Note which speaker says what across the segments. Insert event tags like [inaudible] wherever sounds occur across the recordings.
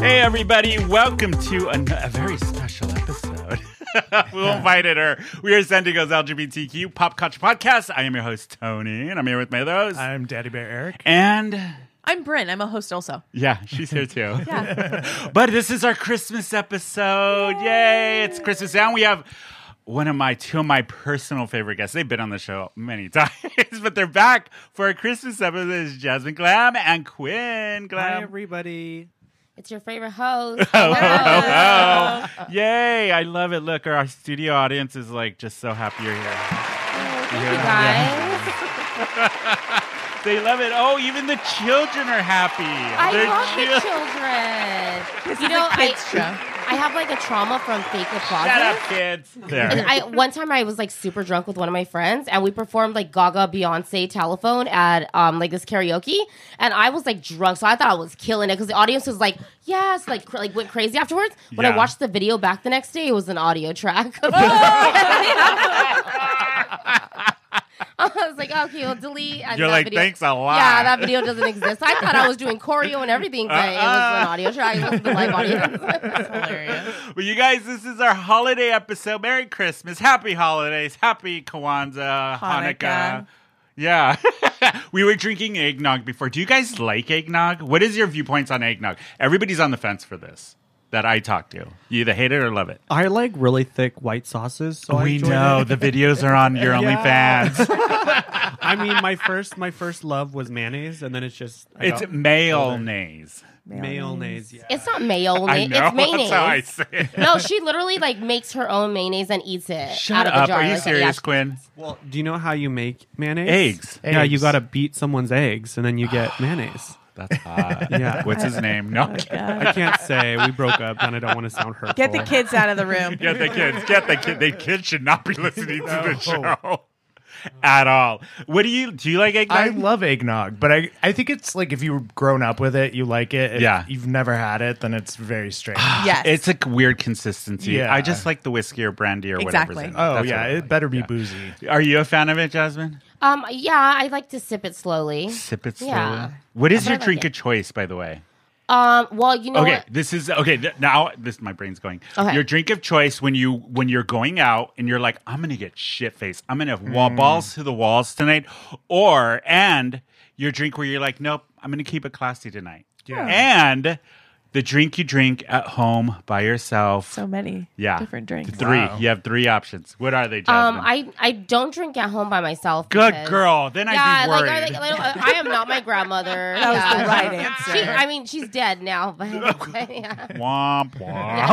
Speaker 1: everybody. Welcome to an- a very special episode. [laughs] we invited her. We are San Diego's LGBTQ pop culture podcast. I am your host, Tony, and I'm here with my other host.
Speaker 2: I'm Daddy Bear Eric.
Speaker 1: and
Speaker 3: I'm Bryn. I'm a host also.
Speaker 1: yeah, she's here too.
Speaker 3: [laughs] Yeah.
Speaker 1: [laughs] But this is our Christmas episode. Yay! It's Christmas and we have one of my two of my personal favorite guests. They've been on the show many [laughs] times, but they're back for a Christmas episode. It's Jasmine Glam and Quinn
Speaker 2: Hi,
Speaker 1: Glam.
Speaker 2: everybody.
Speaker 4: It's your
Speaker 1: [laughs]
Speaker 4: favorite host.
Speaker 1: Oh,
Speaker 4: Uh,
Speaker 1: yay! I love it. Look, our studio audience is like just so happy you're here.
Speaker 4: Thank you
Speaker 1: Yeah.
Speaker 4: guys.
Speaker 1: They love it. Oh, even the children are happy.
Speaker 4: I
Speaker 1: They're
Speaker 4: love
Speaker 1: chil-
Speaker 4: the children.
Speaker 3: This
Speaker 4: you
Speaker 3: is
Speaker 4: know,
Speaker 3: a kids
Speaker 4: I,
Speaker 3: show.
Speaker 4: I have like a trauma from fake applause.
Speaker 1: Shut up,
Speaker 4: [laughs]
Speaker 1: kids.
Speaker 4: And
Speaker 1: There.
Speaker 4: I one time I was like super drunk with one of my friends, and we performed like Gaga Beyonce telephone at um like this karaoke, and I was like drunk, so I thought I was killing it because the audience was like yes, like cr- like went crazy afterwards. When
Speaker 1: Yeah.
Speaker 4: I watched the video back the next day, it was an
Speaker 1: [laughs]
Speaker 4: audio track. [laughs] I was like, okay, well, delete. and
Speaker 1: You're
Speaker 4: that
Speaker 1: like,
Speaker 4: video-
Speaker 1: thanks a lot.
Speaker 4: Yeah, that video doesn't exist. I thought I was doing choreo and everything, but it was an audio track. It wasn't the live audience.
Speaker 3: Hilarious.
Speaker 1: Well, you guys, this is our holiday episode. Merry Christmas. Happy holidays. Happy Kwanzaa, Hanukkah.
Speaker 3: Hanukkah.
Speaker 1: Yeah. [laughs] we were drinking eggnog before. Do you guys like eggnog? What is your viewpoints on eggnog? Everybody's on the fence for this that I talk to. You either hate it or love it.
Speaker 5: I like really thick white sauces. So I
Speaker 1: we
Speaker 5: enjoy
Speaker 1: know
Speaker 5: It.
Speaker 1: the videos are on
Speaker 2: [laughs]
Speaker 1: your
Speaker 5: Yeah.
Speaker 1: OnlyFans.
Speaker 5: I mean, my first my first love was mayonnaise, and then it's just I
Speaker 1: it's
Speaker 5: got
Speaker 1: mayonnaise.
Speaker 5: mayonnaise. Yeah.
Speaker 4: [laughs] It's not mayo.
Speaker 1: I know. [laughs]
Speaker 4: It's mayonnaise.
Speaker 1: That's how I say it.
Speaker 4: No, she literally like makes her own mayonnaise and eats it
Speaker 1: Shut
Speaker 4: out of a
Speaker 1: up.
Speaker 4: jar.
Speaker 1: Are you
Speaker 4: Like,
Speaker 1: serious,
Speaker 4: yeah.
Speaker 1: Quinn?
Speaker 5: well, do you know how you make mayonnaise?
Speaker 1: Eggs.
Speaker 5: Yeah, you
Speaker 2: Eggs.
Speaker 5: gotta beat someone's eggs, and then you
Speaker 1: [sighs]
Speaker 5: get mayonnaise.
Speaker 1: That's hot.
Speaker 5: [laughs] Yeah.
Speaker 1: What's his name? No. I'm kidding.
Speaker 5: I can't say we broke up, and I don't want to sound hurtful.
Speaker 3: Get the kids out of
Speaker 1: [laughs]
Speaker 3: the room.
Speaker 1: Get the kids. Get the kid. The kids should not be listening to the
Speaker 2: No.
Speaker 1: show at all. What do you do? You like eggnog?
Speaker 2: I love eggnog, but I, I think it's like if you've grown up with it, you like it. If
Speaker 1: Yeah.
Speaker 2: you've never had it, then it's very
Speaker 1: [sighs]
Speaker 2: strange.
Speaker 3: Yes.
Speaker 1: It's a weird consistency.
Speaker 2: Yeah.
Speaker 1: I just like the whiskey or brandy or
Speaker 3: Exactly.
Speaker 1: whatever's in it.
Speaker 2: oh,
Speaker 1: That's
Speaker 2: yeah.
Speaker 1: what I
Speaker 2: It
Speaker 1: like.
Speaker 2: better be boozy.
Speaker 1: Are you a fan of it, Jasmine?
Speaker 4: Um, yeah, I like to sip it slowly.
Speaker 1: Sip it slowly.
Speaker 4: Yeah.
Speaker 1: What is
Speaker 4: But I
Speaker 1: your
Speaker 4: like
Speaker 1: drink
Speaker 4: it.
Speaker 1: of choice, by the way?
Speaker 4: Um, well, you know
Speaker 1: okay,
Speaker 4: what?
Speaker 1: this is okay. th- now this my brain's going.
Speaker 4: Okay.
Speaker 1: Your drink of choice when you when you're going out and you're like, I'm gonna get shit faced. I'm gonna have wall
Speaker 2: Hmm.
Speaker 1: balls to the walls tonight, or and your drink where you're like, nope, I'm gonna keep it classy tonight.
Speaker 2: Yeah.
Speaker 1: And the drink you drink at home by yourself.
Speaker 3: so many
Speaker 1: yeah,
Speaker 3: different drinks.
Speaker 1: Three.
Speaker 2: Wow.
Speaker 1: You have three options. What are they,
Speaker 4: Um,
Speaker 1: Jasmine?
Speaker 4: I I don't drink at home by myself.
Speaker 1: Good
Speaker 4: because-
Speaker 1: girl. Then
Speaker 4: Yeah,
Speaker 1: I'd be
Speaker 4: like,
Speaker 1: worried.
Speaker 4: I, like, uh, I I am not my grandmother.
Speaker 3: [laughs] That was
Speaker 4: yeah.
Speaker 3: the right answer.
Speaker 4: She, I mean, she's dead now, but [laughs] yeah.
Speaker 1: womp womp.
Speaker 4: [laughs] Yeah,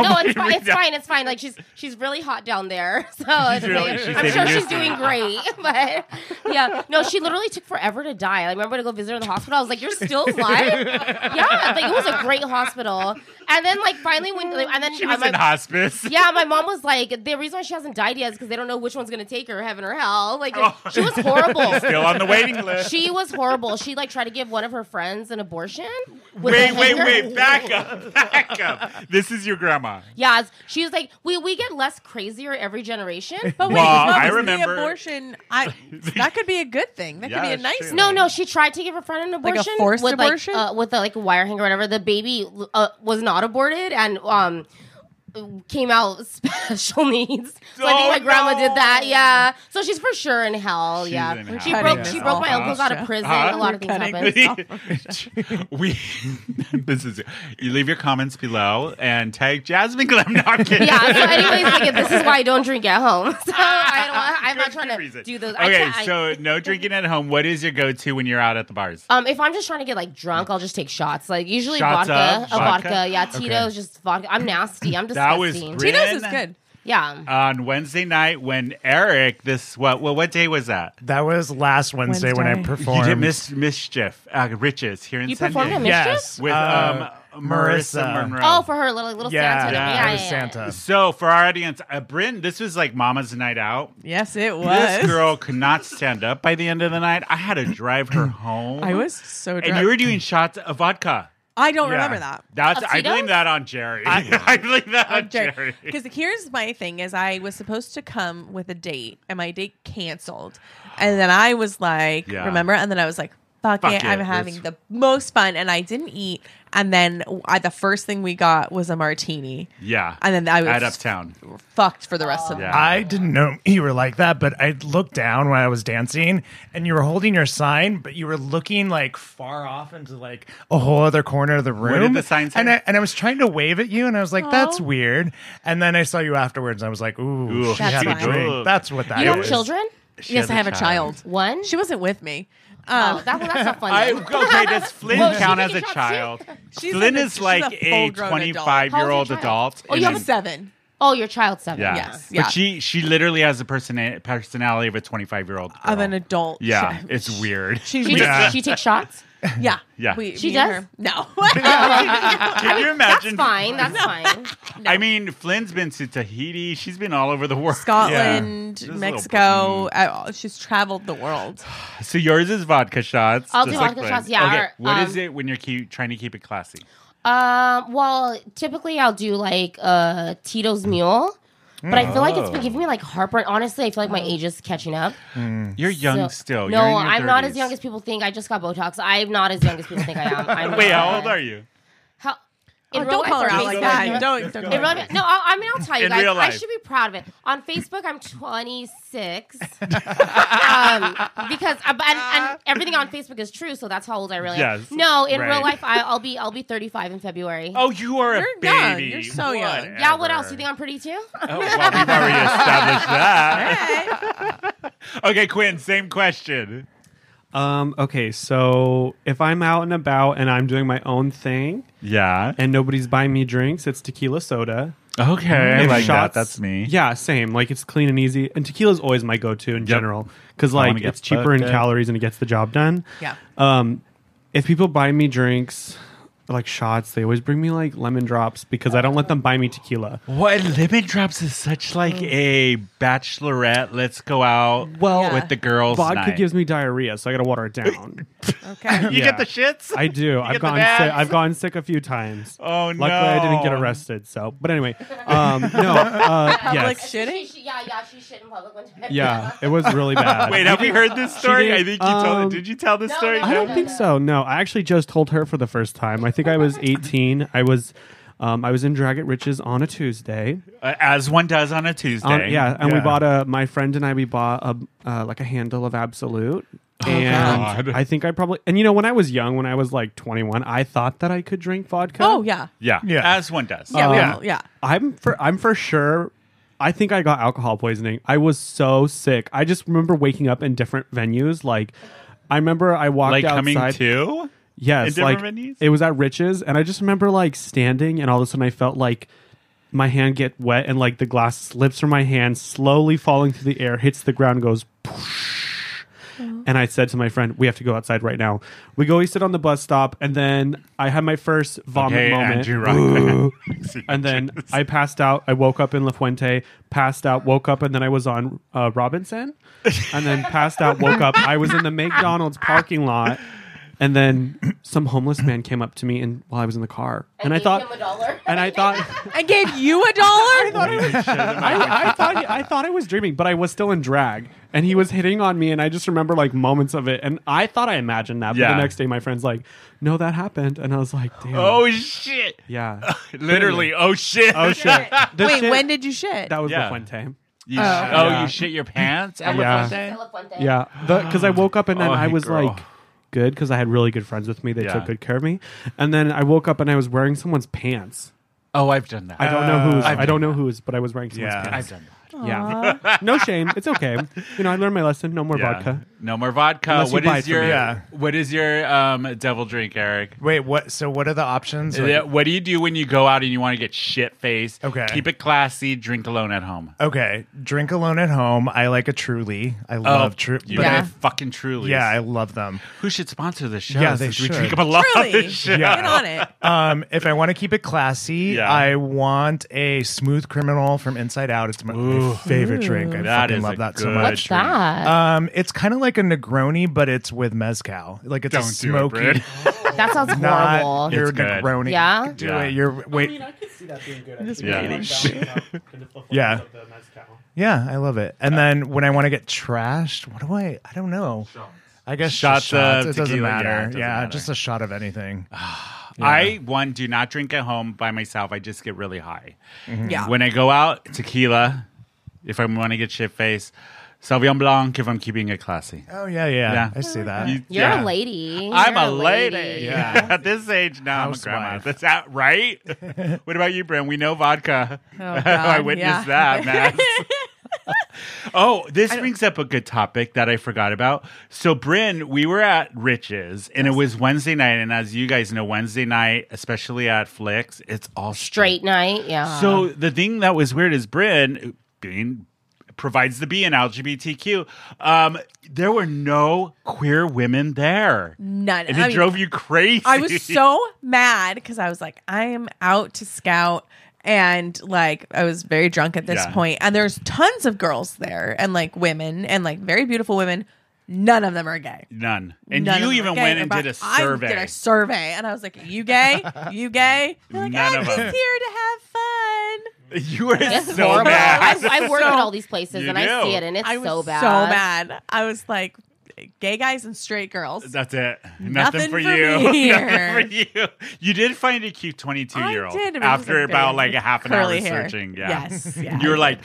Speaker 1: [laughs]
Speaker 4: no, it's fine. It's fine. It's fine. Like she's she's really hot down there, [laughs] so it's
Speaker 1: really-
Speaker 4: like-
Speaker 1: she's
Speaker 4: I'm
Speaker 1: saving
Speaker 4: sure
Speaker 1: you
Speaker 4: she's
Speaker 1: some-
Speaker 4: doing great. [laughs] But yeah, no, she literally took forever to die. I remember to go visit her in the hospital. I was like,
Speaker 1: [laughs]
Speaker 4: "You're still alive?" yeah, like it was a great hospital. And then like finally when like, and then
Speaker 1: She was
Speaker 4: my,
Speaker 1: in hospice.
Speaker 4: yeah, my mom was like, "The reason why she hasn't died yet is because they don't know which one's gonna take her, heaven or hell." Like she was horrible.
Speaker 1: Oh. [laughs] Still on the
Speaker 4: [laughs]
Speaker 1: waiting list.
Speaker 4: She was horrible. She like tried to give one of her friends an abortion. with
Speaker 1: Wait,
Speaker 4: a
Speaker 1: wait,
Speaker 4: hanger.
Speaker 1: wait. Back up. Back up. This is your grandma.
Speaker 4: Yeah, it's- she was like, we we get less crazier
Speaker 3: [laughs]
Speaker 4: every generation.
Speaker 3: But wait,
Speaker 1: Well,
Speaker 3: what was
Speaker 1: I
Speaker 3: the
Speaker 1: remember-
Speaker 3: abortion.
Speaker 1: [laughs]
Speaker 3: I that could be a good thing. That could be
Speaker 1: Yeah,
Speaker 3: a nice.
Speaker 1: sure.
Speaker 3: thing.
Speaker 4: No, no, she tried to give her friend an
Speaker 3: Like a
Speaker 4: abortion,
Speaker 3: forced
Speaker 4: with like,
Speaker 3: abortion?
Speaker 4: uh, with a, like a wire hanger or whatever. The baby uh, was not aborted and um came out [laughs] special needs. So I
Speaker 1: Oh,
Speaker 4: think my grandma
Speaker 1: no.
Speaker 4: did that. Yeah, so she's for sure in hell.
Speaker 1: She's
Speaker 4: yeah,
Speaker 1: in hell.
Speaker 4: she
Speaker 3: Cutting
Speaker 4: broke
Speaker 3: this
Speaker 4: she broke my
Speaker 3: off.
Speaker 4: uncles out of prison.
Speaker 1: Huh?
Speaker 4: A lot
Speaker 3: We're
Speaker 4: of things
Speaker 3: cutting
Speaker 4: happened.
Speaker 1: [laughs]
Speaker 3: this
Speaker 1: we this is you leave your comments below and tag Jasmine Glam. No, I'm kidding.
Speaker 4: [laughs] Yeah.
Speaker 1: [laughs]
Speaker 4: So, anyways, like, this is why I don't drink at home. [laughs] So I don't. want- I'm not
Speaker 1: Good
Speaker 4: trying to
Speaker 1: reason.
Speaker 4: do those. I
Speaker 1: Okay,
Speaker 4: can't- I-
Speaker 1: so no drinking at home. What is your go-to when you're out at the bars?
Speaker 4: Um, if I'm just trying to get like drunk, I'll just take shots. Like usually
Speaker 1: Shots
Speaker 4: vodka,
Speaker 1: of
Speaker 4: a
Speaker 1: vodka?
Speaker 4: vodka. Yeah, Tito's just vodka. I'm nasty. I'm
Speaker 1: [laughs] That was
Speaker 4: disgusting.
Speaker 1: great.
Speaker 3: Tito's is
Speaker 1: Bryn.
Speaker 3: good.
Speaker 4: yeah.
Speaker 1: On Wednesday night, when Eric, this what? Well, what day was that?
Speaker 2: That was last Wednesday, when I
Speaker 3: Wednesday.
Speaker 2: performed.
Speaker 1: You did Miss Mischief, uh, Riches here in
Speaker 4: You
Speaker 1: San
Speaker 4: performed
Speaker 1: Diego.
Speaker 4: at Mischief?
Speaker 2: yes.
Speaker 1: with
Speaker 2: uh,
Speaker 1: um, Marissa, Monroe.
Speaker 4: Oh, for her little little
Speaker 2: yeah,
Speaker 4: Santa.
Speaker 1: yeah,
Speaker 4: Yeah,
Speaker 2: I
Speaker 4: yeah,
Speaker 2: was
Speaker 4: yeah.
Speaker 2: Santa.
Speaker 1: so for our audience, uh, Bryn, this was like Mama's night out.
Speaker 3: Yes, it
Speaker 1: This
Speaker 3: was.
Speaker 1: girl could not stand up by the end of the night. I had to drive her home.
Speaker 3: I was so
Speaker 1: and
Speaker 3: drunk.
Speaker 1: you were doing shots of vodka.
Speaker 3: I don't
Speaker 2: Yeah.
Speaker 3: remember that.
Speaker 1: That's
Speaker 4: Of
Speaker 1: I blame
Speaker 4: Tito's?
Speaker 1: that on Jerry. [laughs] I, blame that
Speaker 3: [laughs]
Speaker 1: on Jerry.
Speaker 3: Because here's my thing: is I was supposed to come with a date, and my date canceled, and then I was like,
Speaker 1: Yeah.
Speaker 3: remember? And then I was like, fuck,
Speaker 1: Fuck
Speaker 3: it, I'm
Speaker 1: it,
Speaker 3: having
Speaker 1: it's-
Speaker 3: the most fun, and I didn't eat, And then I, the first thing we got was a martini.
Speaker 1: Yeah.
Speaker 3: And then I was
Speaker 1: at Uptown.
Speaker 3: fucked for the rest of the
Speaker 1: Yeah.
Speaker 2: I didn't know you were like that, but I looked down when I was dancing and you were holding your sign, but you were looking like far off into like a whole other corner of the room.
Speaker 1: did the sign say?
Speaker 2: And I, and I was trying to wave at you and I was like, that's
Speaker 3: Aw.
Speaker 2: weird. And then I saw you afterwards and I was like, ooh,
Speaker 1: Ooh,
Speaker 2: she
Speaker 3: That's
Speaker 2: had
Speaker 3: fine.
Speaker 2: a drink. That's what that
Speaker 4: You have
Speaker 1: was-
Speaker 4: children?
Speaker 1: She
Speaker 3: Yes,
Speaker 1: had
Speaker 3: I have a child.
Speaker 4: One?
Speaker 3: She wasn't with me.
Speaker 4: oh,
Speaker 3: Um,
Speaker 4: that, well, that's not funny.
Speaker 1: uh, I okay. Does Flynn
Speaker 4: Well, she
Speaker 1: count
Speaker 4: can
Speaker 1: as a
Speaker 4: count too.
Speaker 1: child?
Speaker 3: She's
Speaker 1: Flynn
Speaker 3: like a-
Speaker 1: is
Speaker 3: she's
Speaker 1: like
Speaker 3: a
Speaker 1: a,
Speaker 3: full-grown adult.
Speaker 1: 25 year old
Speaker 4: How's your
Speaker 1: adult.
Speaker 4: child? Oh,
Speaker 1: and
Speaker 4: you have
Speaker 1: then-
Speaker 4: a
Speaker 3: seven.
Speaker 4: oh, your child's seven.
Speaker 1: Yeah.
Speaker 3: Yes,
Speaker 1: but
Speaker 3: yeah.
Speaker 1: she she literally has the persona- personality of a 25 year old.
Speaker 3: Of an adult. [laughs]
Speaker 1: Yeah, it's weird.
Speaker 3: She's
Speaker 4: She,
Speaker 3: weird.
Speaker 2: Yeah.
Speaker 4: takes, she takes shots?
Speaker 3: Yeah.
Speaker 1: Yeah.
Speaker 3: We,
Speaker 4: She
Speaker 3: me and
Speaker 4: does?
Speaker 3: her- No.
Speaker 1: [laughs]
Speaker 3: [laughs]
Speaker 1: Can you
Speaker 4: That's
Speaker 1: imagine?
Speaker 4: fine. That's fine.
Speaker 1: I mean, Flynn's been to Tahiti. She's been all over the world.
Speaker 3: Scotland,
Speaker 1: This is a little-
Speaker 3: Mexico. uh, She's traveled the world.
Speaker 1: So yours is vodka shots.
Speaker 4: I'll
Speaker 1: just
Speaker 4: do
Speaker 1: like
Speaker 4: vodka
Speaker 1: Flynn.
Speaker 4: shots, yeah,
Speaker 1: Okay.
Speaker 4: or,
Speaker 1: what
Speaker 4: um,
Speaker 1: is it when you're keep, trying to keep it classy?
Speaker 4: Um, well, typically I'll do like uh Tito's Mule, but I feel like it's
Speaker 1: Oh.
Speaker 4: been giving me like heartburn. Honestly, I feel like my age is catching up.
Speaker 1: You're young
Speaker 4: So-
Speaker 1: still.
Speaker 4: No,
Speaker 1: You're in your
Speaker 4: I'm not as
Speaker 1: 30s.
Speaker 4: young as people think. I just got Botox. I'm not as young as people think I
Speaker 1: [laughs]
Speaker 4: am. I'm
Speaker 1: Wait, how old are you?
Speaker 4: How,
Speaker 3: Oh, don't call her out like that.
Speaker 4: [laughs]
Speaker 3: Don't. don't
Speaker 4: It really, no, I, I mean I'll tell you
Speaker 1: In
Speaker 4: guys.
Speaker 1: real
Speaker 4: I
Speaker 1: life.
Speaker 4: should be proud of it. On Facebook,
Speaker 1: [laughs]
Speaker 4: I'm 26 um, because uh, but- and, and everything on Facebook is true, so that's how old I really am.
Speaker 1: Yes.
Speaker 4: No, in real
Speaker 1: Right.
Speaker 4: life, I, I'll be I'll be 35 in February.
Speaker 1: Oh, you are a
Speaker 3: You're young.
Speaker 1: baby.
Speaker 3: You're so young.
Speaker 1: Whatever.
Speaker 4: yeah, what else? You think I'm pretty too?
Speaker 1: Oh, well, we've already established
Speaker 3: [laughs]
Speaker 4: [laughs]
Speaker 1: that.
Speaker 3: Hey.
Speaker 1: Okay, Quinn, same question.
Speaker 5: Um, okay, so if I'm out and about and I'm doing my own thing
Speaker 1: Yeah.
Speaker 5: and nobody's buying me drinks, it's tequila soda.
Speaker 1: Okay, I
Speaker 5: Mm, If
Speaker 1: like that.
Speaker 5: shots-
Speaker 1: That's me.
Speaker 5: Yeah, same. Like it's clean and easy. And tequila's always my go-to in general because
Speaker 1: wanna
Speaker 5: like
Speaker 1: get
Speaker 5: it's cheaper in
Speaker 1: fucked up.
Speaker 5: calories and it gets the job done.
Speaker 3: [laughs] Yeah.
Speaker 5: Um, if people buy me drinks or, like shots, they always bring me like lemon drops because I don't let them buy me tequila.
Speaker 1: What lemon drops is such like
Speaker 4: Mm.
Speaker 1: a bachelorette. Let's go out.
Speaker 5: Well,
Speaker 3: Yeah.
Speaker 1: with the girls.
Speaker 5: vodka
Speaker 1: night.
Speaker 5: gives me diarrhea, so I
Speaker 1: [laughs]
Speaker 5: gotta water it down.
Speaker 3: Okay.
Speaker 1: You
Speaker 5: Yeah.
Speaker 1: get the shits.
Speaker 5: I do. I've
Speaker 1: get the
Speaker 5: gotten
Speaker 1: bags?
Speaker 5: sick. I've gotten sick a few times.
Speaker 1: Oh,
Speaker 5: Luckily, I didn't get
Speaker 1: no.
Speaker 5: arrested. So, but anyway, um, no. Uh,
Speaker 3: Public
Speaker 5: yes.
Speaker 4: She,
Speaker 3: shitting.
Speaker 4: she, yeah, yeah, she shit in public one time. [laughs]
Speaker 5: Yeah, it was really
Speaker 1: [laughs]
Speaker 5: bad.
Speaker 1: Wait, have you heard this story?
Speaker 5: did-
Speaker 1: I think you told
Speaker 5: um,
Speaker 1: it. Did you tell this
Speaker 4: No,
Speaker 1: story?
Speaker 4: no,
Speaker 5: I
Speaker 4: no,
Speaker 5: don't think so. No, I actually just told her for the first time. I think I was 18. I was, um, I was in Drag at Rich's on a Tuesday.
Speaker 1: Uh, As one does on a Tuesday.
Speaker 5: On- Um, yeah, and we
Speaker 2: Yeah.
Speaker 5: bought a. My friend and I we bought a uh, like a handle of Absolute.
Speaker 3: Oh,
Speaker 5: And
Speaker 1: God.
Speaker 5: I think I probably and you know when I was young, when I was like 21, I thought that I could drink vodka.
Speaker 3: Oh yeah.
Speaker 1: Yeah.
Speaker 2: Yeah.
Speaker 1: As one does.
Speaker 5: Uh,
Speaker 3: Yeah. we
Speaker 2: Um,
Speaker 3: all- yeah.
Speaker 5: I'm for I'm for sure. I think I got alcohol poisoning. I was so sick. I just remember waking up in different venues. Like I remember I walked
Speaker 1: like
Speaker 5: outside.
Speaker 1: coming to.
Speaker 5: yes,
Speaker 1: in
Speaker 5: like
Speaker 1: different venues?
Speaker 5: it was at Rich's, and I just remember like standing, and all of a sudden I felt like my hand get wet, and like the glass slips from my hand, slowly falling through the air, hits the ground, goes. poosh. And I said to my friend, "We have to go outside right now." We go, we sit on the bus stop, and then I had my first vomit
Speaker 1: Okay,
Speaker 5: moment.
Speaker 1: Andrew Rock.
Speaker 5: And then I passed out. I woke up in La Fuente, passed out, woke up, and then I was on uh, Robinson, and then passed out, woke up. I was in the McDonald's parking lot, and then some homeless man came up to me and while I was in the car, and I
Speaker 4: gave him a
Speaker 5: thought,
Speaker 4: dollar.
Speaker 5: and
Speaker 4: [laughs]
Speaker 5: I thought,
Speaker 3: I gave you a dollar.
Speaker 5: I, I thought, I thought I was dreaming, but I was still in drag, and he was hitting on me, and I just remember like moments of it, and I thought I imagined that, but
Speaker 1: Yeah.
Speaker 5: the next day my friend's like, "No, that happened," and I was like, "Damn,
Speaker 1: oh shit!
Speaker 5: yeah,
Speaker 1: Literally, [laughs] oh shit!
Speaker 5: oh shit." The
Speaker 3: Wait,
Speaker 5: shit-
Speaker 3: when did you shit?
Speaker 5: that was
Speaker 1: Yeah.
Speaker 5: La Fuente?
Speaker 1: You sh-
Speaker 5: Oh.
Speaker 1: oh,
Speaker 5: Yeah.
Speaker 1: you shit your pants at
Speaker 5: Yeah.
Speaker 1: uh, yeah.
Speaker 4: Elefuente.
Speaker 5: Yeah, because I woke up and then
Speaker 1: Oh,
Speaker 5: I
Speaker 1: hey,
Speaker 5: was
Speaker 1: girl.
Speaker 5: like, good, because I had really good friends with me. They
Speaker 1: Yeah.
Speaker 5: took good care of me, and then I woke up and I was wearing someone's pants.
Speaker 1: Oh, I've done that.
Speaker 5: I don't know who's.
Speaker 1: I've
Speaker 5: I don't
Speaker 1: done
Speaker 5: know who's, but I was wearing someone's
Speaker 2: Yeah.
Speaker 1: I've
Speaker 5: pants.
Speaker 1: done that.
Speaker 5: yeah, no shame. It's okay. You know, I learned my lesson. No more
Speaker 1: Yeah.
Speaker 5: vodka.
Speaker 1: No more vodka.
Speaker 5: Unless you
Speaker 1: What
Speaker 5: buy it
Speaker 1: is
Speaker 5: for
Speaker 1: your
Speaker 5: me.
Speaker 2: Yeah.
Speaker 1: What is your um, devil drink, Eric?
Speaker 2: Wait, what? So what are the options? Like-
Speaker 1: Yeah, What do you do when you go out and you want to get shit faced?
Speaker 2: Okay.
Speaker 1: Keep it classy. Drink alone at home.
Speaker 2: Okay, drink alone at home. I like a Truly. I love True.
Speaker 1: Oh, You
Speaker 2: but
Speaker 3: Yeah.
Speaker 1: yeah. fucking truly.
Speaker 2: yeah, I love them.
Speaker 1: Who should sponsor this show?
Speaker 2: Yeah, they
Speaker 1: since We
Speaker 2: should.
Speaker 1: drink up a lot of
Speaker 3: Really?
Speaker 1: this [laughs] shit.
Speaker 2: Yeah.
Speaker 3: Get on it.
Speaker 2: Um, if I want to keep it classy,
Speaker 1: Yeah.
Speaker 2: I want a smooth criminal from Inside Out. It's my, my favorite drink. I
Speaker 1: That
Speaker 2: fucking
Speaker 1: is
Speaker 2: love
Speaker 1: a
Speaker 2: that so
Speaker 1: good
Speaker 2: much.
Speaker 4: What's that?
Speaker 2: Um, it's kind of like a Negroni, but it's with mezcal. Like it's a
Speaker 1: Don't do it,
Speaker 2: smoky,
Speaker 1: Brit.
Speaker 4: that sounds
Speaker 2: not
Speaker 4: horrible.
Speaker 2: your
Speaker 1: It's good.
Speaker 2: Negroni.
Speaker 4: Yeah?
Speaker 2: do
Speaker 1: Yeah.
Speaker 2: it. Your wait.
Speaker 1: Yeah. Yeah.
Speaker 2: Yeah. of Yeah, I love it. And then when I want to get trashed, what do I? I don't know. I guess just
Speaker 1: Shots of
Speaker 2: shots. it doesn't
Speaker 1: tequila,
Speaker 2: matter.
Speaker 1: yeah,
Speaker 2: Yeah,
Speaker 1: it doesn't matter.
Speaker 2: just a shot of anything.
Speaker 1: [laughs] I one do not drink at home by myself. I just get really high.
Speaker 3: Yeah.
Speaker 1: When I go out, tequila. If I want to get shit faced, Sauvignon Blanc. If I'm keeping it classy.
Speaker 2: Oh yeah, yeah.
Speaker 1: Yeah.
Speaker 2: I see that.
Speaker 1: You-
Speaker 4: You're
Speaker 1: yeah.
Speaker 4: a lady.
Speaker 1: I'm
Speaker 4: You're
Speaker 1: a lady. [laughs]
Speaker 2: Yeah.
Speaker 1: At this age, now I'm a grandma.
Speaker 2: Housewife.
Speaker 1: That's out,
Speaker 2: [laughs]
Speaker 1: right? what about you, Bran? We know vodka.
Speaker 3: Oh,
Speaker 1: [laughs]
Speaker 3: God,
Speaker 1: I witnessed
Speaker 3: yeah.
Speaker 1: that,
Speaker 3: [laughs]
Speaker 1: Max. oh, this brings up a good topic that I forgot about. So, Bryn, we were at Rich's, and it was Wednesday night. And as you guys know, Wednesday night, especially at Flicks, it's all
Speaker 4: Straight night. Yeah.
Speaker 1: so the thing that was weird is Bryn being provides the B in LGBTQ. Um, there were no queer women there.
Speaker 3: None.
Speaker 1: And it
Speaker 3: I mean,
Speaker 1: drove you crazy.
Speaker 3: I was so mad because I was like, I am out to scout. And like, I was very drunk at this
Speaker 1: Yeah.
Speaker 3: point. And there's tons of girls there and like women and like very beautiful women. None of them are gay.
Speaker 1: [laughs] none. And
Speaker 3: None of
Speaker 1: you
Speaker 3: them are
Speaker 1: even
Speaker 3: gay.
Speaker 1: went and
Speaker 3: but
Speaker 1: did a
Speaker 3: I did
Speaker 1: survey.
Speaker 3: a survey. And I was like, you gay? You gay? They're like,
Speaker 1: None
Speaker 3: I'm
Speaker 1: of
Speaker 3: just
Speaker 1: them.
Speaker 3: here to have fun.
Speaker 1: [laughs] you were
Speaker 4: it's
Speaker 1: so
Speaker 4: horrible.
Speaker 1: mad.
Speaker 4: I, I work at all these places
Speaker 1: You
Speaker 4: and
Speaker 1: do.
Speaker 4: I see it, and it's
Speaker 3: I was
Speaker 4: so bad.
Speaker 3: So mad. I was like, gay guys and straight girls.
Speaker 1: That's it. Nothing,
Speaker 3: Nothing
Speaker 1: for
Speaker 3: for
Speaker 1: you. [laughs]
Speaker 3: me here.
Speaker 1: Nothing for you. You did find a cute 22 year old
Speaker 3: I did, but it was
Speaker 1: after
Speaker 3: like
Speaker 1: about
Speaker 3: very
Speaker 1: like a half an hour
Speaker 3: curly hair.
Speaker 1: searching. Yeah.
Speaker 3: Yes. Yeah,
Speaker 1: [laughs] you
Speaker 3: I
Speaker 1: were
Speaker 3: did.
Speaker 1: like,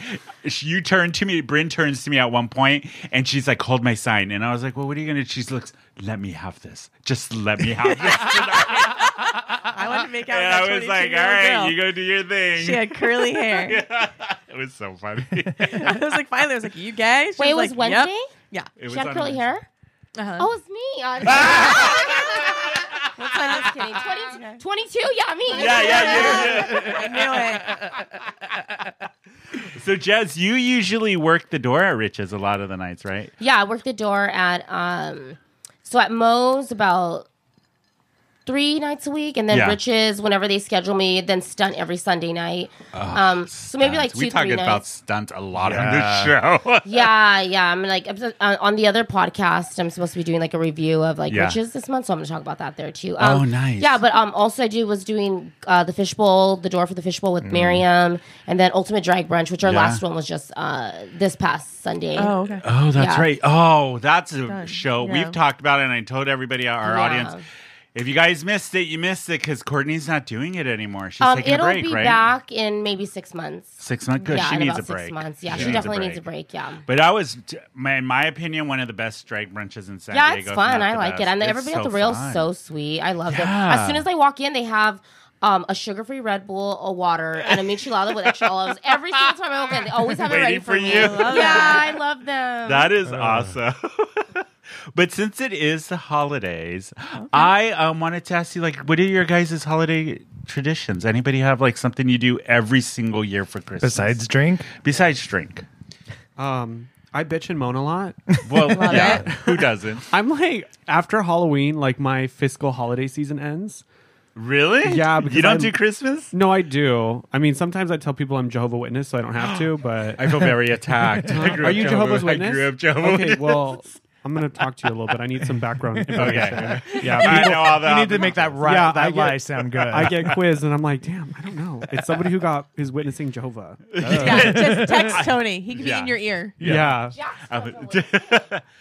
Speaker 1: sh- you turned to me, Bryn turns to me at one point and she's like, hold my sign. And I was like, well, what are you going to? She looks, let me have this. Just let me
Speaker 3: [laughs]
Speaker 1: have this.
Speaker 3: I wanted to
Speaker 1: [laughs]
Speaker 3: make out.
Speaker 1: and
Speaker 3: with that
Speaker 1: I was like, all
Speaker 3: 22-year-old
Speaker 1: right,
Speaker 3: girl.
Speaker 1: you go do your thing.
Speaker 3: She had curly hair.
Speaker 1: [laughs] it was so funny.
Speaker 3: [laughs]
Speaker 1: [laughs]
Speaker 3: I was like, finally, I was like, you gay? She
Speaker 4: Wait, it
Speaker 3: was
Speaker 4: was
Speaker 3: like, yep.
Speaker 4: Wednesday?
Speaker 1: It was
Speaker 4: She had
Speaker 1: on
Speaker 4: curly
Speaker 1: Wednesday.
Speaker 4: hair?
Speaker 3: Yeah.
Speaker 4: Oh, it's me. Uh, I'm just [laughs] kidding. 20, 22? Yeah, me.
Speaker 1: [laughs] Yeah,
Speaker 3: [laughs]
Speaker 1: yeah, yeah.
Speaker 3: I knew it.
Speaker 1: So, Jez, you usually work the door at Rich's a lot of the nights, right?
Speaker 4: Yeah, I worked the door at um so at Moe's about three nights a week and then
Speaker 1: Yeah.
Speaker 4: Rich's whenever they schedule me, then stunt every Sunday night. um so maybe like two,
Speaker 1: Uh, we talk
Speaker 4: three
Speaker 1: about
Speaker 4: nights.
Speaker 1: stunt a lot
Speaker 2: Yeah.
Speaker 1: on this show. [laughs]
Speaker 4: Yeah, yeah. I'm like I'm, uh, on the other podcast. I'm supposed to be doing like a review of like
Speaker 1: Yeah.
Speaker 4: riches this month, so I'm gonna talk about that there too.
Speaker 1: Oh,
Speaker 4: Um,
Speaker 1: nice.
Speaker 4: Yeah, but um, also I do was doing uh, the fishbowl, the door for the fishbowl with Miriam, and then Ultimate Drag Brunch, which our
Speaker 1: Mm. Yeah.
Speaker 4: last one was just uh this past Sunday.
Speaker 3: Oh, okay.
Speaker 1: Oh, that's
Speaker 4: Yeah.
Speaker 1: right. Oh, that's a show
Speaker 3: Yeah.
Speaker 1: we've talked about, it and I told everybody our
Speaker 4: Yeah.
Speaker 1: audience. If you guys missed it, you missed it because Courtney's not doing it anymore. She's
Speaker 4: Um,
Speaker 1: taking a
Speaker 4: it'll
Speaker 1: break,
Speaker 4: be
Speaker 1: right?
Speaker 4: back in maybe six months.
Speaker 1: Six months. Good.
Speaker 4: yeah,
Speaker 1: she
Speaker 4: in
Speaker 1: needs
Speaker 4: about
Speaker 1: a break.
Speaker 4: six months. Yeah, she,
Speaker 1: needs
Speaker 4: definitely needs a break. Yeah.
Speaker 1: But I was, t- my, in my opinion, one of the best drag brunches in San
Speaker 4: Yeah,
Speaker 1: Diego.
Speaker 4: it's
Speaker 1: if
Speaker 4: fun.
Speaker 1: not
Speaker 4: I
Speaker 1: the
Speaker 4: like it.
Speaker 1: best.
Speaker 4: And
Speaker 1: It's
Speaker 4: everybody
Speaker 1: so
Speaker 4: at the rail
Speaker 1: fun.
Speaker 4: is so sweet. I love
Speaker 1: Yeah.
Speaker 4: it. As soon as I walk in, they have um, a sugar-free Red Bull, a water, and a michelada with extra olives. Every single time I walk in, they always have it ready
Speaker 1: Waiting for
Speaker 4: me.
Speaker 1: you.
Speaker 4: [laughs] Yeah,
Speaker 1: Love
Speaker 3: that.
Speaker 4: I love them.
Speaker 1: That
Speaker 5: [laughs]
Speaker 1: is
Speaker 5: Uh.
Speaker 1: awesome. [laughs] but since it is the holidays, I um, wanted to ask you, like, what are your guys' holiday traditions? Anybody have like something you do every single year for Christmas
Speaker 2: Besides drink,
Speaker 1: besides drink?
Speaker 5: Um, I bitch and moan a lot. [laughs]
Speaker 1: Well, yeah,
Speaker 3: it.
Speaker 1: who doesn't?
Speaker 5: I'm like after Halloween, like my fiscal holiday season ends.
Speaker 1: Really?
Speaker 5: Yeah,
Speaker 1: you
Speaker 5: because
Speaker 1: don't
Speaker 5: I'm-
Speaker 1: do Christmas.
Speaker 5: No, I do. I mean, sometimes I tell people I'm Jehovah Witness, so I don't
Speaker 1: [gasps]
Speaker 5: have to. But
Speaker 1: I feel very attacked. [laughs] I grew
Speaker 5: are
Speaker 1: up
Speaker 5: you
Speaker 1: Jehovah-
Speaker 5: Jehovah's Witness?
Speaker 1: I grew up Jehovah.
Speaker 5: Okay, well, I'm gonna talk to you a little bit. I need some
Speaker 1: [laughs]
Speaker 5: background.
Speaker 1: okay.
Speaker 5: Yeah,
Speaker 1: I know all that.
Speaker 2: you need to make that ri-
Speaker 5: Yeah, I
Speaker 2: that
Speaker 5: get-
Speaker 2: lie sound good.
Speaker 5: I get quizzed, and I'm like, damn, I don't know. It's somebody who got is witnessing Jehovah.
Speaker 1: [laughs]
Speaker 3: Yeah, just text Tony. He can
Speaker 1: Yeah.
Speaker 3: be in your ear.
Speaker 5: [laughs] Yeah.
Speaker 1: [laughs] Um,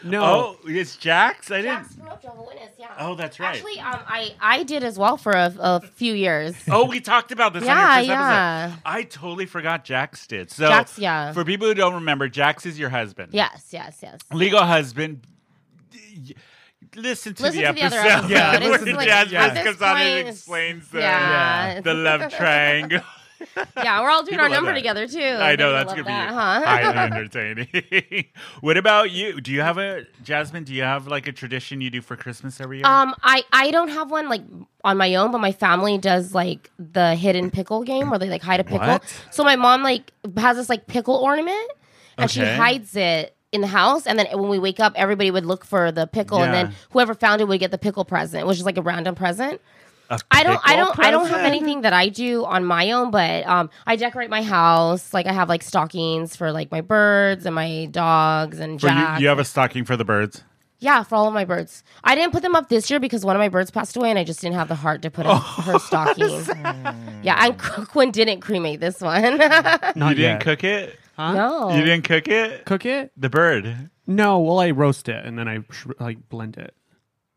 Speaker 5: No. [laughs]
Speaker 1: oh, it's Jax. I didn't.
Speaker 4: Jack's Grove Jehovah's Witness, yeah.
Speaker 1: Oh, that's right.
Speaker 4: Actually, um, I, I did as well for a, a
Speaker 1: [laughs]
Speaker 4: few years.
Speaker 1: Oh, we talked about this. on your
Speaker 4: Yeah,
Speaker 1: first
Speaker 4: yeah.
Speaker 1: Episode. I totally forgot Jax did. So,
Speaker 4: Jax, yeah.
Speaker 1: For people who don't remember, Jax is your husband.
Speaker 4: Yes, yes, yes.
Speaker 1: legal husband. D- Listen to
Speaker 4: Listen
Speaker 1: the
Speaker 4: to the other episode.
Speaker 1: episode. [laughs]
Speaker 2: Yeah,
Speaker 1: where
Speaker 2: this is like-
Speaker 1: Jasmine
Speaker 2: at
Speaker 1: comes
Speaker 4: this
Speaker 1: on and
Speaker 4: point,
Speaker 1: explains the,
Speaker 4: yeah.
Speaker 1: the love triangle.
Speaker 4: [laughs] Yeah, we're all doing
Speaker 1: People
Speaker 4: our
Speaker 1: love
Speaker 4: number
Speaker 1: that.
Speaker 4: together too.
Speaker 1: I know
Speaker 4: They're
Speaker 1: that's
Speaker 4: love
Speaker 1: gonna
Speaker 4: that,
Speaker 1: be
Speaker 4: huh?
Speaker 1: highly
Speaker 4: [laughs]
Speaker 1: entertaining. [laughs] what about you? Do you have a Jasmine? Do you have like a tradition you do for Christmas every year?
Speaker 4: Um, I I don't have one like on my own, but my family does like the hidden pickle game where they like hide a pickle.
Speaker 1: What?
Speaker 4: So my mom like has this like pickle ornament, and she
Speaker 1: Okay.
Speaker 4: hides it in the house. And then when we wake up, everybody would look for the pickle, and
Speaker 1: Yeah.
Speaker 4: then whoever found it would get the pickle present, which is like a random present.
Speaker 1: A
Speaker 4: I don't, I
Speaker 1: pickle
Speaker 4: don't, I don't have
Speaker 1: present?
Speaker 4: anything that I do on my own, but um, I decorate my house. Like I have like stockings for like my birds and my dogs and
Speaker 1: For you,
Speaker 4: Jack.
Speaker 1: you have a stocking for the birds.
Speaker 4: Yeah, for all of my birds. I didn't put them up this year because one of my birds passed away, and I just didn't have the heart to put in her stocking. Yeah, and Qu- Quinn didn't cremate this one. [laughs]
Speaker 5: Not
Speaker 1: you didn't
Speaker 5: yet.
Speaker 1: cook it.
Speaker 4: no,
Speaker 1: You didn't cook it.
Speaker 5: Cook it?
Speaker 1: The bird.
Speaker 5: No. Well, I roast it and then I sh- like blend it.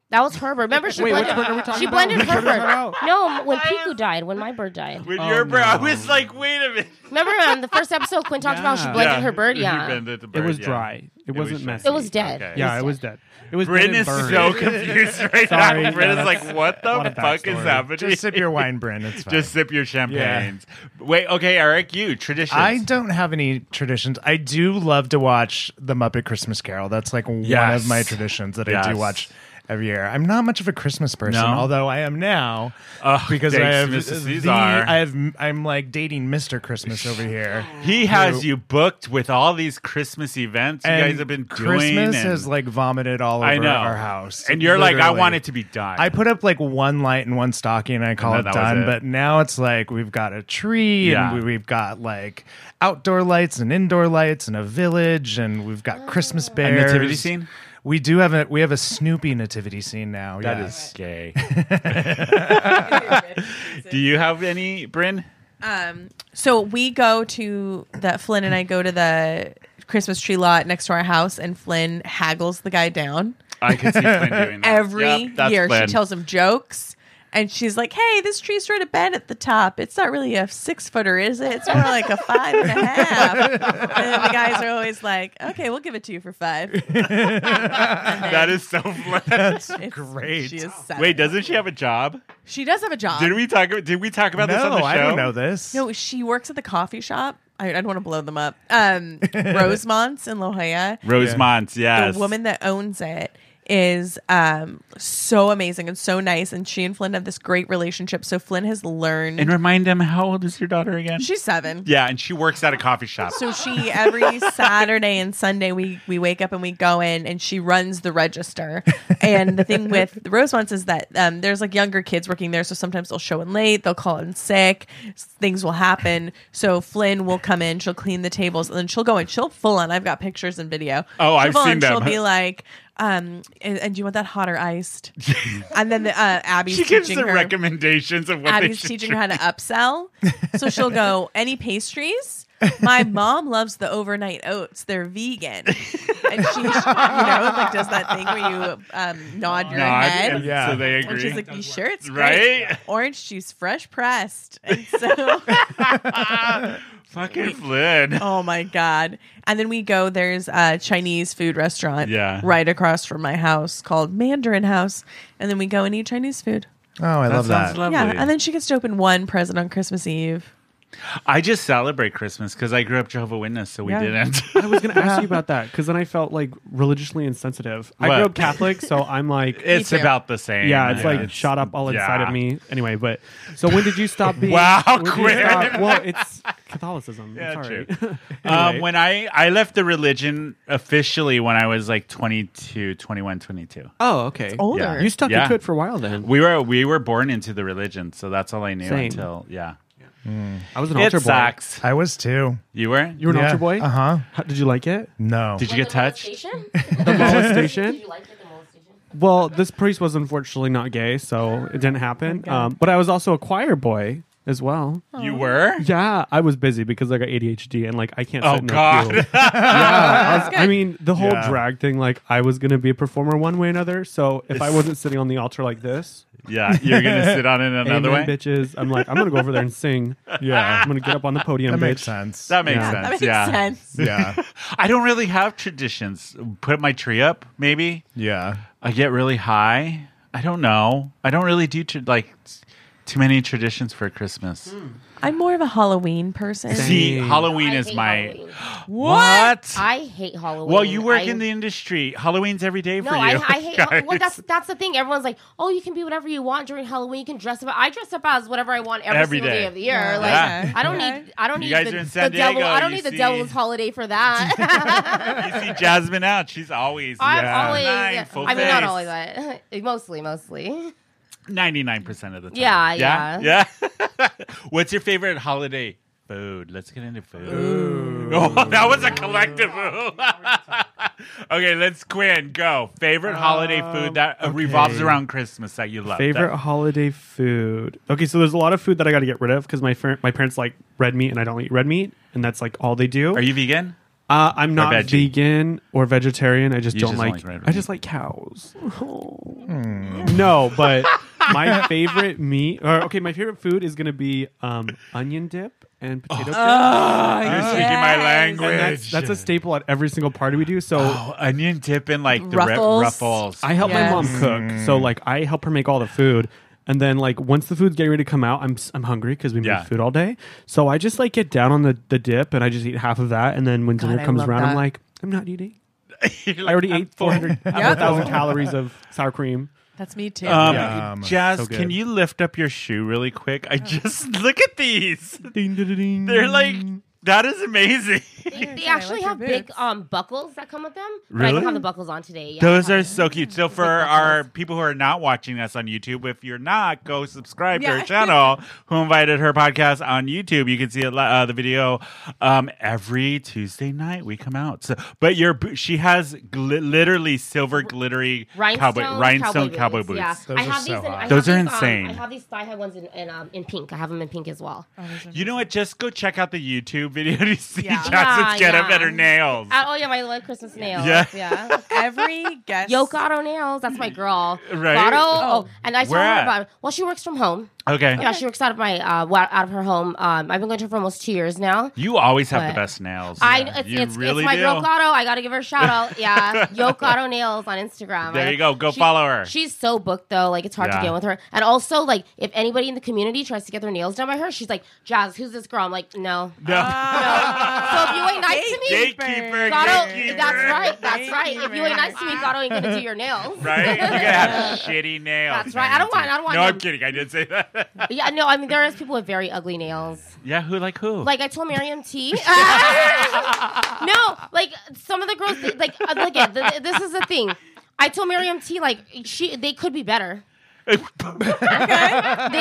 Speaker 4: That was her bird. Remember, she
Speaker 5: Wait, which
Speaker 4: blended,
Speaker 5: bird are we talking
Speaker 4: she
Speaker 5: about? [laughs]
Speaker 4: blended
Speaker 5: We
Speaker 4: her
Speaker 5: figured it
Speaker 4: bird.
Speaker 5: out.
Speaker 4: No, when Piku died, when my bird died.
Speaker 1: With
Speaker 5: Oh,
Speaker 1: your bird, I
Speaker 5: no.
Speaker 1: was like, wait a minute.
Speaker 4: Remember um, the first episode Quinn talked about how she
Speaker 5: Yeah.
Speaker 4: blended her bird?
Speaker 1: You
Speaker 4: Yeah.
Speaker 1: bended the
Speaker 5: It
Speaker 1: bird,
Speaker 5: was
Speaker 1: yeah.
Speaker 5: dry. It,
Speaker 1: was
Speaker 5: wasn't
Speaker 1: dry.
Speaker 5: messy.
Speaker 4: It was dead.
Speaker 1: Okay.
Speaker 5: Yeah,
Speaker 4: It
Speaker 5: it
Speaker 4: was
Speaker 5: was dead. It was
Speaker 1: Brynn
Speaker 5: dead and
Speaker 1: is
Speaker 5: burned.
Speaker 1: so
Speaker 2: [laughs]
Speaker 1: confused right
Speaker 5: Sorry,
Speaker 1: now.
Speaker 5: yeah,
Speaker 1: Brynn is
Speaker 5: that's-
Speaker 1: like, what the
Speaker 5: What a
Speaker 1: fuck is
Speaker 5: backstory.
Speaker 1: happening?
Speaker 2: Just sip your wine, Bryn. It's
Speaker 1: [laughs]
Speaker 2: fine.
Speaker 1: Just sip your champagnes. Wait, okay, Eric, you traditions.
Speaker 2: I don't have any traditions. I do love to watch The Muppet Christmas Carol. That's like one
Speaker 1: Yes.
Speaker 2: of my traditions that I
Speaker 1: Yes.
Speaker 2: do watch every year. I'm not much of a Christmas person,
Speaker 1: No?
Speaker 2: although I am now
Speaker 1: Oh,
Speaker 2: because I
Speaker 1: thanks
Speaker 2: have
Speaker 1: to Mrs.
Speaker 2: the,
Speaker 1: Caesar.
Speaker 2: I have I'm like dating Mr. Christmas over here.
Speaker 1: He has
Speaker 2: Who-
Speaker 1: you booked with all these Christmas events you guys have been doing.
Speaker 2: Christmas
Speaker 1: and-
Speaker 2: has like vomited all over
Speaker 1: I know.
Speaker 2: our house,
Speaker 1: And you're like, I
Speaker 2: literally.
Speaker 1: want it to be done.
Speaker 2: I put up like one light and one stocking and I call
Speaker 1: then
Speaker 2: it
Speaker 1: that was
Speaker 2: done.
Speaker 1: it.
Speaker 2: But now it's like we've got a tree
Speaker 1: Yeah.
Speaker 2: and we, we've got like outdoor lights and indoor lights and a village and we've got Christmas bears.
Speaker 1: nativity scene?
Speaker 2: We do have a we have a Snoopy nativity scene now.
Speaker 1: That
Speaker 2: yes.
Speaker 1: is gay. [laughs] Do you have any, Bryn?
Speaker 3: So we go to the Flynn and I go to the Christmas tree lot next to our house, and Flynn haggles the guy down
Speaker 1: I can see Flynn doing that.
Speaker 3: every
Speaker 1: Yep, that's
Speaker 3: year.
Speaker 1: Flynn.
Speaker 3: She tells him jokes. And she's like, "Hey, this tree's sort of bent at the top. It's not really a six footer, is it? It's more like a five and a half." And then the guys are always like, "Okay, we'll give it to you for five.
Speaker 1: [laughs] that is
Speaker 3: [laughs]
Speaker 1: so Flynn.
Speaker 3: It's-
Speaker 2: Great.
Speaker 3: She is sad.
Speaker 1: Wait, doesn't she have a job?
Speaker 3: she does have a job?
Speaker 1: Did we talk? Did we talk about this on the
Speaker 2: No,
Speaker 1: show?
Speaker 2: I don't know this.
Speaker 3: No, she works at the coffee shop. I, I don't want to blow them up.
Speaker 1: [laughs]
Speaker 3: Um, Rosemont's in La Jolla.
Speaker 1: Rosemont, yes.
Speaker 3: The woman that owns it is um, so amazing and so nice, and she and Flynn have this great relationship. So Flynn has learned.
Speaker 1: And remind them how old is your daughter again?
Speaker 3: she's seven.
Speaker 1: yeah, and she works at a coffee shop.
Speaker 3: So she every Saturday and Sunday we we wake up and we go in and she runs the register. And the thing with the Rosemonts is that um, there's like younger kids working there, so sometimes they'll show in late, they'll call in sick, s- things will happen. So Flynn will come in, she'll clean the tables, and then she'll go and she'll full on. I've got pictures and video.
Speaker 1: Oh,
Speaker 3: she'll
Speaker 1: I've
Speaker 3: full
Speaker 1: seen
Speaker 3: on, She'll
Speaker 1: them.
Speaker 3: be like. Um, and, and do you want that hot
Speaker 1: [laughs]
Speaker 3: or iced? and then the, uh, Abby's
Speaker 1: she gives
Speaker 3: teaching
Speaker 1: the
Speaker 3: her.
Speaker 1: recommendations of what
Speaker 3: [laughs] Abby's
Speaker 1: they should
Speaker 3: teaching
Speaker 1: drink.
Speaker 3: her how to upsell. So she'll go, any pastries? My mom loves the overnight oats. They're vegan. And she, you know, like does that thing where you um, nod your
Speaker 1: Nod,
Speaker 3: head.
Speaker 1: and
Speaker 2: Yeah.
Speaker 1: so they agree.
Speaker 3: And she's like, you sure it's great?
Speaker 1: right?
Speaker 3: Orange juice, fresh pressed. And so, [laughs]
Speaker 1: Fucking Flynn.
Speaker 3: oh my God. And then we go, there's a Chinese food restaurant
Speaker 1: Yeah.
Speaker 3: right across from my house called Mandarin House. And then we go and eat Chinese food.
Speaker 2: Oh, I love that.
Speaker 1: sounds lovely.
Speaker 3: Yeah. And then she gets to open one present on Christmas Eve.
Speaker 1: I just celebrate Christmas because I grew up Jehovah Witness, so we
Speaker 3: Yeah.
Speaker 1: didn't.
Speaker 5: I was going to ask you about that because then I felt like religiously insensitive. I
Speaker 1: What?
Speaker 5: grew up Catholic, so
Speaker 1: [laughs]
Speaker 5: I'm like,
Speaker 1: it's
Speaker 3: too.
Speaker 1: about the same.
Speaker 5: yeah, it's like
Speaker 1: It's-
Speaker 5: shot up all inside
Speaker 1: yeah.
Speaker 5: of me. Anyway, but so when did
Speaker 1: [laughs]
Speaker 5: you stop being?
Speaker 1: Wow,
Speaker 5: when did you
Speaker 1: Quinn. [laughs]
Speaker 5: stop- well, it's Catholicism.
Speaker 1: Yeah,
Speaker 5: I'm
Speaker 1: [laughs]
Speaker 5: sorry.
Speaker 1: true.
Speaker 5: Anyway.
Speaker 1: um, when I, I left the religion officially when I was like 22, 21, 22.
Speaker 5: oh, okay.
Speaker 3: Older.
Speaker 1: Yeah.
Speaker 5: You stuck
Speaker 1: Yeah.
Speaker 5: your foot for a while then.
Speaker 1: We were we were born into the religion, so that's all I knew
Speaker 5: Same.
Speaker 1: until yeah.
Speaker 5: I was an
Speaker 1: It
Speaker 5: altar boy. Uh-huh.
Speaker 1: sucks.
Speaker 2: I was too.
Speaker 1: You were?
Speaker 5: You were an
Speaker 2: Yeah.
Speaker 5: altar boy.
Speaker 2: Uh huh.
Speaker 5: How, did you like [laughs] it?
Speaker 2: No.
Speaker 1: Did you get touched?
Speaker 5: The molestation.
Speaker 4: you like it, the molestation?
Speaker 5: Well, this priest was unfortunately not gay, so it didn't happen. um, but I was also a choir boy as well.
Speaker 1: You were?
Speaker 5: Yeah, I was busy because I got ADHD and like I can't.
Speaker 1: Oh,
Speaker 5: sit in a
Speaker 1: God. [laughs]
Speaker 5: pew. yeah, I, was- I mean the whole
Speaker 2: Yeah.
Speaker 5: drag thing. Like I was gonna be a performer one way or another. So if I wasn't sitting on the altar like this,
Speaker 1: Yeah, you're
Speaker 5: [laughs]
Speaker 1: gonna sit on it another
Speaker 5: amen,
Speaker 1: way.
Speaker 5: bitches, I'm like I'm gonna go over there and sing. Yeah, I'm gonna get up on the podium,
Speaker 2: That
Speaker 5: bitch.
Speaker 2: makes sense.
Speaker 1: That makes
Speaker 5: Yeah.
Speaker 1: sense.
Speaker 3: That makes
Speaker 1: yeah.
Speaker 3: sense.
Speaker 2: yeah.
Speaker 1: I don't really have traditions. Put my tree up, maybe.
Speaker 2: Yeah.
Speaker 1: I get really high. I don't know. I don't really do tr like s- too many traditions for Christmas.
Speaker 3: I'm more of a Halloween person.
Speaker 1: See,
Speaker 5: Dang.
Speaker 1: Halloween
Speaker 4: I
Speaker 1: is
Speaker 4: hate
Speaker 1: my
Speaker 4: Halloween.
Speaker 1: what?
Speaker 4: I hate Halloween.
Speaker 1: well, you work
Speaker 4: I-
Speaker 1: in the industry. Halloween's every day
Speaker 4: No,
Speaker 1: for you.
Speaker 4: I, I
Speaker 1: [laughs]
Speaker 4: hate.
Speaker 1: guys.
Speaker 4: Well, that's that's the thing. Everyone's like, "Oh, you can be whatever you want during Halloween. You can dress up." I dress up as whatever I want every,
Speaker 1: Every
Speaker 4: single day.
Speaker 1: day.
Speaker 4: of the year.
Speaker 3: Yeah.
Speaker 4: Like,
Speaker 1: Yeah.
Speaker 4: I don't
Speaker 3: Okay.
Speaker 4: need. I don't
Speaker 1: You
Speaker 4: need
Speaker 1: guys
Speaker 4: the,
Speaker 1: are in San
Speaker 4: the devil.
Speaker 1: Diego,
Speaker 4: I don't
Speaker 1: you
Speaker 4: need the
Speaker 1: see-
Speaker 4: devil's holiday
Speaker 1: [laughs]
Speaker 4: for that.
Speaker 1: you see Jasmine out. She's always
Speaker 4: I'm
Speaker 1: yeah.
Speaker 4: always.
Speaker 1: Nine, full
Speaker 4: I mean, not
Speaker 1: face.
Speaker 4: always, but [laughs] mostly, mostly.
Speaker 1: Ninety-nine percent of the time.
Speaker 4: Yeah,
Speaker 1: yeah. yeah? [laughs] What's your favorite holiday food? Let's get into food. [laughs] Oh, that was a collective. [laughs] ooh. okay, let's Quinn go. Favorite holiday food that uh revolves
Speaker 5: Um, okay.
Speaker 1: around Christmas that you love.
Speaker 5: Favorite holiday food. Okay, so there's a lot of food that I got to get rid of because my far- my parents like red meat and I don't eat red meat, and that's like all they do.
Speaker 1: That- Are you vegan?
Speaker 5: Uh, I'm not
Speaker 1: veggie.
Speaker 5: vegan or vegetarian. I just
Speaker 1: You
Speaker 5: don't
Speaker 1: just don't
Speaker 5: like.
Speaker 1: like red
Speaker 5: I just like cows. [laughs]
Speaker 3: Hmm.
Speaker 5: no,
Speaker 3: [laughs]
Speaker 5: but my favorite meat. Or, okay, my favorite food is gonna be um, onion dip and
Speaker 1: Oh,
Speaker 5: potato. chips.
Speaker 1: You're speaking my
Speaker 3: Oh, yes.
Speaker 1: language.
Speaker 5: Oh. And that's, that's a staple at every single party we do. So
Speaker 1: Oh, onion dip and like the
Speaker 3: Ruffles.
Speaker 1: ruffles. ruffles.
Speaker 5: I help
Speaker 3: Yes.
Speaker 5: my mom cook,
Speaker 3: Hmm.
Speaker 5: so like I help her make all the food, and then like once the food's getting ready to come out, I'm s- I'm hungry because we
Speaker 1: Yeah.
Speaker 5: make food all day. So I just like get down on the the dip and I just eat half of that, and then when
Speaker 3: I
Speaker 5: dinner comes
Speaker 3: love
Speaker 5: around,
Speaker 3: that.
Speaker 5: I'm like I'm not eating.
Speaker 1: [laughs] You're
Speaker 5: I
Speaker 1: like,
Speaker 5: already
Speaker 1: I'm
Speaker 5: ate
Speaker 1: full.
Speaker 5: 400
Speaker 1: [laughs]
Speaker 5: thousand calories of sour cream.
Speaker 3: That's me too.
Speaker 1: Um,
Speaker 2: Yum.
Speaker 1: Jazz,
Speaker 5: So good.
Speaker 1: can you lift up your shoe really quick? I just [laughs] look at these. They're like
Speaker 5: Mm.
Speaker 1: that is amazing.
Speaker 4: They, they
Speaker 3: I
Speaker 4: actually
Speaker 3: like
Speaker 4: have
Speaker 3: your
Speaker 4: big
Speaker 3: boots.
Speaker 4: um buckles that come with them. But I
Speaker 1: Really?
Speaker 4: don't have the buckles on today.
Speaker 1: [laughs]
Speaker 4: Yeah, I
Speaker 1: Those are
Speaker 4: haven't.
Speaker 1: so cute. So for our people who are not watching us on YouTube, if you're not, go subscribe to [laughs]
Speaker 3: Yeah.
Speaker 1: her channel. Who invited her podcast on YouTube? You can see it, li- uh, the video um, every Tuesday night. We come out. So, but your bo- she has gl- literally silver glittery
Speaker 4: Rhinestone
Speaker 1: cowboy rhinestone cowboy boots.
Speaker 4: Yeah.
Speaker 2: Those
Speaker 4: I
Speaker 2: are so
Speaker 4: have these in, I
Speaker 2: hot.
Speaker 4: have
Speaker 1: Those are
Speaker 4: these, um,
Speaker 1: insane.
Speaker 4: I have these thigh high ones in in, um, in pink. I have them in pink as well.
Speaker 1: You know what? Just go check out the YouTube video [laughs] to see
Speaker 3: Yeah.
Speaker 1: Jasmine's
Speaker 4: Yeah,
Speaker 1: get up
Speaker 4: Ah, yeah.
Speaker 1: at her nails.
Speaker 4: Uh, oh yeah, my little Christmas nails.
Speaker 1: Yeah.
Speaker 4: Yeah.
Speaker 3: Every [laughs] guest.
Speaker 4: Yo Gato nails. That's my girl.
Speaker 1: Right?
Speaker 4: Gato.
Speaker 3: Oh.
Speaker 4: Oh, and I
Speaker 1: Where
Speaker 4: told her
Speaker 1: at?
Speaker 4: about. Well, she works from home.
Speaker 1: Okay.
Speaker 4: Yeah, she works out of oh my uh, wa- out of her home. Um, I've been going to her for almost two years now.
Speaker 1: You always have the
Speaker 4: But-
Speaker 1: best nails.
Speaker 4: I
Speaker 1: Yeah.
Speaker 4: it's,
Speaker 1: you
Speaker 4: it's,
Speaker 1: really
Speaker 4: it's my
Speaker 1: do.
Speaker 4: girl Gato. I gotta give her a shout
Speaker 1: [laughs]
Speaker 4: out. Yeah, Yo Gato Nails on Instagram.
Speaker 1: There
Speaker 4: I-
Speaker 1: you go. Go follow her.
Speaker 4: She's so booked though. Like it's hard
Speaker 1: Yeah.
Speaker 4: to get with her. And also like if anybody in the community tries to get their nails done by her, she's like, Jazz, who's this girl? I'm like, no.
Speaker 1: No.
Speaker 4: So if you ain't nice to me,
Speaker 1: Gatekeeper,
Speaker 4: Gato,
Speaker 1: gatekeeper.
Speaker 4: that's right. That's
Speaker 3: Gatekeeper.
Speaker 4: right. If you ain't nice to me, Gato ain't gonna do your nails.
Speaker 1: [laughs] Right? You're gonna have shitty nails.
Speaker 4: That's right. I don't want- I don't want
Speaker 1: No, I'm
Speaker 4: them.
Speaker 1: kidding. I did say
Speaker 4: [laughs]
Speaker 1: that.
Speaker 4: [laughs] Yeah, no, I mean there is people with very ugly nails.
Speaker 1: yeah, who like who?
Speaker 4: Like I told Miriam
Speaker 3: [laughs]
Speaker 4: T. [laughs] no, like some of the girls, they- like uh, look at th- this is the thing. I told Miriam T. Like she, they could be better. [laughs] They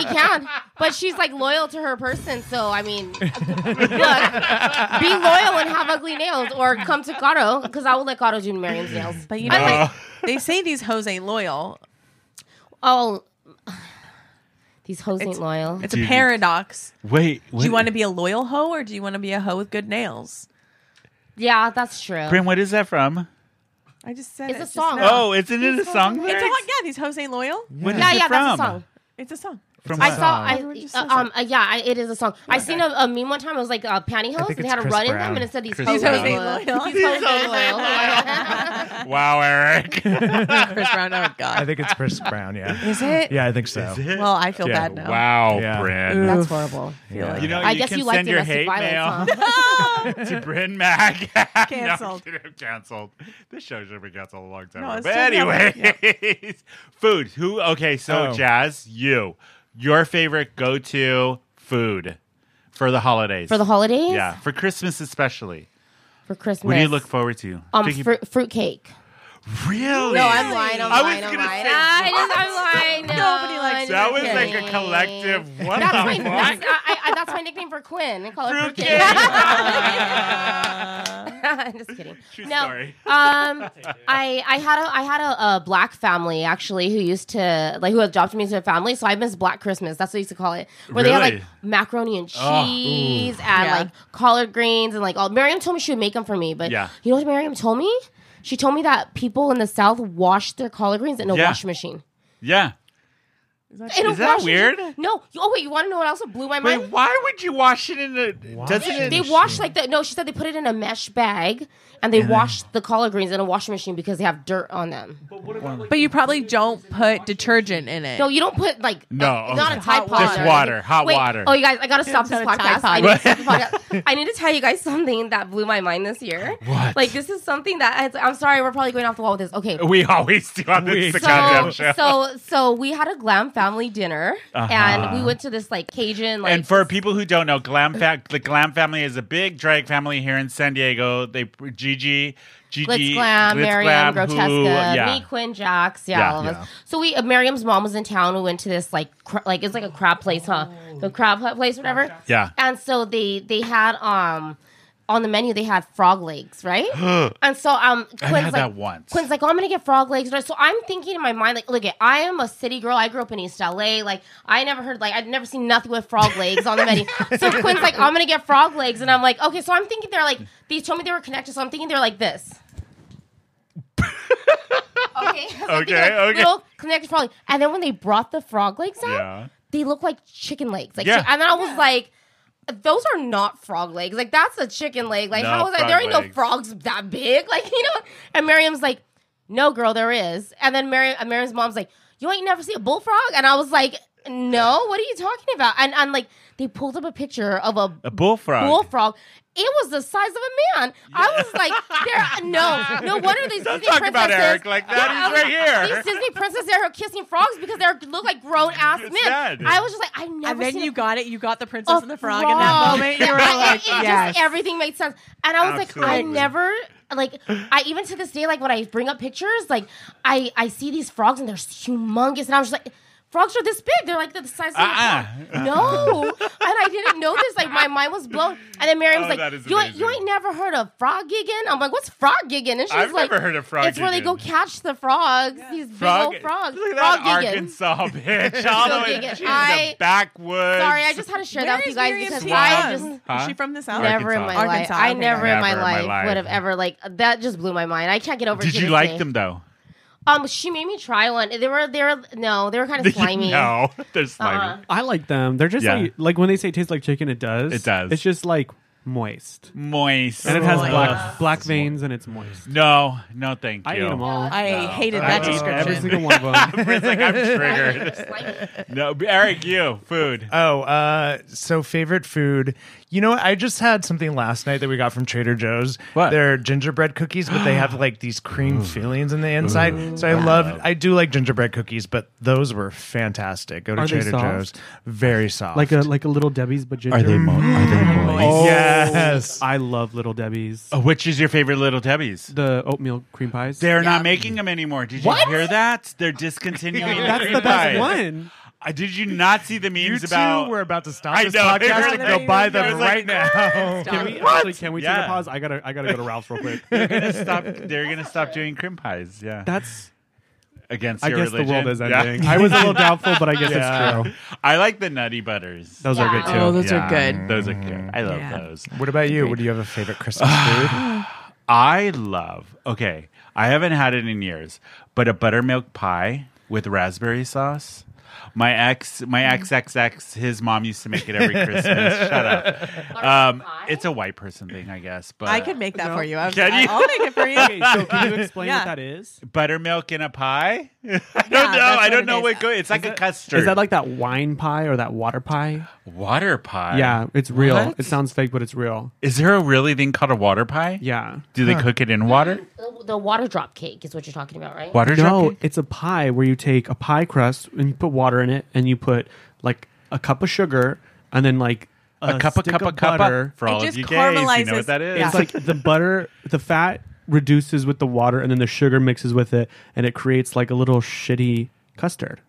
Speaker 4: can, but she's like loyal to her person. So I mean, look, be loyal and have ugly nails, or come to Cotto because I will let Cotto do Miriam's nails.
Speaker 3: But you
Speaker 4: I
Speaker 3: know,
Speaker 4: like-
Speaker 3: they say these hoes ain't loyal.
Speaker 4: oh, [sighs] these hoes ain't
Speaker 3: It's-
Speaker 4: loyal.
Speaker 3: It's
Speaker 1: Dude.
Speaker 3: a paradox.
Speaker 1: wait,
Speaker 3: Do you want to be a loyal hoe or do you want to be a hoe with good nails?
Speaker 4: Yeah, that's true.
Speaker 1: Bryn, what is that from?
Speaker 3: I just said
Speaker 4: It's
Speaker 3: it
Speaker 4: a
Speaker 3: just
Speaker 4: song.
Speaker 3: now.
Speaker 1: Oh, isn't it a song?
Speaker 3: It's
Speaker 1: lyrics?
Speaker 3: a, yeah, these hoes ain't loyal.
Speaker 1: What is
Speaker 4: yeah,
Speaker 1: it
Speaker 4: yeah, that's a
Speaker 1: from?
Speaker 4: song.
Speaker 3: It's a song.
Speaker 1: From
Speaker 4: I
Speaker 1: what?
Speaker 4: saw.
Speaker 3: Everyone
Speaker 4: I,
Speaker 3: just says
Speaker 4: uh, um, uh, yeah, I, it is a song. I seen a, a meme one time. It was like uh, pantyhose.
Speaker 2: think
Speaker 4: and They
Speaker 2: it's
Speaker 4: had a
Speaker 2: Chris
Speaker 4: run in
Speaker 2: Brown.
Speaker 4: them, and it said these
Speaker 1: Chris
Speaker 4: hoes
Speaker 1: Brown.
Speaker 4: ain't loyal.
Speaker 1: [laughs]
Speaker 4: These hoes [laughs] ain't loyal.
Speaker 1: Wow, Eric.
Speaker 4: [laughs]
Speaker 3: Chris Brown. Oh
Speaker 2: I
Speaker 3: God.
Speaker 2: think it's Chris Brown. Yeah.
Speaker 3: Is it?
Speaker 2: Yeah, I think so.
Speaker 3: Well, I feel
Speaker 2: Yeah.
Speaker 3: bad now.
Speaker 1: Wow,
Speaker 2: Yeah.
Speaker 1: Bryn.
Speaker 4: That's horrible.
Speaker 2: Yeah.
Speaker 1: You know,
Speaker 4: I
Speaker 1: you
Speaker 4: guess
Speaker 1: can
Speaker 4: you like
Speaker 1: send your
Speaker 4: domestic
Speaker 1: hate
Speaker 4: violence,
Speaker 1: mail [laughs] to Bryn Mac.
Speaker 3: Canceled.
Speaker 1: no, I'm kidding, I'm canceled. This show should have been canceled a long time
Speaker 3: No,
Speaker 1: ago.
Speaker 3: it's
Speaker 1: But
Speaker 3: still
Speaker 1: anyways, [laughs] food. Who? Okay, so
Speaker 2: Oh.
Speaker 1: Jazz, you, your favorite go-to food for the holidays.
Speaker 4: For the holidays,
Speaker 1: yeah, for Christmas especially.
Speaker 4: for Christmas.
Speaker 1: What do you look forward to?
Speaker 4: Um,
Speaker 1: Thinking-
Speaker 4: fruit fruitcake.
Speaker 1: really?
Speaker 4: No, I'm lying. I'm
Speaker 1: I was
Speaker 4: lying. I'm
Speaker 1: gonna
Speaker 4: lying. Ah,
Speaker 1: say-
Speaker 4: I just, I'm
Speaker 3: [laughs]
Speaker 4: lying.
Speaker 3: Nobody likes
Speaker 1: That was
Speaker 3: fruitcake.
Speaker 1: like a collective. What
Speaker 4: That's my,
Speaker 1: the fuck?
Speaker 4: that's, I, I, that's my nickname for Quinn. I call her
Speaker 1: Fruitcake.
Speaker 4: fruitcake.
Speaker 1: [laughs]
Speaker 4: [laughs] I'm just kidding.
Speaker 1: True
Speaker 4: no,
Speaker 1: story. [laughs]
Speaker 4: um, I I had a I had a, a black family actually who used to like who adopted me into a family, so I miss Black Christmas. That's what I used to call it, where they had like
Speaker 1: Really?
Speaker 4: macaroni and
Speaker 1: Oh, ooh.
Speaker 4: cheese and
Speaker 3: Yeah.
Speaker 4: like collard greens and like all. Miriam told me she would make them for me, but
Speaker 1: Yeah.
Speaker 4: you know what Miriam told me? She told me that people in the South wash their collard greens in a
Speaker 1: Yeah.
Speaker 4: washing machine.
Speaker 1: Yeah.
Speaker 4: In a
Speaker 1: Is that
Speaker 4: washing machine.
Speaker 1: weird?
Speaker 4: No. You- Oh wait, you want to know what else blew my mind?
Speaker 1: Wait, why would you wash it in the? Doesn't it?
Speaker 4: They wash like the no. She said they put it in a mesh bag and they wash the collard greens in a washing machine because they have dirt on them.
Speaker 3: [laughs] But you probably don't put detergent in it.
Speaker 4: No, you don't put like
Speaker 1: No. oh
Speaker 4: uh, not a
Speaker 3: Hot
Speaker 4: Tide Pod.
Speaker 3: Just
Speaker 4: or
Speaker 1: water,
Speaker 4: anything.
Speaker 1: hot
Speaker 4: Wait,
Speaker 1: water.
Speaker 4: Oh, you guys, I gotta stop this
Speaker 3: not a Tide
Speaker 4: podcast. I
Speaker 3: Pod.
Speaker 4: need to stop
Speaker 1: [laughs]
Speaker 4: the podcast. I need to tell you guys something that blew my mind this year.
Speaker 1: What?
Speaker 4: Like this is something that I, I'm sorry, we're probably going off the wall with this. Okay,
Speaker 1: We always do on this
Speaker 2: We-
Speaker 1: goddamn
Speaker 4: so
Speaker 1: show. Uh-huh.
Speaker 4: so so we had a glam family dinner and we went to this like Cajun like
Speaker 1: and for people who don't know, Glam fa- the Glam family is a big drag family here in San Diego. They Gigi, Gigi,
Speaker 4: Glitz Glam,
Speaker 1: Glitz
Speaker 4: Miriam,
Speaker 1: Glam,
Speaker 4: Grotesca,
Speaker 1: who- yeah.
Speaker 4: me, Quinn, Jax, yeah,
Speaker 1: Yeah.
Speaker 4: all of
Speaker 1: Yeah.
Speaker 4: us. So we, uh, Miriam's mom was in town. We went to this like, cra- like it's like a crab place, huh? The crab hut place, whatever.
Speaker 1: Yeah.
Speaker 4: And so they they had um on the menu they had frog
Speaker 1: [gasps]
Speaker 4: legs, right? and so um, Quinn's
Speaker 1: had
Speaker 4: like,
Speaker 1: that once.
Speaker 4: Quinn's like, oh, I'm gonna get frog legs. So I'm thinking in my mind, like, look, it, I am a city girl. I grew up in East LA. Like, I never heard, like, I'd never seen nothing with frog legs on
Speaker 1: [laughs]
Speaker 4: the menu. so Quinn's like, I'm gonna get frog legs, and I'm like, okay. So I'm thinking they're like, they told me they were connected. So I'm thinking they're
Speaker 1: [laughs]
Speaker 4: like this. okay. So I'm thinking,
Speaker 1: Okay, [laughs]
Speaker 4: like,
Speaker 1: okay.
Speaker 4: Little connected frog, leg. and then when they brought the frog legs out,
Speaker 1: Yeah.
Speaker 4: they look like chicken legs. Like,
Speaker 1: Yeah.
Speaker 4: chi- and then I was like, those are not frog legs. Like, that's a chicken leg. Like,
Speaker 1: No,
Speaker 4: how is that?
Speaker 1: frog
Speaker 4: There ain't no
Speaker 1: legs.
Speaker 4: frogs that big. [laughs] Like, you know? And Miriam's like, no, girl, there is. And then Miriam, and Miriam's mom's like, you ain't never see a bullfrog? And I was like, no, what are you talking about? And, and like, they pulled up a picture of a
Speaker 1: A bullfrog.
Speaker 4: bullfrog. It was the size of a man. I was like, there, no, no
Speaker 1: [laughs]
Speaker 4: wonder these
Speaker 1: Don't
Speaker 4: Disney
Speaker 1: talk about
Speaker 4: princesses-
Speaker 1: Eric like that.
Speaker 4: Yeah, I
Speaker 1: He's
Speaker 4: was-
Speaker 1: right here.
Speaker 4: These Disney princesses there are kissing frogs because they look like grown ass men.
Speaker 1: It's sad.
Speaker 4: I was just like, I never.
Speaker 3: And then
Speaker 4: seen
Speaker 3: you
Speaker 4: a-
Speaker 3: got it. You got the
Speaker 4: a
Speaker 3: princess and the frog, in that
Speaker 4: frog. [laughs]
Speaker 3: moment. You were
Speaker 4: I- it-
Speaker 3: like,
Speaker 4: it just-
Speaker 3: yes.
Speaker 4: everything made sense. And I was like, I
Speaker 1: Absolutely.
Speaker 4: never like I even to this day like when I bring up pictures like I I see these frogs and they're humongous and I was just like. Frogs are this big. They're like the size of
Speaker 1: Uh-uh.
Speaker 4: a frog. No, and I didn't know this. Like my mind was blown. And then Miriam's
Speaker 1: Oh, that is
Speaker 4: like, "You ain't, you
Speaker 1: amazing.
Speaker 4: ain't never heard of frog gigging?" I'm like, "What's frog gigging?" And she's
Speaker 1: I've
Speaker 4: like,
Speaker 1: never heard of frog
Speaker 4: It's where they go
Speaker 1: gigging."
Speaker 4: catch the frogs. These big
Speaker 1: Frog,
Speaker 4: old frogs.
Speaker 1: Look at
Speaker 4: Frog
Speaker 1: that
Speaker 4: gigging. [laughs]
Speaker 1: Arkansas bitch. All the
Speaker 4: Frog
Speaker 1: way.
Speaker 4: gigging.
Speaker 1: She's in the
Speaker 4: I-
Speaker 1: backwoods.
Speaker 4: Sorry, I just had to share that with you guys because I
Speaker 1: Miriam
Speaker 4: just
Speaker 1: Huh?
Speaker 3: Is she from the south?
Speaker 4: never in my
Speaker 1: Arkansas.
Speaker 4: life.
Speaker 3: Arkansas,
Speaker 4: I
Speaker 3: okay.
Speaker 4: never in my
Speaker 1: Never in my
Speaker 4: life,
Speaker 1: life.
Speaker 4: would have ever like that. Just blew my mind. I can't get over. it
Speaker 1: Did
Speaker 4: to
Speaker 1: you
Speaker 4: this
Speaker 1: like
Speaker 4: day.
Speaker 1: them though? [laughs]
Speaker 4: Um, she made me try one. They were they were no, they were kind of slimy.
Speaker 1: [laughs] no, they're slimy.
Speaker 4: Uh-uh.
Speaker 5: I like them. They're just
Speaker 1: Yeah.
Speaker 5: like like when they say it tastes like chicken, it does.
Speaker 1: It does.
Speaker 5: It's just like moist,
Speaker 1: Moist.
Speaker 5: and it has
Speaker 3: Moist.
Speaker 5: black black veins, and it's moist.
Speaker 1: No, no, thank you.
Speaker 5: I ate them all.
Speaker 3: I hated
Speaker 1: I
Speaker 3: that
Speaker 1: know.
Speaker 3: description.
Speaker 5: Every single one of
Speaker 1: [laughs]
Speaker 5: them.
Speaker 1: It's like I'm
Speaker 5: [laughs]
Speaker 1: triggered.
Speaker 4: Slimy.
Speaker 1: No, Eric, you food.
Speaker 2: Oh, uh, so favorite food. You know, what? I just had something last night that we got from Trader Joe's.
Speaker 1: What?
Speaker 2: They're gingerbread cookies, but
Speaker 1: [gasps]
Speaker 2: they have like these cream fillings in the inside. so I love, I do like gingerbread cookies, but those were fantastic. Go to
Speaker 5: Are they
Speaker 2: Trader
Speaker 5: soft?
Speaker 2: Joe's. Very soft.
Speaker 5: like a like a little Debbie's, but ginger.
Speaker 1: Are they moist?
Speaker 5: Oh,
Speaker 2: Yes.
Speaker 5: I love little Debbie's.
Speaker 1: Which is your favorite Little Tebbies?
Speaker 5: The oatmeal cream pies.
Speaker 1: Oh. They're not making them anymore. Did you
Speaker 4: What?
Speaker 1: hear that? They're discontinuing.
Speaker 5: [laughs] That's
Speaker 1: cream
Speaker 5: the
Speaker 1: pies.
Speaker 5: best one.
Speaker 1: Uh, did you not see the
Speaker 2: you
Speaker 1: memes
Speaker 2: two
Speaker 1: about?
Speaker 2: were about to stop
Speaker 1: I
Speaker 2: this
Speaker 1: know, they
Speaker 2: podcast
Speaker 1: were
Speaker 2: and
Speaker 1: like-
Speaker 2: go buy
Speaker 1: I
Speaker 2: them
Speaker 1: was like,
Speaker 2: right now.
Speaker 3: Stop.
Speaker 5: Can we actually can we take
Speaker 1: Yeah.
Speaker 5: a pause? I gotta I gotta go to Ralph's
Speaker 1: [laughs]
Speaker 5: real quick.
Speaker 1: [laughs] they're gonna stop. They're gonna stop doing cream pies. Yeah,
Speaker 5: That's
Speaker 1: against
Speaker 5: I
Speaker 1: your
Speaker 5: guess
Speaker 1: religion.
Speaker 5: the world is
Speaker 1: Yeah.
Speaker 5: ending. I was a little doubtful, but I guess
Speaker 2: Yeah.
Speaker 5: it's true.
Speaker 1: [laughs] I like the nutty butters.
Speaker 5: Those are
Speaker 4: Yeah.
Speaker 5: good too.
Speaker 3: Oh, those are good.
Speaker 1: Those are good. I love
Speaker 3: Yeah.
Speaker 1: those.
Speaker 2: What about you? What do you have a
Speaker 1: [sighs]
Speaker 2: favorite Christmas food?
Speaker 1: I love. Okay, I haven't had it in years, but a buttermilk pie with raspberry sauce. My ex, my
Speaker 3: Mm.
Speaker 1: XXX, his mom used to make it every
Speaker 3: [laughs]
Speaker 1: Christmas. Shut up. Um, it's a white person thing, I guess. But
Speaker 3: I could make that for you. I was,
Speaker 1: Can you?
Speaker 3: I'll make it for you.
Speaker 5: [laughs] Okay, so can you explain
Speaker 3: Yeah.
Speaker 5: what that is?
Speaker 1: buttermilk in a pie. [laughs] I don't
Speaker 3: Yeah,
Speaker 1: know.
Speaker 3: that's
Speaker 1: I
Speaker 3: what
Speaker 1: don't
Speaker 3: it
Speaker 1: know
Speaker 3: is.
Speaker 1: what good. It's like a custard.
Speaker 5: Is that like that wine pie or that water pie?
Speaker 1: water pie?
Speaker 5: yeah, it's real.
Speaker 1: What?
Speaker 5: It sounds fake, but it's real.
Speaker 1: Is there a really thing called a water pie?
Speaker 5: Yeah.
Speaker 1: Do they cook it in water?
Speaker 4: The- The water drop cake is what you're talking about, right?
Speaker 1: Water
Speaker 5: No,
Speaker 1: drop?
Speaker 5: it's a pie where you take a pie crust and you put water in it and you put like a cup of sugar and then like a,
Speaker 1: A cup of
Speaker 5: stick
Speaker 1: cup
Speaker 5: of
Speaker 1: of cup
Speaker 5: butter.
Speaker 1: for all
Speaker 3: It
Speaker 1: of
Speaker 3: just
Speaker 1: you gays. You know
Speaker 3: caramelizes-
Speaker 1: what that is?
Speaker 3: Yeah.
Speaker 5: It's like the butter, the fat reduces with the water and then the sugar mixes with it and it creates like a little shitty custard.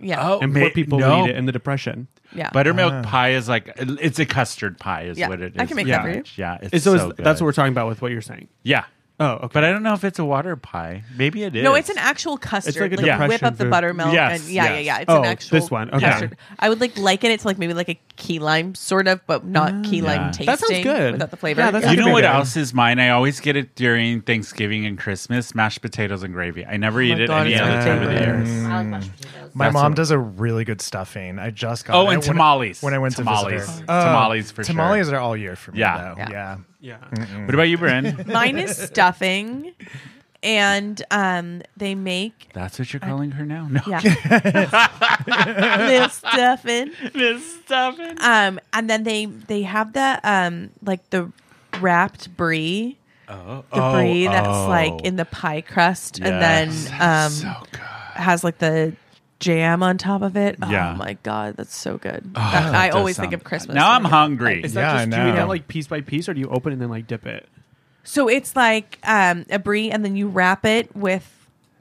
Speaker 3: Yeah.
Speaker 1: Oh,
Speaker 5: And Ah.
Speaker 1: ma-
Speaker 5: poor people
Speaker 1: no.
Speaker 5: eat it in the depression.
Speaker 3: yeah.
Speaker 1: Buttermilk pie is like it's a custard pie, is
Speaker 3: Yeah,
Speaker 1: what it is.
Speaker 3: I can make
Speaker 1: yeah.
Speaker 3: that for you.
Speaker 1: Yeah,
Speaker 5: It's
Speaker 1: it's
Speaker 5: so
Speaker 1: so,
Speaker 5: it's-
Speaker 1: good.
Speaker 5: that's what we're talking about with what you're saying.
Speaker 1: Yeah,
Speaker 5: Oh, okay.
Speaker 1: but I don't know if it's a water pie. Maybe it is.
Speaker 3: No, it's an actual custard.
Speaker 5: like a
Speaker 3: like
Speaker 5: depression
Speaker 3: whip up the
Speaker 5: food.
Speaker 3: buttermilk
Speaker 1: Yes,
Speaker 3: and yeah, yeah,
Speaker 1: yes.
Speaker 3: yeah. It's
Speaker 5: Oh,
Speaker 3: an actual
Speaker 5: this one. Okay.
Speaker 3: custard. I would like liken it to like maybe like a key lime sort of, but not key lime
Speaker 1: Yeah.
Speaker 3: tasting.
Speaker 5: Ah. That sounds good.
Speaker 3: without the flavor.
Speaker 5: Yeah, that
Speaker 1: You
Speaker 5: sounds
Speaker 1: know
Speaker 5: pretty
Speaker 1: what
Speaker 5: good.
Speaker 1: else is mine? I always get it during Thanksgiving and Christmas: mashed potatoes and gravy. I
Speaker 5: Oh
Speaker 1: never eat it
Speaker 3: God,
Speaker 1: any
Speaker 3: it's
Speaker 1: other
Speaker 3: my
Speaker 1: time of the
Speaker 3: favorite.
Speaker 1: year.
Speaker 4: I like mashed potatoes.
Speaker 2: Um, My
Speaker 1: That's
Speaker 2: mom
Speaker 1: what-
Speaker 2: does a really good stuffing. I just got
Speaker 1: Oh,
Speaker 2: it
Speaker 1: and
Speaker 2: when-
Speaker 1: tamales.
Speaker 2: When I went to
Speaker 1: Tamales.
Speaker 2: visit her.
Speaker 1: Tamales for sure.
Speaker 2: Tamales are all year for me,
Speaker 1: Yeah.
Speaker 2: though.
Speaker 3: Yeah.
Speaker 2: Yeah.
Speaker 5: yeah.
Speaker 1: What about you,
Speaker 5: [laughs]
Speaker 1: Bryn?
Speaker 3: Mine is stuffing, and um, they make
Speaker 1: that's what you're calling her now. No, [laughs]
Speaker 3: yeah, little stuffing.
Speaker 1: Miss Stuffin.
Speaker 3: Um, and then they they have the um like the wrapped brie,
Speaker 1: Oh,
Speaker 3: the
Speaker 1: oh,
Speaker 3: brie that's
Speaker 1: oh.
Speaker 3: like in the pie crust,
Speaker 1: Yes.
Speaker 3: and then um
Speaker 1: so good.
Speaker 3: has like the jam on top of it.
Speaker 1: Yeah. Oh,
Speaker 3: Oh my god, that's so good.
Speaker 5: Oh,
Speaker 1: that
Speaker 3: that, I
Speaker 1: does
Speaker 3: always think
Speaker 1: sound-
Speaker 3: of Christmas.
Speaker 1: Now
Speaker 3: when
Speaker 1: I'm
Speaker 3: I-
Speaker 1: hungry.
Speaker 5: Is
Speaker 2: Yeah,
Speaker 5: that
Speaker 2: I
Speaker 5: just do you eat
Speaker 2: know.
Speaker 5: that like piece by piece or do you open it and then like dip it?
Speaker 3: So it's like um, a brie, and then you wrap it with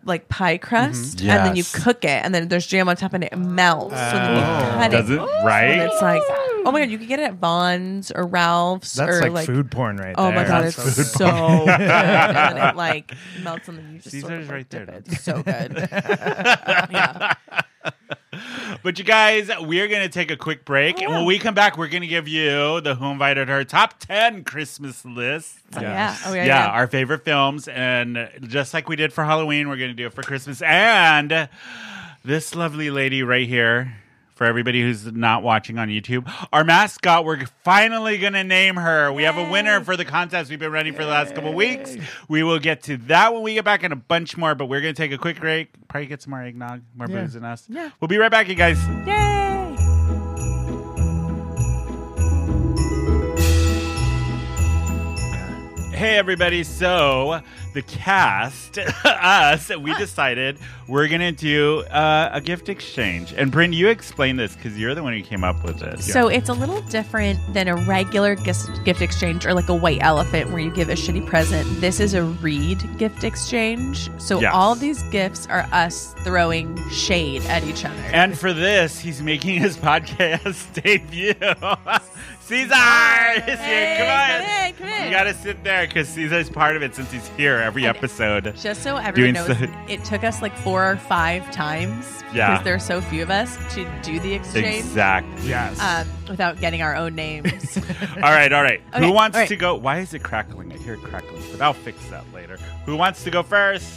Speaker 3: like pie crust, and then you
Speaker 1: Mm-hmm. Yes. Oh.
Speaker 3: cook it, and then there's jam on top, and it melts. so then you cut it.
Speaker 1: Does it right?
Speaker 3: And it's like Oh my god, you could get it at Bonds or Ralph's
Speaker 2: That's
Speaker 3: or
Speaker 2: like,
Speaker 3: like,
Speaker 2: food porn right
Speaker 3: Oh
Speaker 2: there.
Speaker 3: my god,
Speaker 2: That's
Speaker 3: it's [laughs]
Speaker 2: food
Speaker 3: so
Speaker 1: [laughs]
Speaker 3: good. And then it like melts and then you just sort
Speaker 1: Caesar's
Speaker 3: of, like,
Speaker 1: right there,
Speaker 3: dip it. It's so good. yeah.
Speaker 1: But you guys, we're going to take a quick break. And when we come back, we're going to give you the Who Invited Her top 10 Christmas list.
Speaker 3: Yeah. Oh,
Speaker 1: [laughs] yeah,
Speaker 3: yeah, yeah.
Speaker 1: our favorite films. And just like we did for Halloween, we're going to do it for Christmas. And this lovely lady right here, for everybody who's not watching on YouTube, our mascot, we're finally going to name her. We have a winner for the contest we've been running for the last couple weeks. We will get to that when we get back and a bunch more. But we're going to take a quick break, probably get some more eggnog, more
Speaker 2: Yeah.
Speaker 1: booze than us.
Speaker 3: Yeah.
Speaker 1: We'll be right back, you guys.
Speaker 3: Yay!
Speaker 1: Hey everybody! So the cast, [laughs] us, we decided we're gonna do uh, a gift exchange. And Bryn, you explain this because you're the one who came up with this.
Speaker 3: So it's a little different than a regular gis- gift exchange or like a white elephant where you give a shitty present. This is a read gift exchange. So
Speaker 1: Yes.
Speaker 3: all these gifts are us throwing shade at each other.
Speaker 1: and for this, he's making his [laughs] podcast debut. Caesar is here. Come on,
Speaker 3: Hey, come in, come in.
Speaker 1: you gotta sit there because Caesar's part of it since he's here every
Speaker 3: And-
Speaker 1: episode.
Speaker 3: Just so
Speaker 1: Doing
Speaker 3: everyone knows,
Speaker 1: so-
Speaker 3: it took us like four or five times
Speaker 1: Yeah.
Speaker 3: because there are so few of us to do the exchange
Speaker 1: Exactly.
Speaker 2: Yes.
Speaker 3: um, without getting our own names.
Speaker 1: All right, all
Speaker 3: [laughs]
Speaker 1: right.
Speaker 3: Okay,
Speaker 1: Who wants
Speaker 3: all right.
Speaker 1: to go? Why is it crackling? I hear it crackling, but I'll fix that later. Who wants to go first?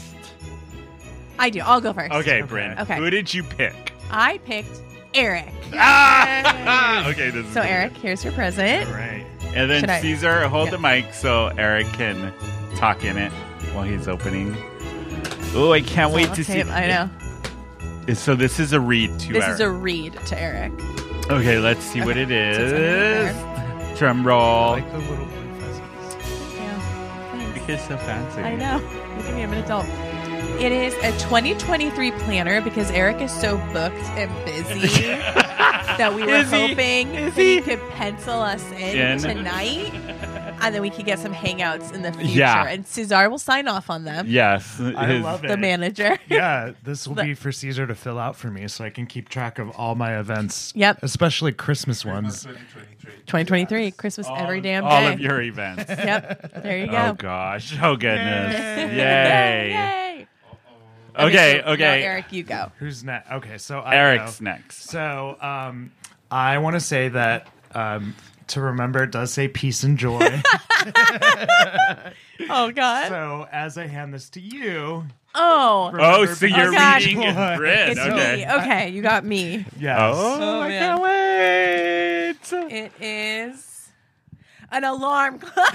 Speaker 3: I do. I'll go first.
Speaker 1: Okay, Bryn.
Speaker 3: Okay.
Speaker 1: Who did you pick?
Speaker 3: I picked Eric.
Speaker 1: Ah! [laughs] okay, this is
Speaker 3: So
Speaker 1: good.
Speaker 3: Eric, here's your present.
Speaker 2: right.
Speaker 1: and then
Speaker 3: should I-
Speaker 1: Caesar hold
Speaker 3: Yeah.
Speaker 1: the mic so Eric can talk in it while he's opening. Oh, I can't wait to see.
Speaker 3: Tape, I know.
Speaker 1: So this is a read to
Speaker 3: This
Speaker 1: Eric.
Speaker 3: is a read to Eric.
Speaker 1: okay, let's see what it
Speaker 3: it's under
Speaker 1: is. Drum roll.
Speaker 2: Like the little blue fuzzies.
Speaker 3: Yeah.
Speaker 1: It's so fancy.
Speaker 3: I know. Look at me, I'm an adult. It is a 2023 planner because Eric is so booked and busy
Speaker 1: [laughs]
Speaker 3: that we were
Speaker 1: Is he?
Speaker 3: hoping
Speaker 1: Is
Speaker 3: that he
Speaker 1: he?
Speaker 3: could pencil us in,
Speaker 1: In.
Speaker 3: tonight,
Speaker 1: [laughs]
Speaker 3: and then we could get some hangouts in the future.
Speaker 1: Yeah.
Speaker 3: And Cesar will sign off on them.
Speaker 1: Yes.
Speaker 2: I
Speaker 1: his-
Speaker 2: love it.
Speaker 1: [laughs]
Speaker 3: The manager.
Speaker 2: Yeah, this will be for Caesar to fill out for me so I can keep track of all my events.
Speaker 3: Yep.
Speaker 2: Especially Christmas ones.
Speaker 3: 2023 Christmas every damn day.
Speaker 1: All of your events.
Speaker 3: [laughs] Yep. There you go.
Speaker 1: Oh gosh. Oh goodness.
Speaker 3: Yay.
Speaker 1: Yay.
Speaker 3: Yay.
Speaker 1: Okay,
Speaker 3: so now,
Speaker 1: okay.
Speaker 3: Eric, you go.
Speaker 2: Who's next? Okay, so I
Speaker 1: Eric's
Speaker 2: go.
Speaker 1: next.
Speaker 2: So um, I want to say that um, to remember it does say peace and
Speaker 3: [laughs]
Speaker 2: joy.
Speaker 3: Oh God.
Speaker 2: so as I hand this to you,
Speaker 3: oh.
Speaker 1: Oh, so you're
Speaker 3: God.
Speaker 1: reading is
Speaker 2: Joy.
Speaker 1: Brit.
Speaker 3: It's
Speaker 1: Okay.
Speaker 3: me. Okay, you got me.
Speaker 2: Yes.
Speaker 1: Oh, I
Speaker 3: man.
Speaker 1: can't wait.
Speaker 3: It is an alarm clock.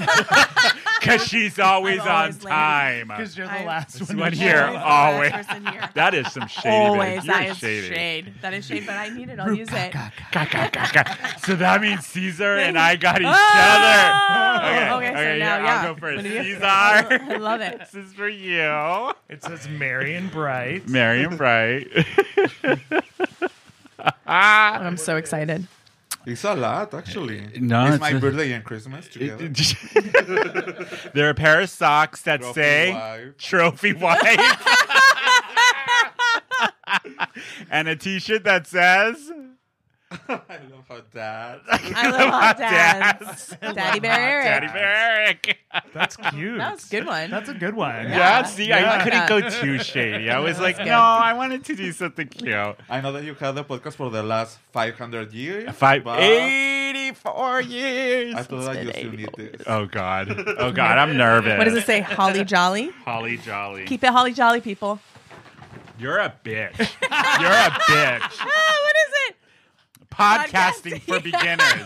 Speaker 1: [laughs]
Speaker 3: [laughs]
Speaker 1: Because she's always
Speaker 3: I'm
Speaker 1: on
Speaker 3: always
Speaker 1: time.
Speaker 2: Because you're the
Speaker 3: I-
Speaker 2: last
Speaker 1: This
Speaker 2: one.
Speaker 1: one
Speaker 2: to
Speaker 1: here,
Speaker 2: join.
Speaker 1: always.
Speaker 3: Last person here.
Speaker 1: [laughs] That is some shade.
Speaker 3: Always,
Speaker 1: Vic.
Speaker 3: that
Speaker 1: You're
Speaker 3: is
Speaker 1: shady.
Speaker 3: shade. That is shade, but I need it. I'll use it.
Speaker 1: Ga, ga, ga, ga. So that means Caesar and I got each
Speaker 3: Oh!
Speaker 1: other. Okay,
Speaker 3: Okay, so now, yeah.
Speaker 1: I'll go first.
Speaker 3: What do you-
Speaker 1: Caesar,
Speaker 3: [laughs] I love
Speaker 1: [laughs]
Speaker 3: it.
Speaker 1: this is for you.
Speaker 2: It says merry and
Speaker 1: [laughs]
Speaker 2: bright.
Speaker 1: Marion Bright.
Speaker 6: [laughs]
Speaker 1: [laughs]
Speaker 3: I'm so excited.
Speaker 6: It's a lot, actually.
Speaker 1: Eh, No,
Speaker 6: it's,
Speaker 1: it's
Speaker 6: my
Speaker 1: a-
Speaker 6: birthday and Christmas together.
Speaker 1: there are a pair of socks that
Speaker 6: Trophy
Speaker 1: say
Speaker 6: wife. [laughs]
Speaker 1: trophy wife. [laughs] and a t-shirt that says
Speaker 6: I love how that.
Speaker 3: I love hot
Speaker 1: Dad.
Speaker 3: dads. [laughs] Daddy Bear Eric.
Speaker 1: Daddy Barrick.
Speaker 2: That's cute.
Speaker 3: That was a good one.
Speaker 2: That's a good one.
Speaker 1: Yeah, see, I
Speaker 2: Yeah.
Speaker 1: couldn't go too shady. [laughs] I was like,
Speaker 3: good.
Speaker 1: no, I wanted to do something cute.
Speaker 6: I know that you had the podcast for the last 500 years.
Speaker 1: Five,
Speaker 6: but
Speaker 1: 84 years.
Speaker 6: I thought that
Speaker 3: been
Speaker 6: you still
Speaker 3: 80
Speaker 6: need this.
Speaker 1: Oh, [laughs] God. Oh, God, I'm nervous.
Speaker 3: What does it say?
Speaker 1: [laughs]
Speaker 3: Holly Jolly?
Speaker 1: Holly Jolly.
Speaker 3: Keep it Holly Jolly, people.
Speaker 1: You're a bitch. [laughs] You're a bitch.
Speaker 3: Ah, what is it?
Speaker 1: [laughs] Podcasting [laughs]
Speaker 3: Podcasting.
Speaker 1: for beginners.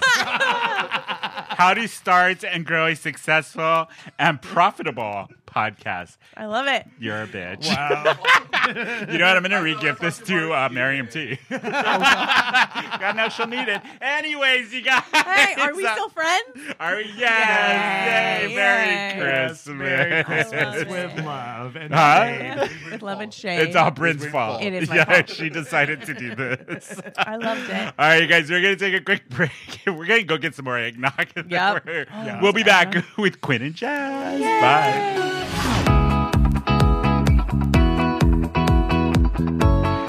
Speaker 1: How to start and grow a successful and profitable podcast.
Speaker 3: I love it.
Speaker 1: You're a bitch.
Speaker 2: Wow.
Speaker 1: [laughs] You know what? I'm going to re-gift this to uh, Miriam T. [laughs] God knows she'll need it. Anyways, you guys.
Speaker 3: Hey, are we
Speaker 1: uh,
Speaker 3: still friends?
Speaker 1: Are we? Yes. Yay.
Speaker 3: Yay. Yay.
Speaker 1: Merry
Speaker 2: Yes,
Speaker 1: Christmas.
Speaker 2: Merry Christmas
Speaker 3: it.
Speaker 2: with love. And
Speaker 1: Huh?
Speaker 2: shade.
Speaker 3: With love and
Speaker 1: [laughs]
Speaker 3: shade.
Speaker 1: It's all Bryn's fault.
Speaker 3: It is my
Speaker 1: yeah,
Speaker 3: fault.
Speaker 1: she decided to do this. all
Speaker 3: I loved it.
Speaker 1: right, you guys, we're going to take a quick break. [laughs] We're going to go get some more eggnog. [laughs] and then
Speaker 3: Yep.
Speaker 1: we're-
Speaker 3: Oh,
Speaker 1: We'll be back [laughs]
Speaker 3: yeah.
Speaker 1: with Quinn and Jazz. Bye.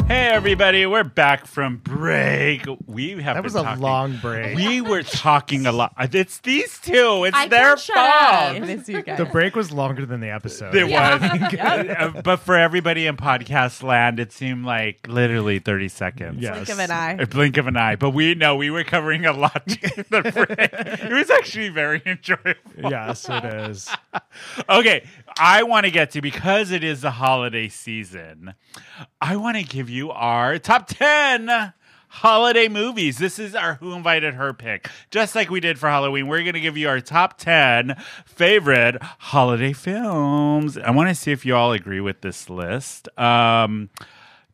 Speaker 1: Hey everybody. We're back from break. We have
Speaker 2: That
Speaker 1: been
Speaker 2: was a
Speaker 1: talking-
Speaker 2: long break.
Speaker 1: We were talking a lot. It's these two. It's
Speaker 4: I
Speaker 1: their
Speaker 4: can't shut up.
Speaker 1: fault.
Speaker 3: It is you guys.
Speaker 2: The break was longer than the episode.
Speaker 1: It
Speaker 4: Yeah.
Speaker 1: was.
Speaker 4: [laughs]
Speaker 1: Uh, [laughs] but for everybody in podcast land, it seemed like literally 30 seconds.
Speaker 2: Yes.
Speaker 3: Blink of an eye.
Speaker 1: A blink of an eye. But we know we were covering a lot [laughs] during the break. It was actually very [laughs] enjoyable.
Speaker 2: yes, it is.
Speaker 1: Okay, I want to get to because it is the holiday season. I want to give you our top 10 holiday movies. This is our Who Invited Her pick. Just like we did for Halloween, we're going to give you our top 10 favorite holiday films. I want to see if you all agree with this list. Um,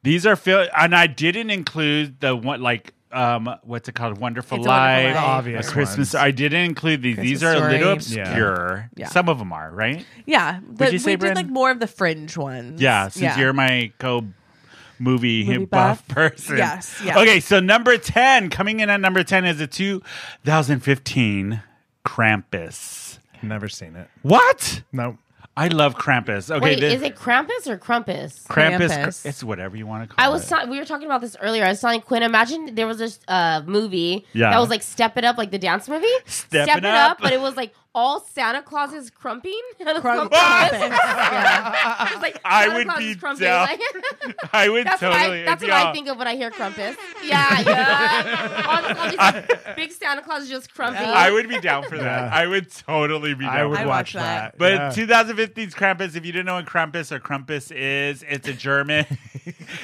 Speaker 1: these are fil- and I didn't include the one like um what's it called Wonderful
Speaker 3: It's a Wonderful
Speaker 1: Life,
Speaker 3: Life. The
Speaker 2: obvious
Speaker 1: A Christmas.
Speaker 2: ones.
Speaker 1: I didn't include these. these are
Speaker 3: Christmas
Speaker 1: a little
Speaker 3: Story.
Speaker 2: Yeah.
Speaker 1: obscure.
Speaker 3: Yeah.
Speaker 1: Some of them are right.
Speaker 3: Yeah. The,
Speaker 1: you
Speaker 3: we
Speaker 1: say,
Speaker 3: did
Speaker 1: Brynn?
Speaker 3: like more of the fringe ones.
Speaker 1: Yeah, since you're my co movie,
Speaker 3: Movie
Speaker 1: buff,
Speaker 3: buff.
Speaker 1: person.
Speaker 3: Yes, yeah.
Speaker 1: Okay, so number 10, coming in at number 10 is the 2015 Krampus.
Speaker 2: Never seen it.
Speaker 1: What?
Speaker 2: No.
Speaker 1: I love Krampus. Okay,
Speaker 4: Wait,
Speaker 1: this-
Speaker 4: is it Krampus or Krampus?
Speaker 1: Krampus,
Speaker 3: Krampus.
Speaker 1: Kr- It's whatever you want to call
Speaker 4: I
Speaker 1: it.
Speaker 4: was ta- we were talking about this earlier. I was telling Quinn, imagine there was this uh, movie
Speaker 1: Yeah.
Speaker 4: that was like Step It Up, like the dance movie.
Speaker 1: Step It
Speaker 4: It Up,
Speaker 1: Up.
Speaker 4: but it was like all Santa Claus's crumping. [laughs]
Speaker 3: Crump-
Speaker 4: It was, like,
Speaker 1: I
Speaker 4: Santa
Speaker 1: would
Speaker 4: Claus
Speaker 1: be
Speaker 4: is crumping.
Speaker 1: down.
Speaker 4: Like, [laughs]
Speaker 1: I [laughs] would
Speaker 4: that's
Speaker 1: totally.
Speaker 4: what I, that's
Speaker 1: if
Speaker 4: what I
Speaker 1: y'all-
Speaker 4: think of when I
Speaker 1: [laughs]
Speaker 4: hear Krampus. Yeah, yeah. all, all these like, big Santa Claus just crumping.
Speaker 1: I would be down for that.
Speaker 2: Yeah.
Speaker 1: I would totally be down.
Speaker 2: I would
Speaker 1: for
Speaker 3: I'd
Speaker 1: that.
Speaker 2: watch
Speaker 3: watch
Speaker 2: that.
Speaker 3: that.
Speaker 1: But
Speaker 2: Yeah.
Speaker 1: 2015's Krampus, if you didn't know what Krampus or Krampus is, it's a German,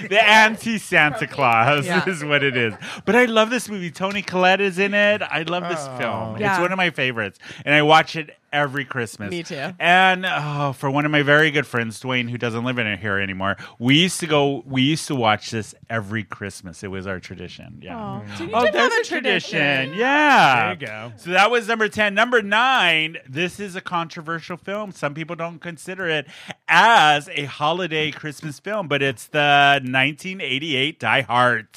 Speaker 1: the anti Santa Claus
Speaker 3: Yeah.
Speaker 1: is what it is. But I love this movie. Tony Collette is in it. I love this film. It's
Speaker 3: Yeah.
Speaker 1: one of my favorites. And I watch it every Christmas.
Speaker 3: Me too.
Speaker 1: And oh, for one of my very good friends, Dwayne, who doesn't live in it here anymore, we used to go, we used to watch this every Christmas. It was our tradition. Yeah.
Speaker 3: Oh, so you
Speaker 1: Oh,
Speaker 3: did have
Speaker 1: there's
Speaker 3: a
Speaker 1: a tradition.
Speaker 3: tradition.
Speaker 1: Yeah.
Speaker 2: There you go.
Speaker 1: So that was number 10. Number nine, this is a controversial film. Some people don't consider it as a holiday Christmas film, but it's the 1988 Die Hard.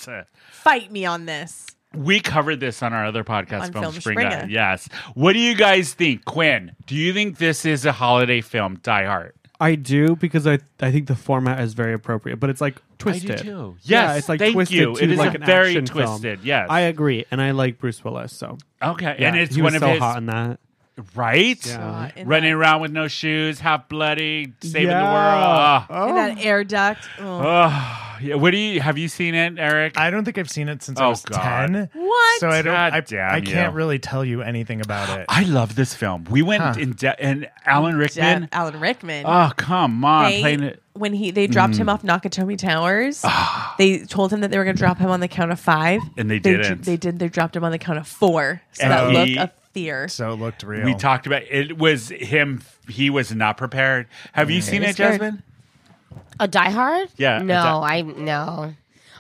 Speaker 3: Fight me on this.
Speaker 1: We covered this on our other podcast,
Speaker 3: On
Speaker 1: Film,
Speaker 3: Film
Speaker 1: Springer.
Speaker 3: Springer.
Speaker 1: Yes. What do you guys think? Quinn, do you think this is a holiday film, Die Hard?
Speaker 5: I do because I I think the format is very appropriate, but it's like twisted.
Speaker 1: too.
Speaker 5: Yeah,
Speaker 1: Yes,
Speaker 5: it's like
Speaker 1: thank
Speaker 5: twisted
Speaker 1: you.
Speaker 5: to
Speaker 1: It is
Speaker 5: like
Speaker 1: a
Speaker 5: an
Speaker 1: very
Speaker 5: action film.
Speaker 1: twisted, yes.
Speaker 5: I agree, and I like Bruce Willis, so
Speaker 1: Okay.
Speaker 5: yeah,
Speaker 1: and it's
Speaker 5: he
Speaker 1: one
Speaker 5: was
Speaker 1: of
Speaker 5: so
Speaker 1: his,
Speaker 5: hot in that.
Speaker 1: right?
Speaker 3: Uh, in
Speaker 1: Running
Speaker 3: that-
Speaker 1: around with no shoes, half bloody, saving
Speaker 5: Yeah.
Speaker 1: the
Speaker 5: Oh,
Speaker 1: world. Ah.
Speaker 3: in that air duct. Oh.
Speaker 1: Oh, yeah. What do you have you seen it, Eric?
Speaker 2: I don't think I've seen it since I
Speaker 1: Oh,
Speaker 2: was
Speaker 1: God.
Speaker 2: ten.
Speaker 3: What?
Speaker 2: So I don't.
Speaker 1: God
Speaker 2: I,
Speaker 1: damn
Speaker 2: I
Speaker 1: you.
Speaker 2: can't really tell you anything about it.
Speaker 1: [gasps] I love this film. We went
Speaker 2: Huh.
Speaker 1: in de- and Alan Rickman.
Speaker 3: Jeff- Alan Rickman.
Speaker 1: Oh, come on,
Speaker 3: They-
Speaker 1: playing it. Mm. Ah.
Speaker 3: when he they dropped him off Nakatomi Towers, they told him that they were going to drop him on the count of five,
Speaker 1: And they
Speaker 3: They,
Speaker 1: didn't.
Speaker 3: they did. They dropped him on the count of four. So
Speaker 1: And
Speaker 3: that
Speaker 1: he-
Speaker 3: look of fear.
Speaker 2: so it looked real.
Speaker 1: We talked about it was him. He was not prepared. Have you seen
Speaker 3: He was
Speaker 1: it,
Speaker 3: scared.
Speaker 1: Jasmine?
Speaker 4: A Die Hard?
Speaker 1: Yeah, a
Speaker 4: No,
Speaker 1: di-
Speaker 4: I no.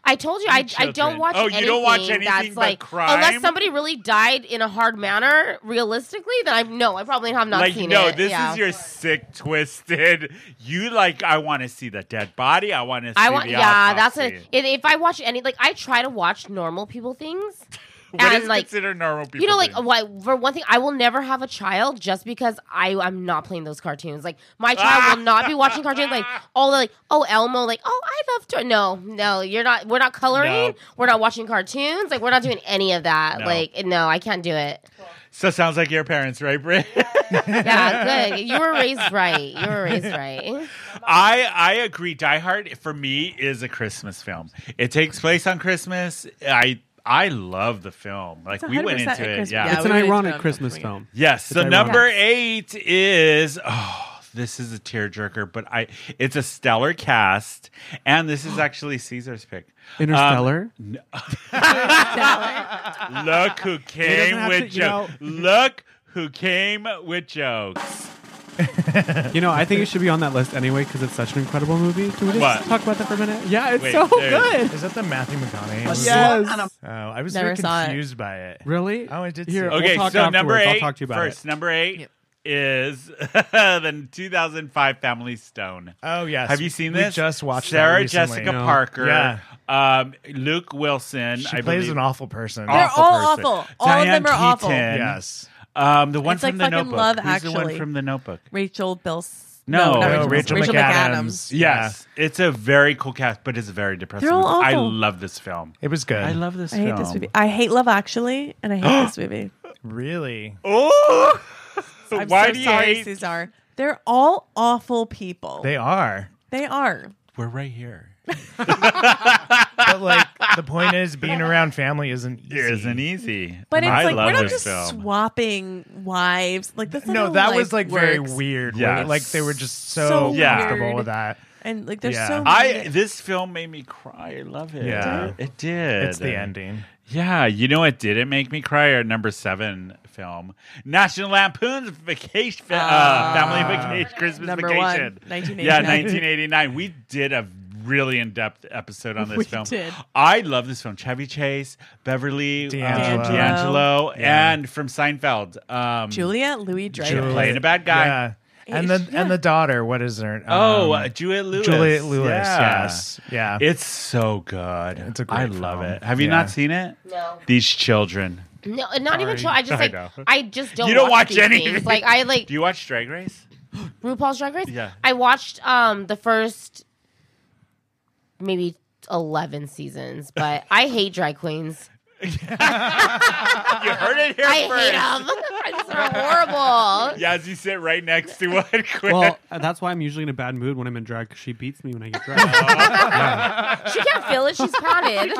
Speaker 4: I told you I, I
Speaker 1: children.
Speaker 4: don't watch
Speaker 1: Oh,
Speaker 4: anything
Speaker 1: you don't watch anything
Speaker 4: that's
Speaker 1: but
Speaker 4: like
Speaker 1: crime?
Speaker 4: unless somebody really died in a hard manner. Realistically, then I no, I probably have not
Speaker 1: like,
Speaker 4: seen
Speaker 1: no,
Speaker 4: it.
Speaker 1: this
Speaker 4: Yeah.
Speaker 1: is your sick, twisted. You like? I want to see the dead body. I want to. see
Speaker 4: I want
Speaker 1: The
Speaker 4: yeah, that's it.
Speaker 1: autopsy.
Speaker 4: If, if I watch any like I try to watch normal people things.
Speaker 1: What
Speaker 4: and,
Speaker 1: is
Speaker 4: like,
Speaker 1: considered normal people?
Speaker 4: You know, like
Speaker 1: do?
Speaker 4: why? For one thing, I will never have a child just because I am not playing those cartoons. Like my
Speaker 1: Ah!
Speaker 4: child will not
Speaker 1: [laughs]
Speaker 4: be watching cartoons. Like all the like, oh Elmo, like oh I love to. No, no, you're not. We're not coloring.
Speaker 1: No.
Speaker 4: We're not watching cartoons. Like we're not doing any of that.
Speaker 1: No.
Speaker 4: Like no, I can't do it.
Speaker 1: so sounds like your parents, right, [laughs] Britt?
Speaker 4: Yeah, good. You were raised right. You were raised right.
Speaker 1: I I agree. Die Hard for me is a Christmas film. It takes place on Christmas. I I love the film. Like we went
Speaker 3: 100%
Speaker 1: into
Speaker 3: a
Speaker 1: it.
Speaker 3: Christmas-
Speaker 1: Yeah.
Speaker 3: yeah.
Speaker 5: It's
Speaker 3: we
Speaker 5: an
Speaker 3: were into
Speaker 5: ironic
Speaker 3: it.
Speaker 5: Christmas
Speaker 3: Yeah.
Speaker 5: film.
Speaker 1: Yes. So
Speaker 5: ironic.
Speaker 1: number eight is oh, this is a tearjerker, but I it's a stellar cast, and this
Speaker 3: [gasps]
Speaker 1: is actually Caesar's pick.
Speaker 5: Interstellar.
Speaker 1: Um, look who came
Speaker 5: have to-
Speaker 1: with
Speaker 5: you know-
Speaker 1: jokes. Look who came with jokes.
Speaker 5: you know, I think it should be on that list anyway because it's such an incredible movie. Can we just
Speaker 1: What?
Speaker 5: talk about that for a minute? Yeah, it's
Speaker 1: Wait,
Speaker 5: so
Speaker 1: there it
Speaker 5: good.
Speaker 2: Is that the Matthew McConaughey? one?
Speaker 5: Yes.
Speaker 2: Oh, I was
Speaker 3: Never
Speaker 2: very
Speaker 3: saw it.
Speaker 2: confused by it.
Speaker 5: Really?
Speaker 2: Oh, I did see
Speaker 5: Here,
Speaker 2: it.
Speaker 5: we'll
Speaker 1: Okay,
Speaker 5: talk
Speaker 1: so number
Speaker 5: afterwards.
Speaker 1: eight
Speaker 5: I'll talk to you about
Speaker 1: first.
Speaker 5: it.
Speaker 1: Number eight
Speaker 3: Yep.
Speaker 1: is [laughs] the 2005 Family Stone.
Speaker 2: Oh yes.
Speaker 1: Have you seen
Speaker 2: We
Speaker 1: this?
Speaker 2: just watched that
Speaker 1: Sarah
Speaker 2: recently.
Speaker 1: Jessica
Speaker 5: No.
Speaker 1: Parker,
Speaker 2: Yeah.
Speaker 1: um, Luke Wilson.
Speaker 2: She
Speaker 1: I
Speaker 2: plays
Speaker 1: believe.
Speaker 2: an awful person.
Speaker 3: They're
Speaker 1: Awful
Speaker 3: all
Speaker 1: person.
Speaker 3: awful. All of
Speaker 1: Diane
Speaker 3: them are awful.
Speaker 1: Keaton.
Speaker 2: Yes.
Speaker 1: Um, the one
Speaker 3: It's
Speaker 1: from
Speaker 3: like
Speaker 1: the
Speaker 3: fucking
Speaker 1: Notebook.
Speaker 3: Love
Speaker 1: Who's the one
Speaker 3: Actually.
Speaker 1: from the Notebook?
Speaker 3: Rachel Bilson.
Speaker 1: No,
Speaker 3: not
Speaker 2: Oh,
Speaker 1: Rachel
Speaker 2: Rachel,
Speaker 3: Rachel
Speaker 2: McAdams.
Speaker 3: McAdams.
Speaker 1: Yes, it's a very cool cast, but it's a very depressing.
Speaker 3: They're all
Speaker 1: movie. I
Speaker 3: awful.
Speaker 1: love this film.
Speaker 2: Yeah. It was good.
Speaker 1: I love this
Speaker 3: I
Speaker 1: film.
Speaker 3: hate this movie. I hate Love Actually, and I
Speaker 1: [gasps]
Speaker 3: hate this movie.
Speaker 2: really.
Speaker 1: Oh,
Speaker 3: [laughs] I'm
Speaker 1: why
Speaker 3: so
Speaker 1: do you
Speaker 3: sorry,
Speaker 1: hate?
Speaker 3: Cesar. They're all awful people. They,
Speaker 2: They are.
Speaker 3: are.
Speaker 1: We're right here.
Speaker 2: But like the point is being around family isn't easy.
Speaker 1: It isn't e- easy,
Speaker 3: But it's
Speaker 1: I
Speaker 3: like
Speaker 1: love
Speaker 3: we're not
Speaker 1: this
Speaker 3: just
Speaker 1: film.
Speaker 3: swapping wives. Like that's not
Speaker 2: No,
Speaker 3: how
Speaker 2: that
Speaker 3: life
Speaker 2: was like very
Speaker 3: works.
Speaker 2: weird.
Speaker 1: Yes.
Speaker 2: Like- Like they were just so,
Speaker 3: So
Speaker 1: Yeah.
Speaker 2: comfortable
Speaker 3: weird.
Speaker 2: with that.
Speaker 3: And like there's
Speaker 2: Yeah.
Speaker 3: so many.
Speaker 1: I this film made me cry. I love it.
Speaker 2: Yeah.
Speaker 1: it, did.
Speaker 2: It's the ending.
Speaker 1: Yeah, you know it didn't make me cry. Our number seven film, National Lampoon's Vacation, uh, Family Vacation, Christmas
Speaker 3: Ah. Number one,
Speaker 1: Vacation,
Speaker 3: 1989.
Speaker 1: Yeah, 1989. We did a really in-depth episode on this
Speaker 3: We
Speaker 1: film.
Speaker 3: did.
Speaker 1: I love this film. Chevy Chase, Beverly, uh,
Speaker 2: D'Angelo.
Speaker 1: D'Angelo,
Speaker 2: Yeah.
Speaker 1: and from Seinfeld, um,
Speaker 3: Julia Louis Dreyfus.
Speaker 1: Julia. Playing a bad guy.
Speaker 2: Yeah. And
Speaker 3: Ish,
Speaker 2: the and the daughter, what is her?
Speaker 1: Oh,
Speaker 2: um,
Speaker 1: uh, Juliet Lewis.
Speaker 2: Juliet Lewis.
Speaker 1: Yeah.
Speaker 2: Yes. Yeah.
Speaker 1: It's so good.
Speaker 2: It's a
Speaker 1: I
Speaker 2: great
Speaker 1: love
Speaker 2: film.
Speaker 1: it. Have you
Speaker 2: Yeah.
Speaker 1: not seen it?
Speaker 4: No.
Speaker 1: These children.
Speaker 4: No, not even try. I just
Speaker 1: I
Speaker 4: like
Speaker 1: know.
Speaker 4: I just don't.
Speaker 1: You don't watch
Speaker 4: these
Speaker 1: any-
Speaker 4: things. Like I like
Speaker 1: Do you watch Drag Race?
Speaker 4: RuPaul's Drag Race.
Speaker 1: Yeah.
Speaker 4: I watched um the first maybe eleven seasons,
Speaker 1: [laughs]
Speaker 4: but I hate drag queens.
Speaker 1: You heard it here
Speaker 4: Uh-uh. I
Speaker 1: first.
Speaker 4: hate them.
Speaker 1: [laughs]
Speaker 4: I just are horrible.
Speaker 1: Yeah, as you sit right next to one. [laughs] Quinn.
Speaker 5: [laughs] Well, that's why I'm usually in a bad mood when I'm in drag 'cause she beats me when I get
Speaker 1: [laughs] Oh.
Speaker 5: dressed.
Speaker 4: She can't feel it. She's padded.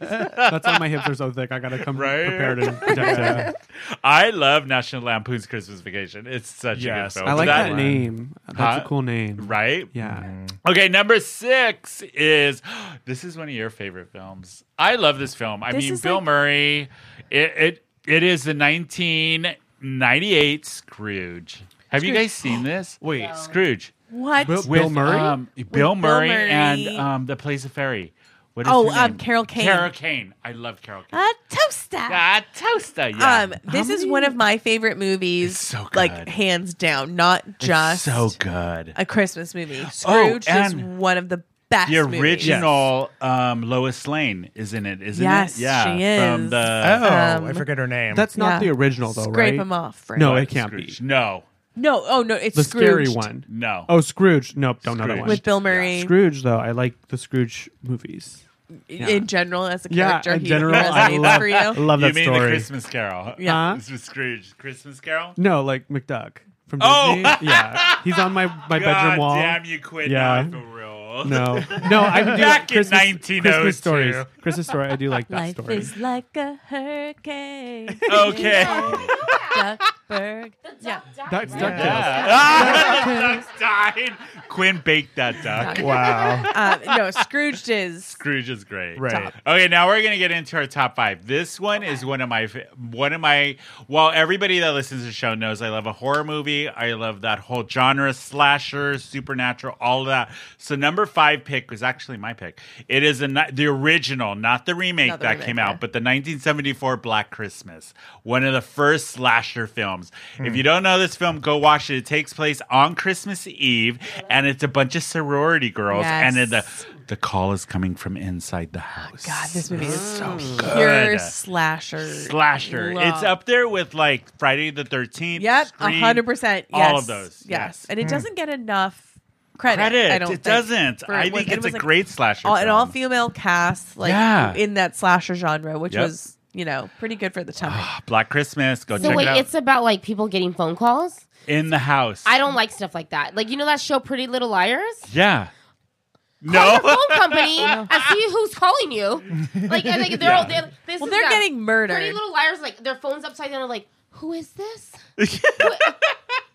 Speaker 5: that's why my hips are so thick. I gotta
Speaker 1: [laughs]
Speaker 5: come
Speaker 1: Right?
Speaker 5: prepared and protected.
Speaker 1: [laughs] I love National Lampoon's Christmas Vacation. It's such
Speaker 2: Yes,
Speaker 1: a good film.
Speaker 5: I like that,
Speaker 2: That-
Speaker 5: name. That's
Speaker 1: Oh, Huh?
Speaker 5: a cool name.
Speaker 1: Right? Mm.
Speaker 5: Yeah.
Speaker 1: Okay, number six is [gasps] this is one of your favorite films. I love this film. I
Speaker 3: This
Speaker 1: mean,
Speaker 3: is
Speaker 1: Bill
Speaker 3: like-
Speaker 1: Murray. It, it it is the 1998 Scrooge. Have you guys seen
Speaker 5: [gasps]
Speaker 1: this? Wait, Scrooge.
Speaker 3: What?
Speaker 5: Bill- Bill Murray?
Speaker 1: Um, Bill Murray,
Speaker 3: Murray.
Speaker 1: and um, the plays a fairy. What is
Speaker 3: Oh,
Speaker 1: her
Speaker 3: um,
Speaker 1: name?
Speaker 3: Carol Kane.
Speaker 1: Carol Kane. I love Carol Kane.
Speaker 3: a toaster.
Speaker 1: Ah, toaster. Yeah. Oh,
Speaker 3: Um, this is one of my favorite movies,
Speaker 1: It's so good.
Speaker 3: like hands down. Not
Speaker 1: It's
Speaker 3: just
Speaker 1: so good. Oh,
Speaker 3: a Christmas movie. Scrooge is
Speaker 1: and
Speaker 3: one of the best.
Speaker 1: The
Speaker 3: movies.
Speaker 1: original um, Lois Lane is in it, isn't
Speaker 3: Yes,
Speaker 1: it? Yeah,
Speaker 3: she is.
Speaker 1: From
Speaker 2: oh,
Speaker 1: the
Speaker 2: I
Speaker 3: um,
Speaker 2: forget her name.
Speaker 5: That's not
Speaker 3: Yeah.
Speaker 5: the original though,
Speaker 3: Scrape
Speaker 5: right?
Speaker 3: them off. Right?
Speaker 5: No, it can't be.
Speaker 1: Scrooge. No,
Speaker 3: no. Oh no, it's
Speaker 5: The scary
Speaker 3: Scrooged
Speaker 5: one.
Speaker 1: no.
Speaker 5: Oh, Scrooge. Nope, don't know that
Speaker 1: Scrooge.
Speaker 5: one.
Speaker 3: with Bill Murray.
Speaker 5: Scrooge though, I like the Scrooge movies.
Speaker 3: in general as a
Speaker 5: Yeah,
Speaker 3: character.
Speaker 5: in
Speaker 3: he
Speaker 5: general, I
Speaker 3: resonates
Speaker 5: love,
Speaker 3: for
Speaker 5: I
Speaker 3: you.
Speaker 5: love
Speaker 1: you
Speaker 5: that
Speaker 1: mean the
Speaker 5: story.
Speaker 1: Christmas Carol?
Speaker 3: Yeah.
Speaker 5: Huh?
Speaker 1: This was Scrooge. Christmas Carol.
Speaker 5: No, like McDuck from
Speaker 1: Oh!
Speaker 5: Disney. yeah, he's on my my
Speaker 1: [laughs]
Speaker 5: bedroom
Speaker 1: God
Speaker 5: wall.
Speaker 1: damn you, Quinn.
Speaker 5: Yeah.
Speaker 1: Yeah. for
Speaker 5: [laughs]
Speaker 1: real.
Speaker 5: No, no,
Speaker 1: [laughs]
Speaker 5: I do
Speaker 1: Back in
Speaker 5: Christmas,
Speaker 1: 1902.
Speaker 5: Christmas stories. Christmas story. I do like that
Speaker 3: Life
Speaker 5: story.
Speaker 3: is like a
Speaker 1: [laughs]
Speaker 3: hurricane.
Speaker 1: Okay.
Speaker 3: [laughs] Duckburg. Yeah.
Speaker 5: That's
Speaker 4: Right.
Speaker 5: DuckTales.
Speaker 1: Ah, the duck's dying. Quinn baked that duck.
Speaker 5: Wow.
Speaker 3: Um, no, Scrooge is.
Speaker 1: Scrooge is great.
Speaker 2: Right. Top.
Speaker 1: Okay, now we're gonna get into our top five. This one is one of my fa- one of my. Well, everybody that listens to the show knows I love a horror movie. I love that whole genre, slasher, supernatural, all of that. So number five pick was actually my pick. It is a, ni- the original, not the remake
Speaker 3: Not the
Speaker 1: that
Speaker 3: remake,
Speaker 1: came
Speaker 3: yeah.
Speaker 1: out, but the 1974 Black Christmas, one of the first slasher films. If you don't know this film, go watch it. It takes place on Christmas Eve, and it's a bunch of sorority girls, and
Speaker 3: Yes.
Speaker 1: in the the call is coming from inside the house.
Speaker 3: Oh, God, this movie is so pure
Speaker 1: Mm. good.
Speaker 3: slasher.
Speaker 1: Slasher.
Speaker 3: Love.
Speaker 1: It's up there with like Friday the 13th.
Speaker 3: Yep,
Speaker 1: Scream,
Speaker 3: hundred percent.
Speaker 1: All of those.
Speaker 3: Yes, and it doesn't get enough credit.
Speaker 1: Credit.
Speaker 3: I don't.
Speaker 1: it
Speaker 3: think,
Speaker 1: doesn't.
Speaker 3: for
Speaker 1: I
Speaker 3: what-
Speaker 1: think
Speaker 3: it
Speaker 1: it's a
Speaker 3: was, like,
Speaker 1: great slasher.
Speaker 3: all, an
Speaker 1: film.
Speaker 3: all female cast, like
Speaker 1: Yeah.
Speaker 3: in that slasher genre, which
Speaker 1: Yep. Ah.
Speaker 3: was you know pretty good for the time.
Speaker 1: Black Christmas. Go
Speaker 4: So
Speaker 1: check
Speaker 4: wait,
Speaker 1: it out.
Speaker 4: it's about like people getting phone calls.
Speaker 1: in the house.
Speaker 4: I don't like stuff like that. Like you know that show Pretty Little Liars.
Speaker 1: yeah.
Speaker 4: Call
Speaker 1: No.
Speaker 4: [laughs] your phone
Speaker 1: [laughs]
Speaker 4: company and see who's calling you. Like, and, like they're all they're, this
Speaker 3: well,
Speaker 4: is
Speaker 3: they're
Speaker 4: them.
Speaker 3: getting murdered.
Speaker 4: Pretty Little Liars. Like their phones upside down. Are like, who is
Speaker 1: [laughs]
Speaker 4: this?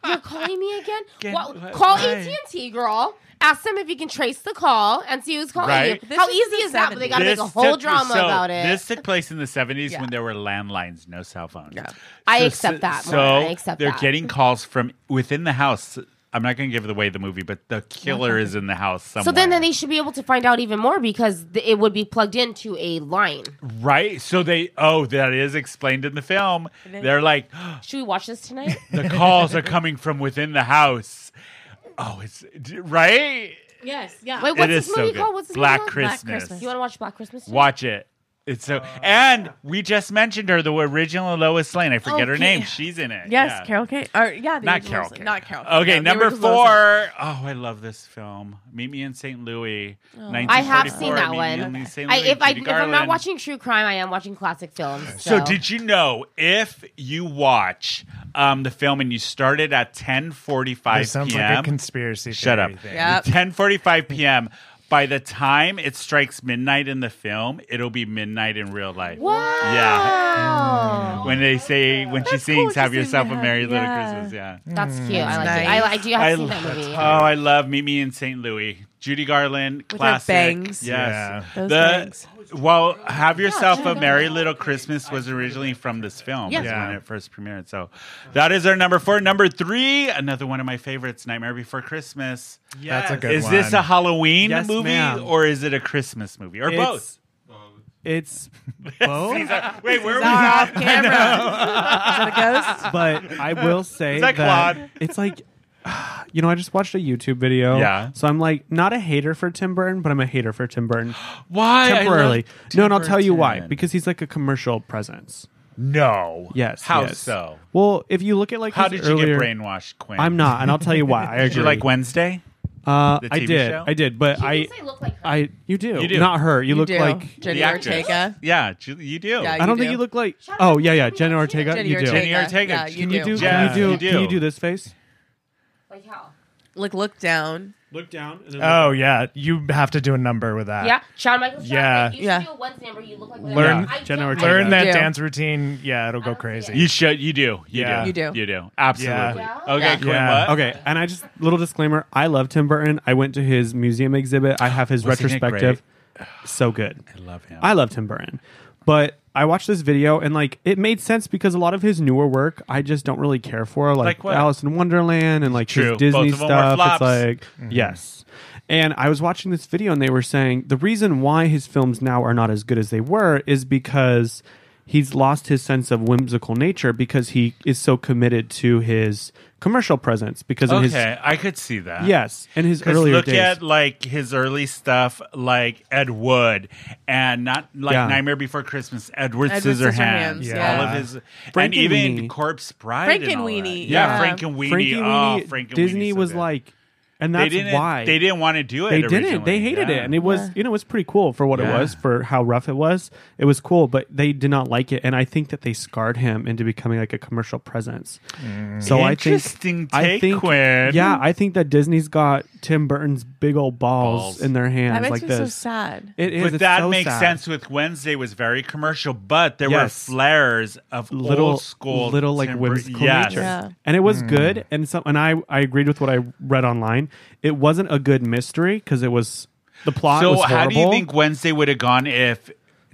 Speaker 4: You're calling me again?
Speaker 1: Again,
Speaker 4: Well,
Speaker 1: wh-
Speaker 4: call
Speaker 1: why?
Speaker 4: AT and T, girl. Ask them if you can trace the call and see who's calling
Speaker 1: Right.
Speaker 4: you.
Speaker 3: This
Speaker 4: How
Speaker 3: is
Speaker 4: easy
Speaker 3: the
Speaker 4: is that? But they got to make a
Speaker 1: This
Speaker 4: whole
Speaker 1: took-
Speaker 4: drama
Speaker 1: so
Speaker 4: about it.
Speaker 1: This took place in the 70s
Speaker 3: Yeah.
Speaker 1: when there were landlines, no cell phones.
Speaker 3: Yeah.
Speaker 4: I
Speaker 1: So-
Speaker 4: accept that,
Speaker 1: So
Speaker 4: Moira. I accept
Speaker 1: they're
Speaker 4: that.
Speaker 1: getting calls from within the house. I'm not going to give away the movie, but the killer is in the house somewhere.
Speaker 4: so then, then they should be able to find out even more because th- it would be plugged into a line.
Speaker 1: right? So they oh, that is explained in the film. They're
Speaker 4: [laughs]
Speaker 1: like
Speaker 4: Should we watch this tonight?
Speaker 1: the calls are coming from within the house. Oh, it's d- right.
Speaker 3: [laughs] yes, yeah.
Speaker 4: Wait, what's
Speaker 1: it is
Speaker 4: this movie
Speaker 1: so good.
Speaker 4: called? What's this
Speaker 1: Black
Speaker 4: movie called?
Speaker 1: Christmas.
Speaker 3: Christmas.
Speaker 4: You want to watch Black Christmas? tonight?
Speaker 1: Watch it. It's so,
Speaker 4: Oh,
Speaker 1: and we just mentioned her, the original Lois Lane. I
Speaker 4: Oh,
Speaker 1: forget her
Speaker 3: Okay.
Speaker 1: name. She's in it.
Speaker 3: Yes,
Speaker 1: Yeah.
Speaker 3: Carol Kane. Or yeah, the
Speaker 1: Not
Speaker 3: original
Speaker 1: Carol.
Speaker 3: Lois-
Speaker 1: Kane.
Speaker 3: Not Carol. Kane.
Speaker 1: Okay,
Speaker 3: No, the
Speaker 1: number
Speaker 3: original Lois Lane.
Speaker 1: four. Oh, I love this film. Meet Me in St. Louis.
Speaker 4: Oh. I have seen
Speaker 1: 1944,
Speaker 4: that
Speaker 1: Meet
Speaker 4: one.
Speaker 1: Me in St.
Speaker 4: I,
Speaker 1: Louis,
Speaker 4: if, I,
Speaker 1: Judy
Speaker 4: if I'm not
Speaker 1: Garland.
Speaker 4: watching true crime, I am watching classic films.
Speaker 1: So did you know if you watch um, the film and you start it at 10:45
Speaker 2: This sounds
Speaker 1: p.m.
Speaker 2: like a conspiracy.
Speaker 1: Shut up.
Speaker 2: theory thing.
Speaker 3: Yeah. Yep.
Speaker 1: 10:45 p.m. By the time it strikes midnight in the film, it'll be midnight in real life.
Speaker 4: Wow.
Speaker 1: Yeah. When they say when she
Speaker 3: That's cool
Speaker 1: sings
Speaker 3: to
Speaker 1: "Have
Speaker 3: see
Speaker 1: Yourself a
Speaker 3: that.
Speaker 1: Merry Little
Speaker 3: Yeah.
Speaker 1: Christmas," yeah.
Speaker 4: That's cute. I like
Speaker 3: nice.
Speaker 4: it. I, I do have
Speaker 1: I
Speaker 4: to see that
Speaker 1: love-
Speaker 4: movie.
Speaker 1: Oh, I love Meet Me in St. Louis. Judy Garland,
Speaker 3: her
Speaker 1: classic.
Speaker 3: bangs.
Speaker 1: Yes.
Speaker 2: Yeah.
Speaker 3: Those
Speaker 1: the,
Speaker 3: bangs.
Speaker 1: Well, Have Yourself
Speaker 4: Judy
Speaker 1: a Merry Little Christmas was originally from this film
Speaker 4: Yes.
Speaker 1: is
Speaker 2: Yeah.
Speaker 1: when it first premiered. So that is our number four. Number three, another one of my favorites, Nightmare Before Christmas.
Speaker 2: That's a good
Speaker 1: is
Speaker 2: one.
Speaker 1: this a Halloween
Speaker 5: Yes,
Speaker 1: movie
Speaker 5: ma'am.
Speaker 1: or is it a Christmas movie or both?
Speaker 5: It's,
Speaker 1: [laughs]
Speaker 5: it's
Speaker 2: Both?
Speaker 1: Wait, where are we?
Speaker 3: Not [laughs] off camera. Is that a ghost?
Speaker 5: but I will say
Speaker 1: Is that Claude?
Speaker 5: it's like [sighs] you know, I just watched a YouTube video.
Speaker 1: Yeah.
Speaker 5: So I'm like not a hater for Tim Burton, but I'm a hater for Tim Burton
Speaker 1: Why? [gasps] I love
Speaker 5: temporarily.
Speaker 1: Tim
Speaker 5: No, and I'll tell you why.
Speaker 1: Burton.
Speaker 5: Because he's like a commercial presence.
Speaker 1: no.
Speaker 5: Yes.
Speaker 1: How
Speaker 5: yes.
Speaker 1: so?
Speaker 5: Well, if you look at like
Speaker 1: How
Speaker 5: his
Speaker 1: did you
Speaker 5: earlier-
Speaker 1: get brainwashed, Quinn?
Speaker 5: I'm not, and I'll
Speaker 1: [laughs]
Speaker 5: tell you why. I agree.
Speaker 1: Did you like Wednesday?
Speaker 5: Uh,
Speaker 1: the
Speaker 5: I
Speaker 1: TV
Speaker 5: did.
Speaker 1: show?
Speaker 5: I did, but
Speaker 4: You
Speaker 5: I,
Speaker 4: say look like her.
Speaker 5: I, you do.
Speaker 1: You do.
Speaker 5: Not her. You,
Speaker 3: You
Speaker 5: look
Speaker 3: do.
Speaker 5: like.
Speaker 3: Jenny
Speaker 1: The actress.
Speaker 3: Ortega.
Speaker 1: Yeah, Ju- you do.
Speaker 3: Yeah,
Speaker 5: I don't
Speaker 3: You
Speaker 5: think
Speaker 3: do.
Speaker 5: you look like.
Speaker 4: Shut
Speaker 5: Oh
Speaker 4: up.
Speaker 5: yeah, yeah.
Speaker 4: Don't
Speaker 5: Jenny
Speaker 4: see it.
Speaker 5: Ortega.
Speaker 3: Jenny
Speaker 5: you do.
Speaker 3: Ortega.
Speaker 1: Jenny Ortega.
Speaker 3: Yeah,
Speaker 1: Can
Speaker 5: Can you do?
Speaker 1: Yeah,
Speaker 5: Can you
Speaker 1: you
Speaker 5: do? Can you
Speaker 1: do.
Speaker 5: do this face?
Speaker 4: like how?
Speaker 3: Look, look down.
Speaker 5: Look down. And
Speaker 2: Oh yeah, you have to do a number with that.
Speaker 4: Yeah, Shawn Michaels.
Speaker 2: Yeah.
Speaker 4: Yeah, you
Speaker 3: Yeah.
Speaker 4: should do a Wednesday where you look like
Speaker 2: Learn-
Speaker 4: I don't-
Speaker 5: Jenna
Speaker 4: I-
Speaker 5: Ortega.
Speaker 2: Learn that
Speaker 3: Yeah.
Speaker 2: dance routine. Yeah, it'll
Speaker 4: I
Speaker 2: go
Speaker 4: don't see
Speaker 2: crazy.
Speaker 4: it.
Speaker 1: You should. You do. You
Speaker 2: Yeah.
Speaker 1: do.
Speaker 2: You
Speaker 3: do.
Speaker 1: You do.
Speaker 5: Uh,
Speaker 1: Absolutely.
Speaker 2: Yeah.
Speaker 4: Yeah.
Speaker 1: Okay,
Speaker 4: Yeah.
Speaker 1: Quinn.
Speaker 2: Yeah.
Speaker 1: What?
Speaker 5: Okay, and I just little disclaimer. I love Tim Burton. I went to his museum exhibit. I have his
Speaker 1: Wasn't it
Speaker 5: retrospective. So good.
Speaker 1: I love him.
Speaker 5: I love Tim Burton, but I watched this video and like it made sense because a lot of his newer work I just don't really care for, like,
Speaker 1: Like what?
Speaker 5: Alice in Wonderland and like
Speaker 1: True.
Speaker 5: his Disney
Speaker 1: Both of them were
Speaker 5: stuff.
Speaker 1: flops.
Speaker 5: It's like
Speaker 1: Mm-hmm.
Speaker 5: yes. And I was watching this video and they were saying the reason why his films now are not as good as they were is because he's lost his sense of whimsical nature because he is so committed to his commercial presence because in his
Speaker 1: okay, I could see that.
Speaker 5: yes, in his
Speaker 1: Because
Speaker 5: earlier
Speaker 1: look
Speaker 5: days.
Speaker 1: at like his early stuff, like Ed Wood, and not like
Speaker 5: Yeah.
Speaker 1: Nightmare Before Christmas, Edward,
Speaker 3: Edward
Speaker 1: Scissorhands,
Speaker 3: Scissorhands,
Speaker 2: yeah.
Speaker 1: all of his, and
Speaker 5: Frank and
Speaker 1: even
Speaker 5: Weenie.
Speaker 1: Corpse Bride,
Speaker 3: Frank
Speaker 1: and
Speaker 3: and
Speaker 1: all that.
Speaker 3: Weenie,
Speaker 1: yeah.
Speaker 3: yeah.
Speaker 1: Frank and Weenie,
Speaker 5: Frankie
Speaker 1: oh,
Speaker 5: Weenie,
Speaker 1: Frank and
Speaker 5: Disney
Speaker 1: Weenie, so
Speaker 5: was
Speaker 1: good.
Speaker 5: like, and
Speaker 1: they
Speaker 5: that's
Speaker 1: didn't,
Speaker 5: why
Speaker 1: they didn't want to do it.
Speaker 5: they didn't. They
Speaker 1: originally.
Speaker 5: hated
Speaker 1: Yeah.
Speaker 5: it, and it was you know it was pretty cool for what
Speaker 1: Yeah.
Speaker 5: it was for how rough it was. It was cool, but they did not like it, and I think that they scarred him into becoming like a commercial presence. So I think
Speaker 1: Mm. Interesting
Speaker 5: I
Speaker 1: take,
Speaker 5: think
Speaker 1: Quinn.
Speaker 5: yeah, I think that Disney's got Tim Burton's big old balls,
Speaker 1: Balls.
Speaker 5: in their hands
Speaker 3: That makes
Speaker 5: like
Speaker 3: me
Speaker 5: this.
Speaker 3: so sad.
Speaker 5: It is.
Speaker 1: But
Speaker 5: it's
Speaker 1: that
Speaker 5: so
Speaker 1: makes
Speaker 5: sad.
Speaker 1: sense with Wednesday was very commercial, but there were
Speaker 5: Yes.
Speaker 1: flares of
Speaker 5: little
Speaker 1: old school,
Speaker 5: little like
Speaker 1: Tim Burton-
Speaker 5: whimsical
Speaker 1: yes. Mm.
Speaker 5: nature.
Speaker 3: Yeah.
Speaker 5: And it was good, and so and I I agreed with what I read online. It wasn't a good mystery because it was the plot.
Speaker 1: So
Speaker 5: was
Speaker 1: how do you
Speaker 5: horrible.
Speaker 1: think Wednesday would have gone if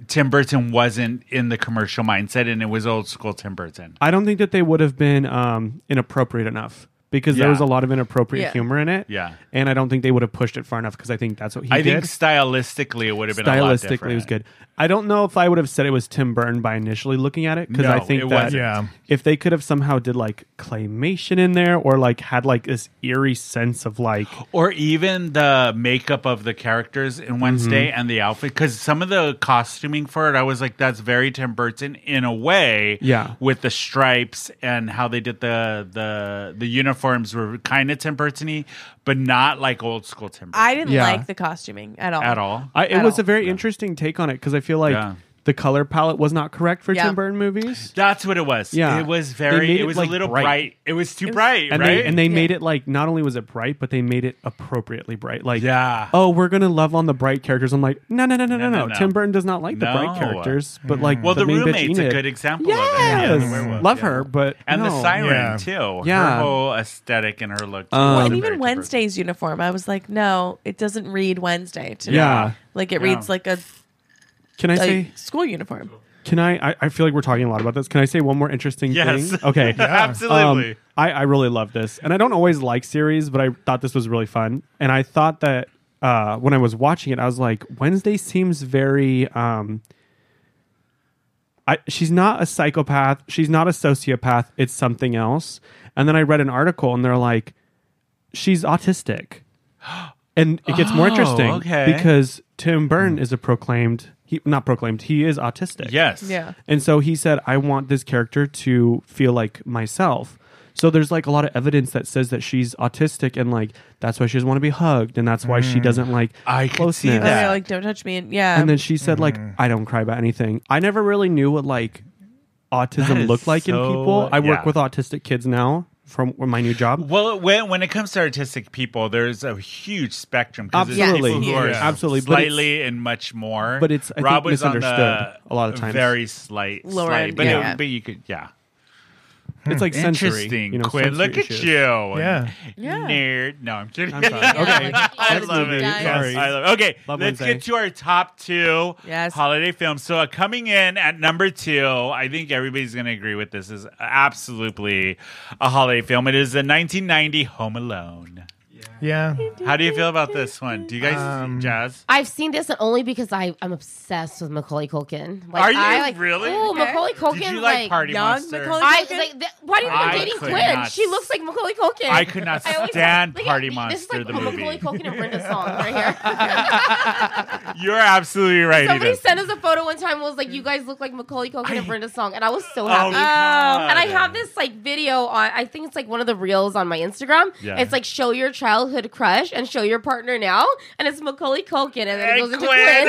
Speaker 1: Tim Burton wasn't in the commercial mindset and it was old school Tim Burton?
Speaker 5: I don't think that they would have been um, inappropriate enough because
Speaker 1: Yeah.
Speaker 5: there was a lot of inappropriate
Speaker 3: Yeah.
Speaker 5: humor in it.
Speaker 1: Yeah.
Speaker 5: and I don't think they would have pushed it far enough because I think that's what he
Speaker 1: I
Speaker 5: did.
Speaker 1: think stylistically it would have been a lot
Speaker 5: Stylistically,
Speaker 1: different.
Speaker 5: it was good. I don't know if I would have said it was Tim Burton by initially looking at it because
Speaker 1: No,
Speaker 5: I think
Speaker 1: it
Speaker 5: that
Speaker 1: wasn't.
Speaker 2: Yeah.
Speaker 5: if they could have somehow did like claymation in there or like had like this eerie sense
Speaker 1: [gasps]
Speaker 5: of like
Speaker 1: Or even the makeup of the characters in Wednesday
Speaker 5: Mm-hmm.
Speaker 1: and the outfit, because some of the costuming for it, I was like, that's very Tim Burton in a way.
Speaker 5: Yeah.
Speaker 1: with the stripes and how they did the the the uniforms were kind of Tim Burton-y, but not like old school Tim Burton
Speaker 3: I didn't
Speaker 5: Yeah.
Speaker 3: like the costuming at all.
Speaker 1: at all.
Speaker 5: I, it
Speaker 3: At
Speaker 5: was
Speaker 3: all.
Speaker 5: a very interesting take on it because I feel like
Speaker 1: Yeah.
Speaker 5: the color palette was not correct for
Speaker 3: Yeah.
Speaker 5: Tim Burton movies.
Speaker 1: That's what it was.
Speaker 5: Yeah.
Speaker 1: it was
Speaker 5: They
Speaker 1: very.
Speaker 5: made
Speaker 1: It
Speaker 5: it,
Speaker 1: was
Speaker 5: like,
Speaker 1: a little bright.
Speaker 5: bright.
Speaker 1: It was too
Speaker 3: was-
Speaker 1: bright,
Speaker 5: And
Speaker 1: right?
Speaker 5: they and they
Speaker 3: Yeah.
Speaker 5: made it like not only was it bright, but they made it appropriately bright. Like
Speaker 1: Yeah.
Speaker 5: oh, we're gonna love on the bright characters. I'm like, no, no, no, no, no,
Speaker 1: no,
Speaker 5: no.
Speaker 1: no.
Speaker 5: Tim Burton does not like the
Speaker 1: No.
Speaker 5: bright characters, but like
Speaker 1: well, the,
Speaker 5: main bitch
Speaker 1: roommate's a
Speaker 5: Enid.
Speaker 1: good example of it.
Speaker 5: Yes,
Speaker 1: Yeah, the werewolf,
Speaker 5: love
Speaker 1: yeah.
Speaker 5: her, but
Speaker 1: And the
Speaker 5: no.
Speaker 1: siren
Speaker 2: Yeah.
Speaker 1: too.
Speaker 5: Yeah.
Speaker 1: her whole aesthetic and her look.
Speaker 5: Um,
Speaker 1: was
Speaker 5: And
Speaker 3: and
Speaker 1: very
Speaker 3: even
Speaker 1: Tim Burton.
Speaker 3: Wednesday's uniform, I was like, no, it doesn't read Wednesday to me.
Speaker 5: Yeah.
Speaker 3: Like it
Speaker 1: Yeah.
Speaker 3: reads like a,
Speaker 5: Can I
Speaker 3: a
Speaker 5: say?
Speaker 3: school uniform.
Speaker 5: Can I, I? I feel like we're talking a lot about this. Can I say one more interesting
Speaker 1: Yes.
Speaker 5: thing?
Speaker 1: [laughs]
Speaker 5: Okay.
Speaker 1: Absolutely.
Speaker 5: Um, I, I really love this. And I don't always like series, but I thought this was really fun. And I thought that uh, when I was watching it, I was like, Wednesday seems very. Um, I, she's not a psychopath. She's not a sociopath. It's something else. And then I read an article and they're like, she's autistic. [gasps] And it gets more
Speaker 1: Oh,
Speaker 5: interesting
Speaker 1: okay.
Speaker 5: because Tim Burton is a proclaimed he not proclaimed he is autistic.
Speaker 1: Yes.
Speaker 3: Yeah.
Speaker 5: And so he said, I want this character to feel like myself. So there's like a lot of evidence that says that she's autistic and like that's why she doesn't want to be hugged and that's why she doesn't like
Speaker 1: Mm. I could see
Speaker 3: Oh,
Speaker 1: that. Mm.
Speaker 3: yeah, like don't touch me. And yeah.
Speaker 5: And then she said like I don't cry about anything. I never really knew what like
Speaker 1: That
Speaker 5: autism
Speaker 1: is
Speaker 5: looked like in
Speaker 1: so-
Speaker 5: people. I work
Speaker 1: yeah.
Speaker 5: with autistic kids now from my new job.
Speaker 1: Well, when, when it comes to artistic people, there's a huge spectrum. 'cause there's
Speaker 5: Absolutely.
Speaker 1: people who
Speaker 5: Yeah.
Speaker 1: are
Speaker 5: Yeah. Absolutely, but it's-
Speaker 1: slightly and much more.
Speaker 5: but it's, I think,
Speaker 1: Rob was on the
Speaker 5: misunderstood a lot of times.
Speaker 1: Very slight,
Speaker 3: Lower
Speaker 1: slight,
Speaker 3: end,
Speaker 1: but
Speaker 3: yeah.
Speaker 1: it-
Speaker 3: Yeah.
Speaker 1: but you could, yeah.
Speaker 5: It's like sensory.
Speaker 1: Interesting,
Speaker 5: you know,
Speaker 1: Quinn.
Speaker 5: sensory
Speaker 1: Look at
Speaker 5: issues.
Speaker 1: you,
Speaker 2: Yeah.
Speaker 3: Yeah.
Speaker 1: nerd. No, I'm kidding. [laughs]
Speaker 5: I'm sorry.
Speaker 4: Okay.
Speaker 1: I
Speaker 4: Let's
Speaker 1: love
Speaker 5: do
Speaker 1: it. Yes,
Speaker 5: that. Sorry.
Speaker 1: I love it. Okay,
Speaker 5: Love
Speaker 1: let's
Speaker 5: Wednesday.
Speaker 1: get to our top two
Speaker 3: Yes.
Speaker 1: holiday films. So uh, coming in at number two, I think everybody's going to agree with this is absolutely a holiday film. It is the 1990 Home Alone.
Speaker 2: Yeah.
Speaker 1: How do you feel about this one? Do you guys,
Speaker 5: Um,
Speaker 1: Jazz?
Speaker 4: I've seen this and only because I, I'm obsessed with Macaulay Culkin. Like,
Speaker 1: Are you
Speaker 4: I, like,
Speaker 1: really?
Speaker 4: Ooh,
Speaker 1: Okay.
Speaker 4: Macaulay Culkin.
Speaker 1: Did you like, Party
Speaker 3: young
Speaker 1: Monster?
Speaker 3: Macaulay-
Speaker 4: I like. Th- why do you think
Speaker 1: I
Speaker 4: I'm dating
Speaker 1: could
Speaker 4: Quinn?
Speaker 1: not
Speaker 4: She looks like Macaulay Culkin.
Speaker 1: I could not
Speaker 4: always-
Speaker 1: stand
Speaker 4: look at
Speaker 1: Party
Speaker 4: me. This is
Speaker 1: Monster,
Speaker 4: like
Speaker 1: the
Speaker 4: a
Speaker 1: movie.
Speaker 4: Macaulay Culkin and Brenda song right here. [laughs]
Speaker 1: You're absolutely right.
Speaker 4: Somebody
Speaker 1: Edith.
Speaker 4: sent us a photo one time. Was like, you guys look like Macaulay Culkin and Brenda song, and I was so
Speaker 1: Oh,
Speaker 4: happy.
Speaker 1: God.
Speaker 4: and I have this like video on. I think it's like one of the reels on my Instagram.
Speaker 1: Yeah.
Speaker 4: It's like show your childhood crush and show your partner now, and it's Macaulay Culkin, and then
Speaker 1: And
Speaker 4: it goes into
Speaker 1: Quinn.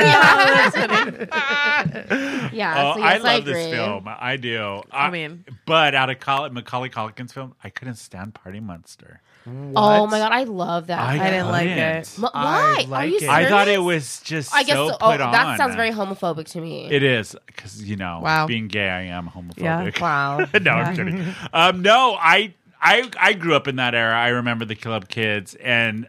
Speaker 4: Quinn.
Speaker 1: [laughs]
Speaker 4: Yeah, yeah
Speaker 1: Oh,
Speaker 4: so
Speaker 1: I
Speaker 4: yes, I,
Speaker 1: love
Speaker 4: agree.
Speaker 1: this film. I do. I,
Speaker 3: mean-
Speaker 1: but out of Col- Macaulay Culkin's film, I couldn't stand Party Monster.
Speaker 4: Oh my god, I love that.
Speaker 1: I,
Speaker 4: I,
Speaker 3: didn't like
Speaker 1: couldn't.
Speaker 3: it.
Speaker 4: M- why?
Speaker 2: I
Speaker 4: Are
Speaker 2: like
Speaker 4: you
Speaker 2: it.
Speaker 4: serious?
Speaker 1: I thought it was just
Speaker 4: I guess
Speaker 1: so
Speaker 4: so- oh,
Speaker 1: put on.
Speaker 4: that sounds very homophobic to me.
Speaker 1: It is because you know,
Speaker 3: Wow.
Speaker 1: being gay, I am [laughs]
Speaker 3: Yeah.
Speaker 1: homophobic.
Speaker 4: wow.
Speaker 1: no, I'm kidding. Um, no, I, I, I grew up in that era. I remember the Club Kids, and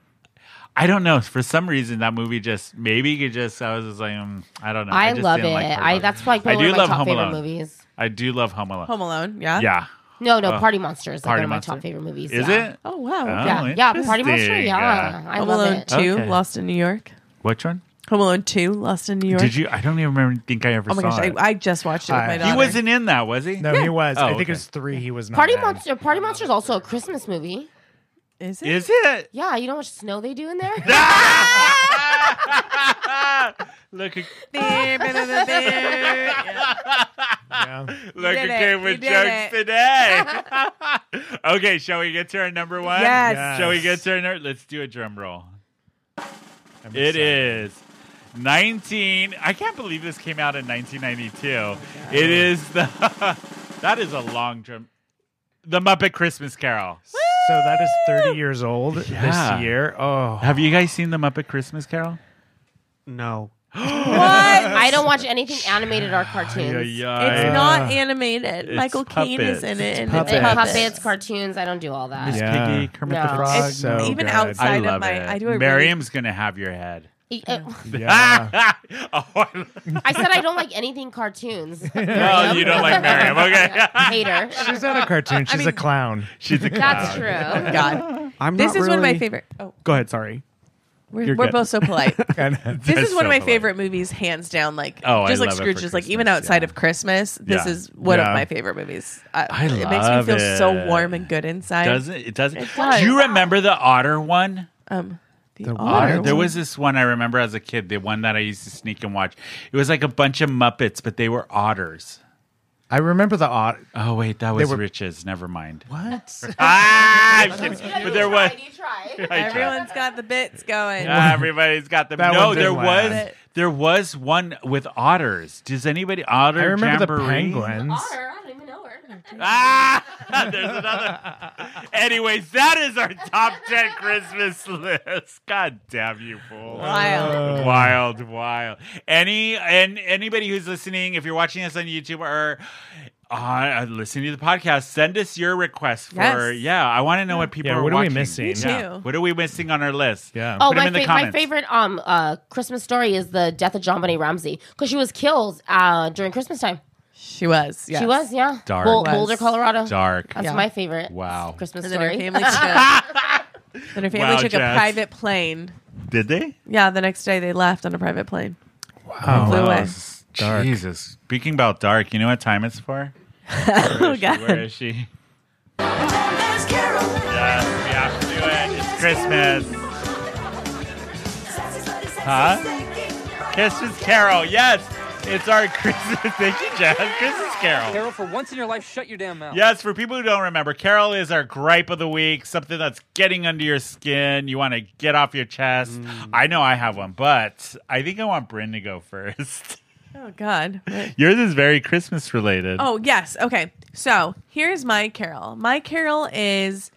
Speaker 1: I don't know for some reason that movie just maybe it just I was just like um, I don't know.
Speaker 4: I,
Speaker 1: just
Speaker 4: love it.
Speaker 1: didn't like Party
Speaker 4: I
Speaker 1: Monster.
Speaker 4: that's like
Speaker 1: I
Speaker 4: one
Speaker 1: do
Speaker 4: of my
Speaker 1: love
Speaker 4: top
Speaker 1: Home
Speaker 4: favorite
Speaker 1: Alone.
Speaker 4: movies.
Speaker 1: I do love Home Alone.
Speaker 3: Home Alone. Yeah.
Speaker 1: yeah,
Speaker 4: No, no,
Speaker 1: Uh,
Speaker 4: Party Monster is like
Speaker 1: Party
Speaker 4: one of my
Speaker 1: Monster?
Speaker 4: top favorite movies.
Speaker 1: is
Speaker 4: yeah.
Speaker 1: it?
Speaker 3: Oh wow.
Speaker 1: Oh,
Speaker 3: yeah.
Speaker 4: Yeah, yeah, Party Monster.
Speaker 1: interesting.
Speaker 4: Yeah,
Speaker 1: Yeah.
Speaker 4: I
Speaker 3: Home
Speaker 4: love
Speaker 3: Alone
Speaker 4: it.
Speaker 3: Two,
Speaker 1: Okay.
Speaker 3: Lost in New York.
Speaker 1: Which one?
Speaker 3: Home Alone Two, Lost in New York.
Speaker 1: Did you? I don't even remember. Think I ever
Speaker 3: Oh my
Speaker 1: saw
Speaker 3: gosh, I,
Speaker 1: it.
Speaker 3: I just watched it with
Speaker 2: Hi.
Speaker 3: my
Speaker 2: He
Speaker 3: daughter.
Speaker 1: he wasn't in that, was he?
Speaker 2: No, he was.
Speaker 1: Oh,
Speaker 2: I think
Speaker 1: okay.
Speaker 2: it was three. He was not.
Speaker 4: Party
Speaker 2: in.
Speaker 4: Monster. Party Monster is also a Christmas movie.
Speaker 3: Is it?
Speaker 1: Is
Speaker 3: [laughs]
Speaker 1: it?
Speaker 4: Yeah, you know how much snow they do
Speaker 1: [laughs]
Speaker 4: in there.
Speaker 1: Look, at-
Speaker 2: Yeah.
Speaker 1: look at
Speaker 3: did it.
Speaker 1: Kim
Speaker 3: You
Speaker 1: with
Speaker 3: did
Speaker 1: jokes
Speaker 3: it.
Speaker 1: today.
Speaker 3: [laughs]
Speaker 1: [laughs] okay, shall we get to our number one?
Speaker 3: Yes.
Speaker 2: Yes.
Speaker 1: Shall we get to our number? Let's do a drum roll.
Speaker 2: I'm
Speaker 1: It
Speaker 2: excited.
Speaker 1: is 19. I can't believe this came out in 1992. it is the. [laughs] that is a long drum. The Muppet Christmas Carol.
Speaker 2: So that is 30 years old
Speaker 1: Yeah.
Speaker 2: this year. Oh,
Speaker 1: Have you guys seen the Muppet Christmas Carol?
Speaker 5: No.
Speaker 4: I don't watch anything animated or
Speaker 1: Yeah,
Speaker 4: cartoons.
Speaker 1: yeah.
Speaker 3: It's not animated.
Speaker 1: It's
Speaker 3: Michael Caine is
Speaker 1: puppets.
Speaker 3: in it, and
Speaker 4: It's
Speaker 3: it's
Speaker 2: Puppets.
Speaker 3: puppets.
Speaker 4: puppets, cartoons. I don't do all that.
Speaker 1: Miss
Speaker 2: Yeah.
Speaker 1: Piggy, Kermit the
Speaker 4: No.
Speaker 1: Frog.
Speaker 2: It's so good.
Speaker 3: even
Speaker 2: [laughs]
Speaker 3: outside-
Speaker 1: I [laughs]
Speaker 3: side of
Speaker 1: love
Speaker 3: my-
Speaker 1: it.
Speaker 3: I do a
Speaker 1: Miriam's gonna have your head.
Speaker 4: E- uh,
Speaker 2: Yeah.
Speaker 1: [laughs] oh, I love-
Speaker 4: I said I don't like
Speaker 1: [laughs]
Speaker 4: anything cartoons.
Speaker 1: no, you don't like
Speaker 3: [laughs]
Speaker 1: Miriam. Okay,
Speaker 4: [laughs] Hater.
Speaker 2: She's not
Speaker 1: [laughs]
Speaker 2: a cartoon. She's a
Speaker 3: mean-
Speaker 2: clown.
Speaker 1: she's [laughs] a
Speaker 4: That's
Speaker 1: clown.
Speaker 4: true.
Speaker 3: God,
Speaker 5: I'm
Speaker 3: this
Speaker 5: not
Speaker 3: is one of my
Speaker 5: really-
Speaker 3: favorite. Oh,
Speaker 5: Go ahead, sorry.
Speaker 3: we're,
Speaker 5: You're
Speaker 3: we're
Speaker 5: good.
Speaker 3: both so polite.
Speaker 2: And
Speaker 3: this
Speaker 1: That's
Speaker 3: is one of
Speaker 1: so
Speaker 3: my
Speaker 1: polite.
Speaker 3: favorite movies, hands down. Like,
Speaker 1: Oh, I
Speaker 3: just like
Speaker 1: love it for
Speaker 3: Scrooge's, like even
Speaker 1: Christmas,
Speaker 3: outside
Speaker 1: yeah.
Speaker 3: of Christmas, this
Speaker 1: Yeah.
Speaker 3: is one
Speaker 2: Yeah.
Speaker 3: of my favorite movies.
Speaker 1: I
Speaker 3: it makes me
Speaker 1: love
Speaker 3: feel so
Speaker 1: it.
Speaker 3: warm and good inside.
Speaker 1: Doesn't it? Doesn't
Speaker 3: It does.
Speaker 1: Do you remember the otter one?
Speaker 3: Um, the,
Speaker 2: The
Speaker 3: otter.
Speaker 2: otter?
Speaker 1: There was this one I remember as a kid. The one that I used to sneak and watch. It was like a bunch of Muppets, but they were otters.
Speaker 2: I remember the odd.
Speaker 1: Oh wait, that was
Speaker 2: were-
Speaker 1: Riches. Never mind.
Speaker 2: What?
Speaker 1: [laughs] Ah,
Speaker 2: [laughs]
Speaker 1: I'm kidding. but there was.
Speaker 4: You tried,
Speaker 1: [laughs] I
Speaker 4: you tried.
Speaker 1: tried.
Speaker 3: [laughs] Everyone's got the bits going.
Speaker 1: Ah, Everybody's got them.
Speaker 2: That
Speaker 1: no,
Speaker 2: one did
Speaker 1: there
Speaker 2: last.
Speaker 1: was there was one with otters. Does anybody otter?
Speaker 2: I remember the
Speaker 1: jamboree?
Speaker 2: penguins.
Speaker 4: Otter, I don't even know her.
Speaker 1: Ah, [laughs] there's another. Anyways, that is our top ten Christmas list. God damn you, fool!
Speaker 3: Wild.
Speaker 2: Uh.
Speaker 1: wild, wild. Any and anybody who's listening, if you're watching us on YouTube or uh, listening to the podcast, send us your requests for.
Speaker 3: Yes.
Speaker 1: Yeah, I want to know what people
Speaker 2: Yeah,
Speaker 1: are
Speaker 2: what are we
Speaker 1: watching.
Speaker 2: missing? Me
Speaker 3: too.
Speaker 1: What are we missing on our list?
Speaker 2: Yeah.
Speaker 4: Oh,
Speaker 1: Put 'em
Speaker 4: my,
Speaker 1: in the
Speaker 4: fa- my
Speaker 1: comments.
Speaker 4: favorite um uh Christmas story is the death of John Bonnet Ramsey because she was killed uh during Christmas time.
Speaker 3: She was. Yes.
Speaker 4: She was, yeah,
Speaker 1: Dark.
Speaker 4: Bol-
Speaker 3: Was.
Speaker 4: Boulder, Colorado.
Speaker 1: Dark.
Speaker 4: That's
Speaker 3: Yeah.
Speaker 4: my favorite.
Speaker 1: Wow.
Speaker 4: Christmas
Speaker 3: And then her
Speaker 4: story. [laughs]
Speaker 3: family took, then her family
Speaker 1: Wow,
Speaker 3: took
Speaker 1: Jess.
Speaker 3: a private plane.
Speaker 1: Did they?
Speaker 3: Yeah, the next day they left on a private plane.
Speaker 2: Wow.
Speaker 3: Flew away.
Speaker 2: Dark.
Speaker 1: Jesus. Oh, Speaking about dark, you know what time it's for?
Speaker 3: [laughs] Oh
Speaker 1: Where
Speaker 3: god.
Speaker 1: is she? Yes, we have to do it. It's Christmas. Huh? Christmas Carol, yes. It's our [laughs] Christmas. Thank you, Jazz. Christmas Carol.
Speaker 7: Carol, for once in your life, shut your damn mouth.
Speaker 1: Yes, for people who don't remember, Carol is our gripe of the week, something that's getting under your skin, you want to get off your chest.
Speaker 7: Mm.
Speaker 1: I know I have one, but I think I want Bryn to go [laughs] first.
Speaker 3: Oh God.
Speaker 1: Yours is very Christmas related.
Speaker 3: Oh yes. Okay. So here's my carol. My carol is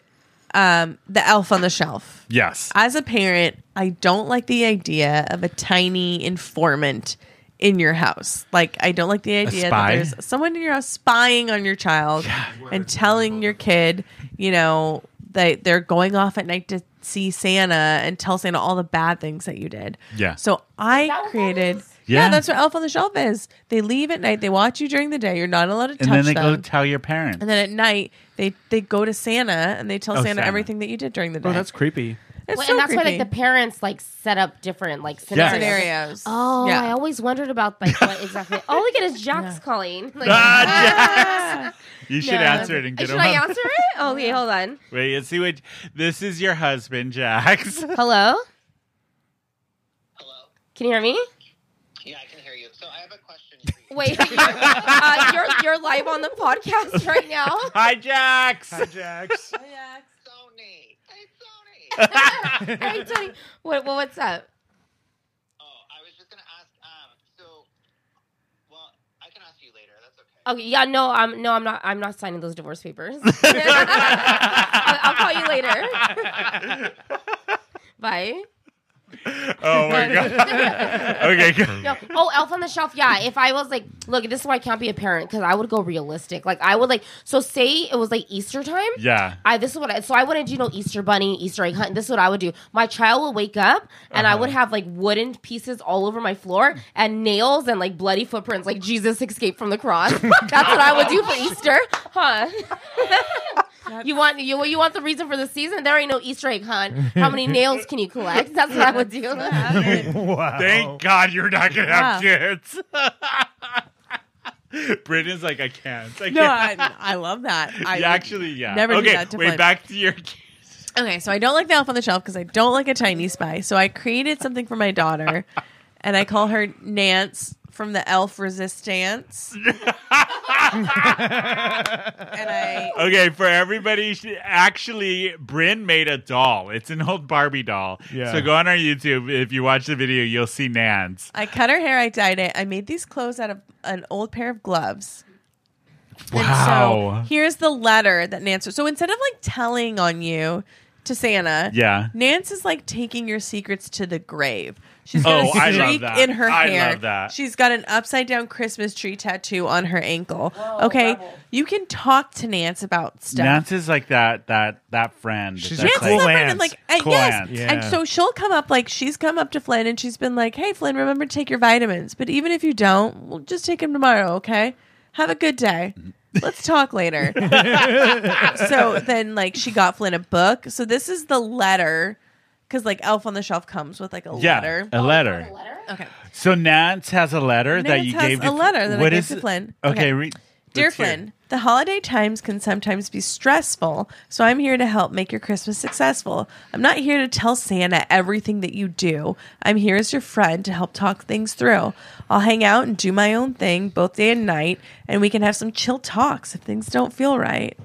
Speaker 3: um, the elf on the shelf.
Speaker 1: Yes.
Speaker 3: As a parent, I don't like the idea of a tiny informant in your house. Like, I don't like the idea that
Speaker 1: spy?
Speaker 3: there's someone in your house spying on your child and telling your kid, you know, that they're going off at night to see Santa and tell Santa all the bad things that you did.
Speaker 1: Yeah.
Speaker 3: So I
Speaker 4: that what that
Speaker 3: created.
Speaker 4: is?
Speaker 1: Yeah.
Speaker 3: Yeah. that's what Elf on the Shelf is. They leave at night. They watch you during the day. You're not allowed to touch
Speaker 1: and then they
Speaker 3: them.
Speaker 1: go tell your parents.
Speaker 3: and then at night, they they go to Santa and they tell
Speaker 1: Oh,
Speaker 3: Santa,
Speaker 1: Santa.
Speaker 3: everything that you did during the day.
Speaker 5: Oh, that's creepy.
Speaker 3: It's
Speaker 4: Well,
Speaker 3: so
Speaker 4: and that's why
Speaker 3: creepy.
Speaker 4: like the parents like set up different like
Speaker 1: Yeah.
Speaker 3: [laughs]
Speaker 4: scenarios.
Speaker 3: scenarios.
Speaker 4: Oh,
Speaker 3: yeah.
Speaker 4: I always wondered about
Speaker 1: [laughs]
Speaker 4: like what exactly. oh, look at his Jack's calling. Like,
Speaker 1: Ah, Jax! You should
Speaker 4: No.
Speaker 1: answer it and get
Speaker 4: Should
Speaker 1: him
Speaker 4: I
Speaker 1: on-
Speaker 4: answer
Speaker 3: [laughs]
Speaker 4: it? Okay, hold on.
Speaker 1: [laughs] Wait, let's see what. This is your husband,
Speaker 3: [laughs]
Speaker 1: Jax.
Speaker 4: Hello.
Speaker 8: Hello.
Speaker 4: Can you hear me?
Speaker 8: Yeah, I can hear you. So I have a question for you.
Speaker 4: Wait, you're, [laughs] uh, you're you're live on the podcast right now.
Speaker 1: [laughs] Hi, Jax.
Speaker 2: Jax.
Speaker 8: [laughs] Sony. Hey, Sony.
Speaker 4: Hey, Tony. What, what what's up?
Speaker 8: oh, I was just gonna ask. Um, so, well, I can ask you later. That's okay.
Speaker 4: Okay, yeah, no, I'm no, I'm not. I'm not signing those divorce papers.
Speaker 1: [laughs]
Speaker 4: I'll, I'll call you later. Bye.
Speaker 1: Oh my god. Okay. Good.
Speaker 4: [laughs] No. Oh, Elf on the Shelf. Yeah. If I was like, look, this is why I can't be a parent because I would go realistic. Like I would like. So say it was like Easter time.
Speaker 1: Yeah.
Speaker 4: I this is what I so I wouldn't do no Easter bunny, Easter egg hunt. This is what I would do. My child would wake up and I
Speaker 1: Uh-huh.
Speaker 4: would have like wooden pieces all over my floor and nails and like bloody footprints, like Jesus escaped from the
Speaker 1: [laughs]
Speaker 4: cross. That's what I would do for Easter, huh? you want you you want the reason for the season? There ain't no Easter egg hunt.
Speaker 1: [laughs]
Speaker 4: How many nails can you collect? That's what I would do.
Speaker 2: [laughs] Wow.
Speaker 1: Thank God you're not gonna have
Speaker 3: Yeah.
Speaker 1: kids. [laughs] Britain's like, I can't. I can't.
Speaker 4: [laughs]
Speaker 3: no, I, I love that. I
Speaker 1: Yeah, actually, yeah.
Speaker 3: never do
Speaker 1: okay,
Speaker 3: that to
Speaker 1: wait.
Speaker 3: Flynn.
Speaker 1: Back to your.
Speaker 3: Okay, so I don't like the elf on the shelf because I don't like a tiny spy. So I created something for
Speaker 1: [laughs]
Speaker 3: my daughter, and I call her Nance from the
Speaker 1: [laughs]
Speaker 3: Elf Resistance. and I
Speaker 1: Okay, for everybody, she- actually, Bryn made a doll. It's an old Barbie doll.
Speaker 2: Yeah.
Speaker 1: So go on our YouTube. If you watch the video, you'll see Nan's.
Speaker 3: I cut her hair. I dyed it. I made these clothes out of an old pair of gloves.
Speaker 1: Wow.
Speaker 3: And so here's the letter that Nance. So instead of like telling on you to Santa,
Speaker 1: Yeah.
Speaker 3: Nance is like taking your secrets to the grave. She's
Speaker 1: Oh,
Speaker 3: got a
Speaker 1: I love
Speaker 3: streak
Speaker 1: that.
Speaker 3: in her
Speaker 1: I love
Speaker 3: hair.
Speaker 1: that.
Speaker 3: She's got an upside down Christmas tree tattoo on her ankle. okay, you can talk to Nance about stuff.
Speaker 1: Nance is like that that that friend.
Speaker 2: She's
Speaker 1: that's
Speaker 2: a
Speaker 3: Nancy's
Speaker 1: like-
Speaker 2: cool
Speaker 3: that friend,
Speaker 2: aunt.
Speaker 3: and like I
Speaker 1: Cool
Speaker 3: yes,
Speaker 1: aunt.
Speaker 2: Yeah.
Speaker 3: and so she'll come up like she's come up to Flynn and she's been like, "Hey, Flynn, remember to take your vitamins. But even if you don't, we'll just take them tomorrow. Okay, have a good day. Let's talk later." so then, like, she got Flynn a book. So this is the letter because like Elf on the Shelf comes with like a
Speaker 1: yeah,
Speaker 3: letter.
Speaker 1: a letter.
Speaker 3: Okay,
Speaker 1: So Nance has a letter that
Speaker 3: Nance
Speaker 1: you
Speaker 3: has
Speaker 1: gave.
Speaker 3: a
Speaker 1: to-
Speaker 3: letter that I
Speaker 1: what
Speaker 3: gave
Speaker 1: is
Speaker 3: to
Speaker 1: it?
Speaker 3: Flynn.
Speaker 1: Okay,
Speaker 3: Okay.
Speaker 1: read.
Speaker 3: Dear
Speaker 1: let's hear it.
Speaker 3: Flynn, the holiday times can sometimes be stressful, so I'm here to help make your Christmas successful. I'm not here to tell Santa everything that you do. I'm here as your friend to help talk things through. I'll hang out and do my own thing both day and night, and we can have some chill talks if things don't feel right.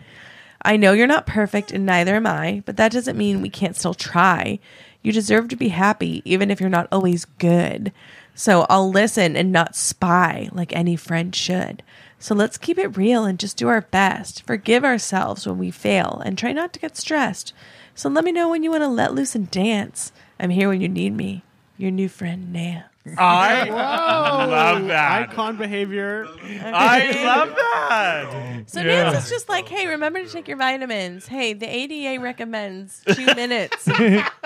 Speaker 3: I know you're not perfect, and neither am I, but that doesn't mean we can't still try. You deserve to be happy, even if you're not always good. So I'll listen and not spy like any friend should. So let's keep it real and just do our best. Forgive ourselves when we fail and try not to get stressed. So let me know when you want to let loose and dance. I'm here when you need me. Your new friend, Nan. [laughs]
Speaker 1: I love that.
Speaker 5: Icon behavior.
Speaker 1: I love that.
Speaker 3: So Nance is just like, hey, remember to take your vitamins. Hey, the ADA recommends
Speaker 1: [laughs]
Speaker 3: two minutes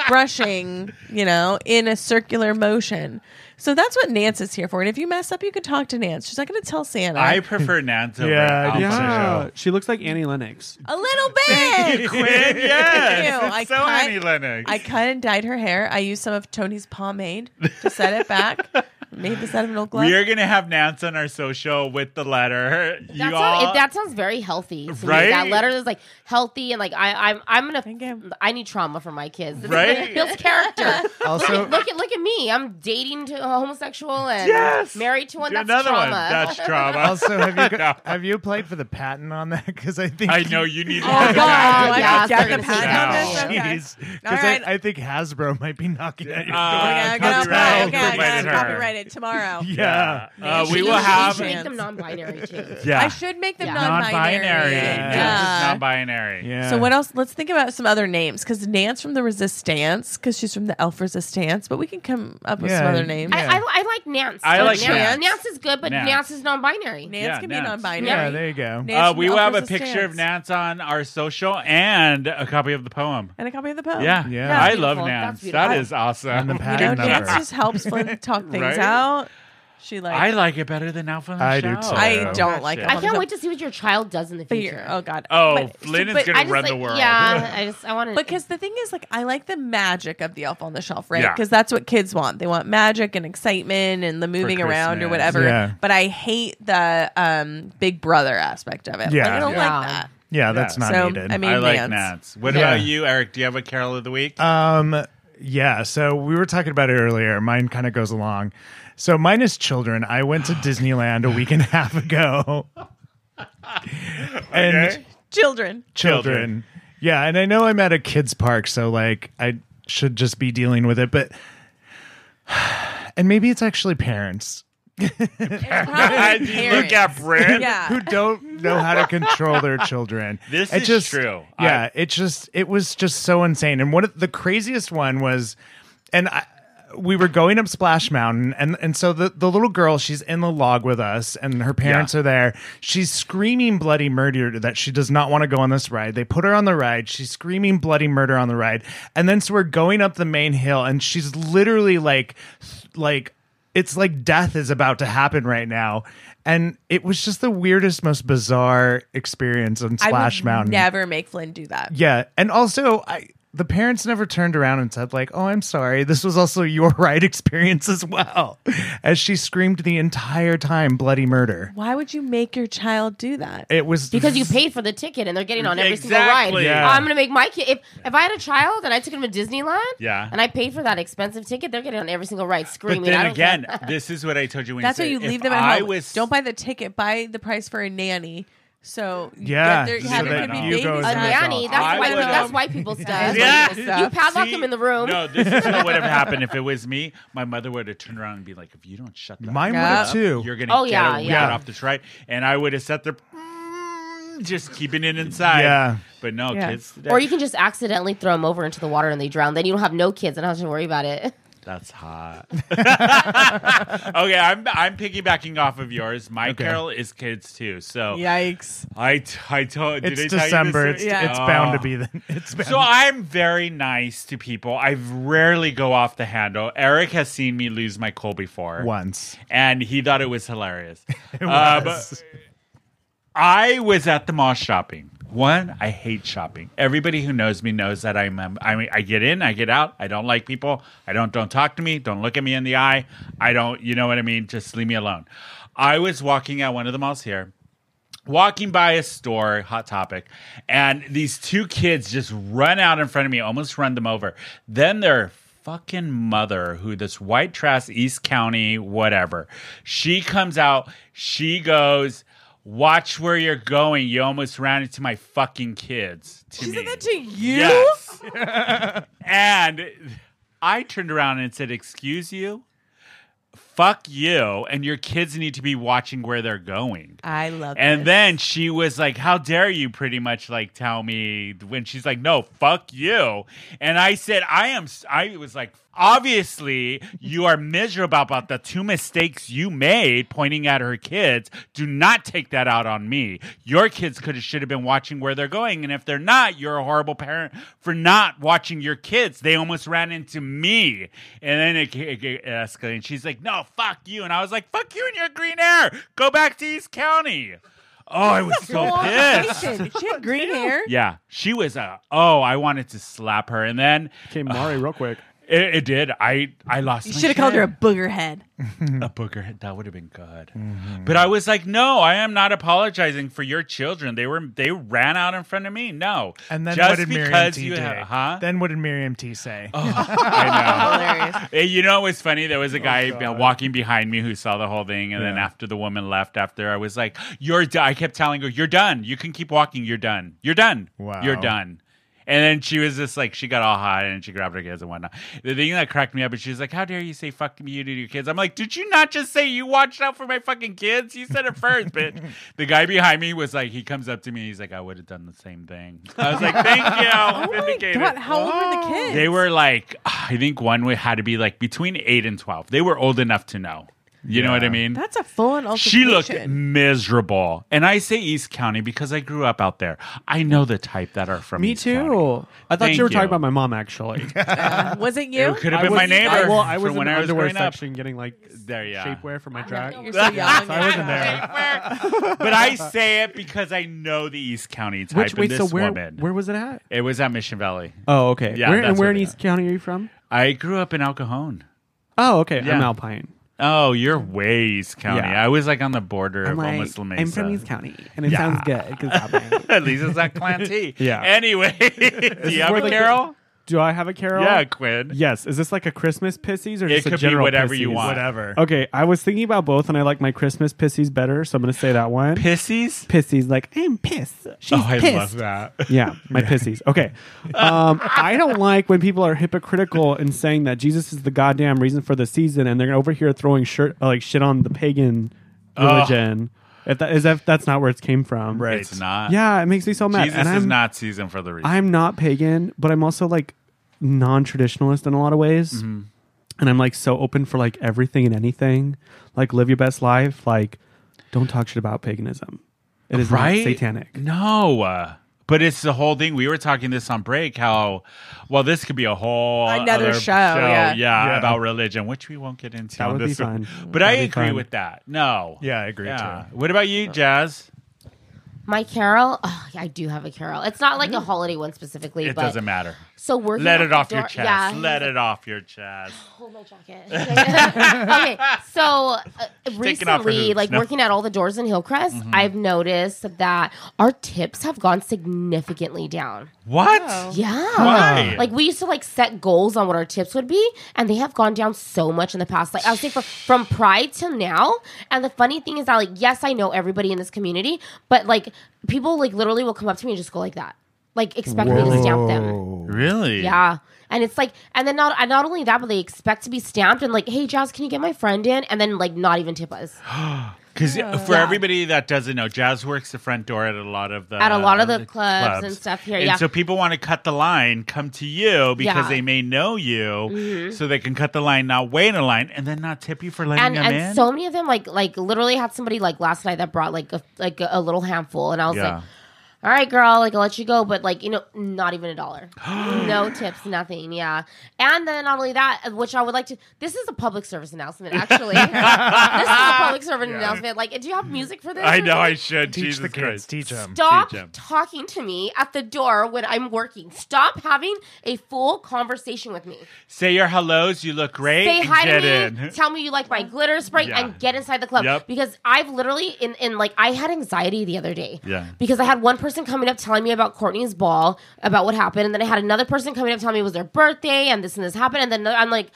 Speaker 3: brushing, you know, in a circular motion. So that's what Nance is here for. And if you mess up, you can talk to Nance. She's not going to tell Santa.
Speaker 1: I prefer Nance over
Speaker 2: Yeah,
Speaker 1: Alpha.
Speaker 2: I do
Speaker 5: Yeah, she looks like Annie Lennox.
Speaker 3: a little
Speaker 1: [laughs]
Speaker 3: bit.
Speaker 1: Quinn, yes.
Speaker 3: Ew, I
Speaker 1: so
Speaker 3: cut-
Speaker 1: Annie Lennox.
Speaker 3: I cut and dyed her hair. I used some of Tony's pomade to set
Speaker 1: [laughs]
Speaker 3: it back. Made this out of an old glove.
Speaker 1: we are gonna have Nance on our social with the letter. You
Speaker 4: That,
Speaker 1: all,
Speaker 4: sound, it, that sounds very healthy. To
Speaker 1: Right?
Speaker 4: me. That letter is like healthy and like I, I'm I'm
Speaker 3: Thank
Speaker 4: gonna
Speaker 1: Uh,
Speaker 3: you.
Speaker 4: I need trauma for my kids. This is
Speaker 1: Right? [laughs]
Speaker 4: what builds character.
Speaker 2: [laughs] Also,
Speaker 4: look at look at me. I'm dating to homosexual and
Speaker 1: Yes!
Speaker 4: married to one.
Speaker 1: Yeah,
Speaker 4: That's
Speaker 1: another one.
Speaker 4: trauma. [laughs]
Speaker 1: That's trauma.
Speaker 3: [laughs]
Speaker 2: Also, have you
Speaker 1: No.
Speaker 2: have you applied for the patent on that? Because I think
Speaker 1: I
Speaker 2: [laughs]
Speaker 1: know you need. to
Speaker 3: Oh,
Speaker 1: get
Speaker 3: God.
Speaker 1: that.
Speaker 3: Do I get
Speaker 4: Yeah, they're
Speaker 3: the
Speaker 4: gonna
Speaker 1: see
Speaker 3: patent on
Speaker 1: that.
Speaker 3: this? Okay.
Speaker 2: Because
Speaker 3: All right.
Speaker 2: I, think Hasbro might be knocking at your door.
Speaker 1: Uh,
Speaker 3: Okay, I'm gonna apply.
Speaker 1: copyright.
Speaker 3: Okay, I'm gonna
Speaker 1: Copyrighted her.
Speaker 3: copyright it
Speaker 1: [laughs]
Speaker 3: tomorrow.
Speaker 2: yeah.
Speaker 1: Uh, we
Speaker 4: should-
Speaker 1: will
Speaker 4: should
Speaker 1: have.
Speaker 4: make them
Speaker 3: [laughs]
Speaker 4: non-binary too.
Speaker 1: Yeah.
Speaker 3: I should make them
Speaker 4: Yeah.
Speaker 3: non-binary.
Speaker 1: non-binary.
Speaker 2: Yeah.
Speaker 1: Nance is non-binary. Uh,
Speaker 2: Yeah.
Speaker 3: So what else? Let's think about some other names because Nance from the Resistance, because she's from the Elf Resistance, but we can come up with some
Speaker 2: Yeah.
Speaker 3: other names.
Speaker 2: Yeah.
Speaker 4: I, I, I like Nance.
Speaker 1: I like Nance.
Speaker 4: Nance. Nance is good, but
Speaker 1: Nance.
Speaker 4: Nance, is non-binary.
Speaker 3: Nance
Speaker 1: Yeah,
Speaker 3: can
Speaker 1: Nance.
Speaker 3: be non-binary.
Speaker 2: Yeah, there you go.
Speaker 3: Nance
Speaker 1: Uh,
Speaker 3: from
Speaker 1: we
Speaker 3: the
Speaker 1: will
Speaker 3: Elf
Speaker 1: have a picture of
Speaker 3: Resistance.
Speaker 1: Nance on our social and a copy of the poem.
Speaker 3: and a copy of the poem.
Speaker 1: Yeah,
Speaker 2: Yeah.
Speaker 1: I
Speaker 4: That's
Speaker 1: love
Speaker 4: beautiful.
Speaker 1: Nance.
Speaker 4: That's
Speaker 1: That
Speaker 4: beautiful.
Speaker 1: is awesome. [laughs]
Speaker 2: And the
Speaker 3: You know,
Speaker 2: patent
Speaker 3: Nance
Speaker 2: number.
Speaker 3: just helps Flynn talk things
Speaker 1: Right?
Speaker 3: out. She like
Speaker 1: I like it better than Alpha. on the
Speaker 2: I do
Speaker 1: Shelf.
Speaker 2: too.
Speaker 3: I don't like
Speaker 1: Shit.
Speaker 3: it.
Speaker 4: I can't wait to see what your child does in the
Speaker 3: But you're-
Speaker 4: future.
Speaker 3: Oh god.
Speaker 1: Oh,
Speaker 3: But-
Speaker 1: Flynn is
Speaker 3: but-
Speaker 1: gonna
Speaker 4: I just,
Speaker 1: run the
Speaker 4: like-
Speaker 1: world. [laughs]
Speaker 4: Yeah, I just I want to
Speaker 3: Because the thing is, like, I like the magic of the elf on the shelf, right?
Speaker 1: Yeah.
Speaker 3: Because that's what kids want. They want magic and excitement and the moving around or
Speaker 1: Christmas.
Speaker 3: whatever.
Speaker 2: Yeah.
Speaker 3: But I hate the um, big brother aspect of it. Like, I
Speaker 2: Yeah.
Speaker 3: don't
Speaker 4: Yeah.
Speaker 3: like that.
Speaker 2: yeah, that's not
Speaker 3: So,
Speaker 2: needed.
Speaker 3: I mean,
Speaker 1: I like Nance.
Speaker 3: Nance.
Speaker 1: What
Speaker 2: Yeah.
Speaker 1: about you, Eric? Do you have a Carol of the Week? [laughs]
Speaker 2: Um, yeah. So we were talking about it earlier. Mine kind of goes along. So mine is children. I went to Disneyland a week and a half
Speaker 1: [laughs]
Speaker 2: ago. and
Speaker 1: Okay. [laughs]
Speaker 3: Children.
Speaker 2: children.
Speaker 1: Children.
Speaker 2: Yeah, and I know I'm at a kids park, so like I should just be dealing with it, but [sighs] and maybe it's actually parents
Speaker 3: Probably
Speaker 1: Look
Speaker 3: parents.
Speaker 1: at Brent.
Speaker 3: [laughs] Yeah.
Speaker 2: who don't know how to control their children.
Speaker 1: [laughs] This
Speaker 2: is
Speaker 1: is true.
Speaker 2: Yeah,
Speaker 1: I-
Speaker 2: it just it was just so insane. And one of the craziest one was, and I, we were going up Splash Mountain, and and so the the little girl she's in the log with us, and her parents
Speaker 1: Yeah.
Speaker 2: are there. She's screaming bloody murder that she does not want to go on this ride. They put her on the ride. She's screaming bloody murder on the ride, and then so we're going up the main hill, and she's literally like like it's like death is about to happen right now. And it was just the weirdest, most bizarre experience on
Speaker 3: I
Speaker 2: Splash
Speaker 3: would
Speaker 2: Mountain.
Speaker 3: never make Flynn do that.
Speaker 2: Yeah, and also I the parents never turned around and said like, "Oh, I'm sorry. This was also your [laughs] ride experience as well." As she screamed the entire time bloody murder.
Speaker 3: Why would you make your child do that?
Speaker 2: It was
Speaker 4: because you paid for the ticket and they're getting on every single
Speaker 1: Exactly.
Speaker 4: ride.
Speaker 1: Yeah.
Speaker 4: I'm gonna make my kid if if I had a child and I took him to Disneyland,
Speaker 1: Yeah.
Speaker 4: and I paid for that expensive ticket, they're getting on every single ride screaming.
Speaker 1: But
Speaker 4: I
Speaker 1: then
Speaker 4: don't
Speaker 1: again,
Speaker 4: care.
Speaker 1: this is what I told you when
Speaker 3: That's why
Speaker 1: you
Speaker 3: you
Speaker 1: said,
Speaker 3: leave
Speaker 1: if
Speaker 3: them at
Speaker 1: I
Speaker 3: home.
Speaker 1: Was,
Speaker 3: don't buy the ticket. Buy the price for a nanny. So you
Speaker 2: Yeah,
Speaker 3: get there, you
Speaker 1: so
Speaker 3: have
Speaker 1: that
Speaker 3: them be
Speaker 1: you
Speaker 3: baby
Speaker 2: go
Speaker 4: a
Speaker 2: and
Speaker 3: size.
Speaker 2: that's
Speaker 4: nanny.
Speaker 2: all.
Speaker 4: That's
Speaker 1: I
Speaker 4: white.
Speaker 1: would,
Speaker 4: That's
Speaker 1: um,
Speaker 4: white [laughs] people's stuff.
Speaker 1: Yeah.
Speaker 4: you padlock him in the room.
Speaker 1: No, this is what would
Speaker 4: [laughs]
Speaker 1: have happened if it was me. My mother would have turned around and be like, "If you don't shut the
Speaker 2: [laughs] Mine
Speaker 1: fuck
Speaker 3: Yeah.
Speaker 2: would
Speaker 1: up,
Speaker 2: have too.
Speaker 1: you're gonna
Speaker 4: Oh,
Speaker 1: get,
Speaker 4: yeah,
Speaker 1: a-
Speaker 4: yeah.
Speaker 1: get off the ride," and I would have set there, mm, just keeping it inside.
Speaker 2: Yeah.
Speaker 1: but no
Speaker 3: Yeah.
Speaker 1: kids. Today,
Speaker 4: Or you can just accidentally throw them over into the water and they drown. Then you don't have no kids and don't have to worry about it.
Speaker 1: That's hot. [laughs] okay, I'm I'm piggybacking off of yours. My Carol is kids too, so
Speaker 3: Yikes.
Speaker 1: I t- I told. did
Speaker 2: it's
Speaker 1: I tell you this
Speaker 2: December. It's,
Speaker 1: story?
Speaker 3: Yeah.
Speaker 2: it's
Speaker 1: Oh.
Speaker 2: bound to be the [laughs] it's bound
Speaker 1: So I'm very nice to people. I rarely go off the handle. Eric has seen me lose my cool before.
Speaker 2: once.
Speaker 1: And he thought it was hilarious. [laughs]
Speaker 2: It
Speaker 1: Uh,
Speaker 2: was.
Speaker 1: I was at the mall shopping. One, I hate shopping. Everybody who knows me knows that I'm. Um, I mean, I get in, I get out. I don't like people. I don't. Don't talk to me. Don't look at me in the eye. I don't. You know what I mean? Just leave me alone. I was walking at one of the malls here, walking by a store, Hot Topic, and these two kids just run out in front of me, almost run them over. Then their fucking mother, who this white trash East County, whatever, she comes out, she goes, Watch where you're going. You almost ran into my fucking kids. To
Speaker 3: She
Speaker 1: me.
Speaker 3: said that to you? [laughs]
Speaker 1: Yes. and I turned around and said, Excuse you? Fuck you. And your kids need to be watching where they're going.
Speaker 3: I love
Speaker 1: And
Speaker 3: this.
Speaker 1: then she was like, How dare you pretty much like tell me when she's like, No, fuck you. And I said, I am, s- I was like, Obviously, you are miserable about the two mistakes you made pointing at her kids. Do not take that out on me. Your kids could have, should have been watching where they're going. And if they're not, you're a horrible parent for not watching your kids. They almost ran into me. And then it, it, it escalated. And she's like, No, fuck you. And I was like, Fuck you and your green hair. Go back to East County. Oh, I was [laughs] so pissed.
Speaker 3: Jason, she
Speaker 1: [laughs]
Speaker 3: had green hair.
Speaker 1: uh, Yeah, she was a. Oh, I wanted to slap her, and then
Speaker 5: Okay, Mari, real quick.
Speaker 1: It, it did. I I lost.
Speaker 3: You
Speaker 1: my
Speaker 3: should have called her
Speaker 1: shit.
Speaker 3: a
Speaker 1: [laughs]
Speaker 3: booger head.
Speaker 1: a booger. head. That would have been good. But I was like, no, I am not apologizing for your children. They were they ran out in front of me. No,
Speaker 2: And then
Speaker 1: just
Speaker 2: what did Miriam
Speaker 1: because
Speaker 2: T
Speaker 1: you
Speaker 2: do?
Speaker 1: have, huh? Oh,
Speaker 2: Then what did Miriam T say?
Speaker 1: I know. Eh, [laughs] you know, it was funny. There was
Speaker 3: Oh,
Speaker 1: a guy uh, walking behind me who saw the whole thing, and then
Speaker 5: Yeah.
Speaker 1: after the woman left, after I was like, "You're," do-, I kept telling her, "You're done. You can keep walking. You're done. You're done.
Speaker 2: Wow.
Speaker 1: You're done." And then she was just like, she got all hot and she grabbed her kids and whatnot. The thing that cracked me up is she was like, "How dare you say fuck you to your kids?" I'm like, "Did you not just say you watched out for my fucking kids? You said it first,
Speaker 3: [laughs]
Speaker 1: bitch." the guy behind me was like, he comes up to me, he's like, "I would have done the same thing." I was like, "Thank you."
Speaker 3: [laughs] Oh my
Speaker 1: Vindicated.
Speaker 3: god! How old were the kids?
Speaker 1: They were like, I think one would had to be like between eight and twelve. They were old enough to know. You know what I mean?
Speaker 3: That's a full on
Speaker 1: she looked
Speaker 3: altercation.
Speaker 1: miserable, and I say East County because I grew up out there. I know the type that are from
Speaker 5: [laughs] Me
Speaker 1: East
Speaker 5: too.
Speaker 1: County.
Speaker 5: I thought
Speaker 1: Thank
Speaker 5: you were
Speaker 1: you.
Speaker 5: talking about my
Speaker 1: [laughs]
Speaker 5: mom actually.
Speaker 3: Uh, Was it you?
Speaker 1: It could have
Speaker 5: I
Speaker 1: been
Speaker 5: was-
Speaker 1: my neighbor.
Speaker 5: I, well, I was
Speaker 1: from
Speaker 5: in
Speaker 1: when
Speaker 5: the
Speaker 1: I was
Speaker 5: underwear
Speaker 1: growing up.
Speaker 5: section getting like
Speaker 1: There, yeah.
Speaker 5: shapewear for my
Speaker 3: You're
Speaker 1: [laughs]
Speaker 5: drag.
Speaker 3: so young.
Speaker 5: so I wasn't there.
Speaker 1: but I say it because I know the East County type.
Speaker 5: Which
Speaker 1: and
Speaker 5: wait,
Speaker 1: this
Speaker 5: so where
Speaker 1: woman.
Speaker 5: where was it at?
Speaker 1: it was at Mission Valley.
Speaker 5: Oh, okay.
Speaker 1: Yeah,
Speaker 5: where, and
Speaker 1: that's
Speaker 5: where
Speaker 1: where
Speaker 5: in
Speaker 1: they
Speaker 5: East County are you from?
Speaker 1: I grew up in El Cajon.
Speaker 5: Oh, okay.
Speaker 1: Yeah.
Speaker 5: I'm Alpine.
Speaker 1: Oh, you're way East County.
Speaker 5: Yeah.
Speaker 1: I was like on the border
Speaker 5: I'm
Speaker 1: of
Speaker 5: like,
Speaker 1: almost La Mesa.
Speaker 5: I'm from East County, and it sounds good. 'cause
Speaker 1: [laughs]
Speaker 5: Alpine.
Speaker 1: At least it's not [laughs] Clanty.
Speaker 5: Yeah.
Speaker 1: Anyway, [laughs] do you have
Speaker 5: where
Speaker 1: a
Speaker 5: the-
Speaker 1: Carol?
Speaker 5: Do I have a Carol?
Speaker 1: Yeah, Quinn.
Speaker 5: Yes. Is this like a Christmas pissies or
Speaker 1: It
Speaker 5: just a
Speaker 1: could be
Speaker 5: general
Speaker 1: whatever you
Speaker 5: Pissies?
Speaker 1: want.
Speaker 2: Whatever.
Speaker 5: Okay, I was thinking about both, and I like my Christmas pissies better, so I'm gonna say that one.
Speaker 1: Pissies.
Speaker 5: pissies, like I'm pissed. She's
Speaker 1: oh, I
Speaker 5: pissed.
Speaker 1: love [laughs] that.
Speaker 5: Yeah, my pissies. Okay. Um, I don't like when people are hypocritical in saying that Jesus is the goddamn reason for the season, and they're over here throwing shirt uh, like shit on the pagan religion. If that is if that's not where it came from,
Speaker 2: Right.
Speaker 1: It's not.
Speaker 5: Yeah, it makes me so mad.
Speaker 1: Jesus
Speaker 5: and I'm
Speaker 1: is not season for the reason.
Speaker 5: I'm not pagan, but I'm also like non-traditionalist in a lot of ways,
Speaker 1: Mm-hmm.
Speaker 5: and I'm like so open for like everything and anything. Like live your best life. Like don't talk shit about paganism. It is
Speaker 1: right?
Speaker 5: not satanic.
Speaker 1: No. uh, but it's the whole thing. We were talking this on break. How well this could be a whole
Speaker 3: Another
Speaker 1: other
Speaker 3: show, yeah.
Speaker 2: Yeah.
Speaker 1: about religion, which we won't get into.
Speaker 5: That
Speaker 1: on
Speaker 5: would be
Speaker 1: this one.
Speaker 5: fun.
Speaker 1: But
Speaker 5: That'd
Speaker 1: I
Speaker 5: be
Speaker 1: agree
Speaker 5: fun.
Speaker 1: with that. No.
Speaker 2: Yeah, I agree
Speaker 1: Yeah.
Speaker 2: too.
Speaker 1: What about you, Jazz?
Speaker 4: My Carol, oh, I do have a Carol. It's not like a holiday one specifically,
Speaker 1: It
Speaker 4: but
Speaker 1: doesn't matter.
Speaker 4: so working.
Speaker 1: Let
Speaker 4: at
Speaker 1: it
Speaker 4: the
Speaker 1: off your
Speaker 4: door-
Speaker 1: chest.
Speaker 4: Yeah, he's
Speaker 1: Let it off your chest.
Speaker 4: hold
Speaker 1: [laughs]
Speaker 4: my jacket. okay, so uh,
Speaker 1: taking off her
Speaker 4: recently,
Speaker 1: hoops.
Speaker 4: like
Speaker 1: No. Mm-hmm.
Speaker 4: working at all the doors in Hillcrest, I've noticed that our tips have gone significantly down.
Speaker 1: What?
Speaker 4: Yeah.
Speaker 1: Why?
Speaker 4: Like we used to like set goals on what our tips would be, and they have gone down so much in the past. Like I would say from from Pride till now. And the funny thing is that like yes, I know everybody in this community, but like people like literally will come up to me and just go like that, like expect me to stamp them.
Speaker 1: Really?
Speaker 4: Yeah. And it's like, and then not and not only that, but they expect to be stamped and like, hey, Jazz, can you get my friend in? And then like, not even tip us
Speaker 1: Because for everybody that doesn't know, Jazz works the front door at a lot of the
Speaker 4: At a lot of the clubs and stuff here, yeah.
Speaker 1: so people want to cut the line, come to you because
Speaker 4: Yeah. Mm-hmm.
Speaker 1: they may know you, so they can cut the line, not wait in a line, and then not tip you for letting
Speaker 4: and
Speaker 1: them
Speaker 4: and
Speaker 1: in.
Speaker 4: so many of them like like literally had somebody like last night that brought like a like a, a little handful, and I was
Speaker 1: Yeah.
Speaker 4: like, all right, girl, like I'll let you go, but like you know, not even
Speaker 1: [gasps]
Speaker 4: a dollar, no tips, nothing, yeah. And then not only that, which I would like to. This is a public service
Speaker 1: [laughs]
Speaker 4: announcement, actually. this is a public service announcement. Like, do you have music for this?
Speaker 1: I
Speaker 4: or
Speaker 1: know I
Speaker 4: something?
Speaker 1: should
Speaker 2: Teach
Speaker 1: Jesus
Speaker 2: the kids.
Speaker 1: Christ.
Speaker 2: Teach them.
Speaker 4: Stop
Speaker 1: Teach 'em.
Speaker 4: talking to me at the door when I'm working. Stop having a full conversation with me.
Speaker 1: Say your hellos. You look great.
Speaker 4: Say hi
Speaker 1: Get
Speaker 4: to
Speaker 1: [laughs]
Speaker 4: me.
Speaker 1: in.
Speaker 4: Tell me you like my glitter spray
Speaker 1: Yeah.
Speaker 4: and get inside the club.
Speaker 1: Yep.
Speaker 4: Because I've literally in, in like I had anxiety the other day.
Speaker 1: Yeah.
Speaker 4: Because I had one person coming up telling me about Courtney's ball, about what happened, and then I had another person coming up telling me it was their birthday and this and this happened, and then another- I'm like.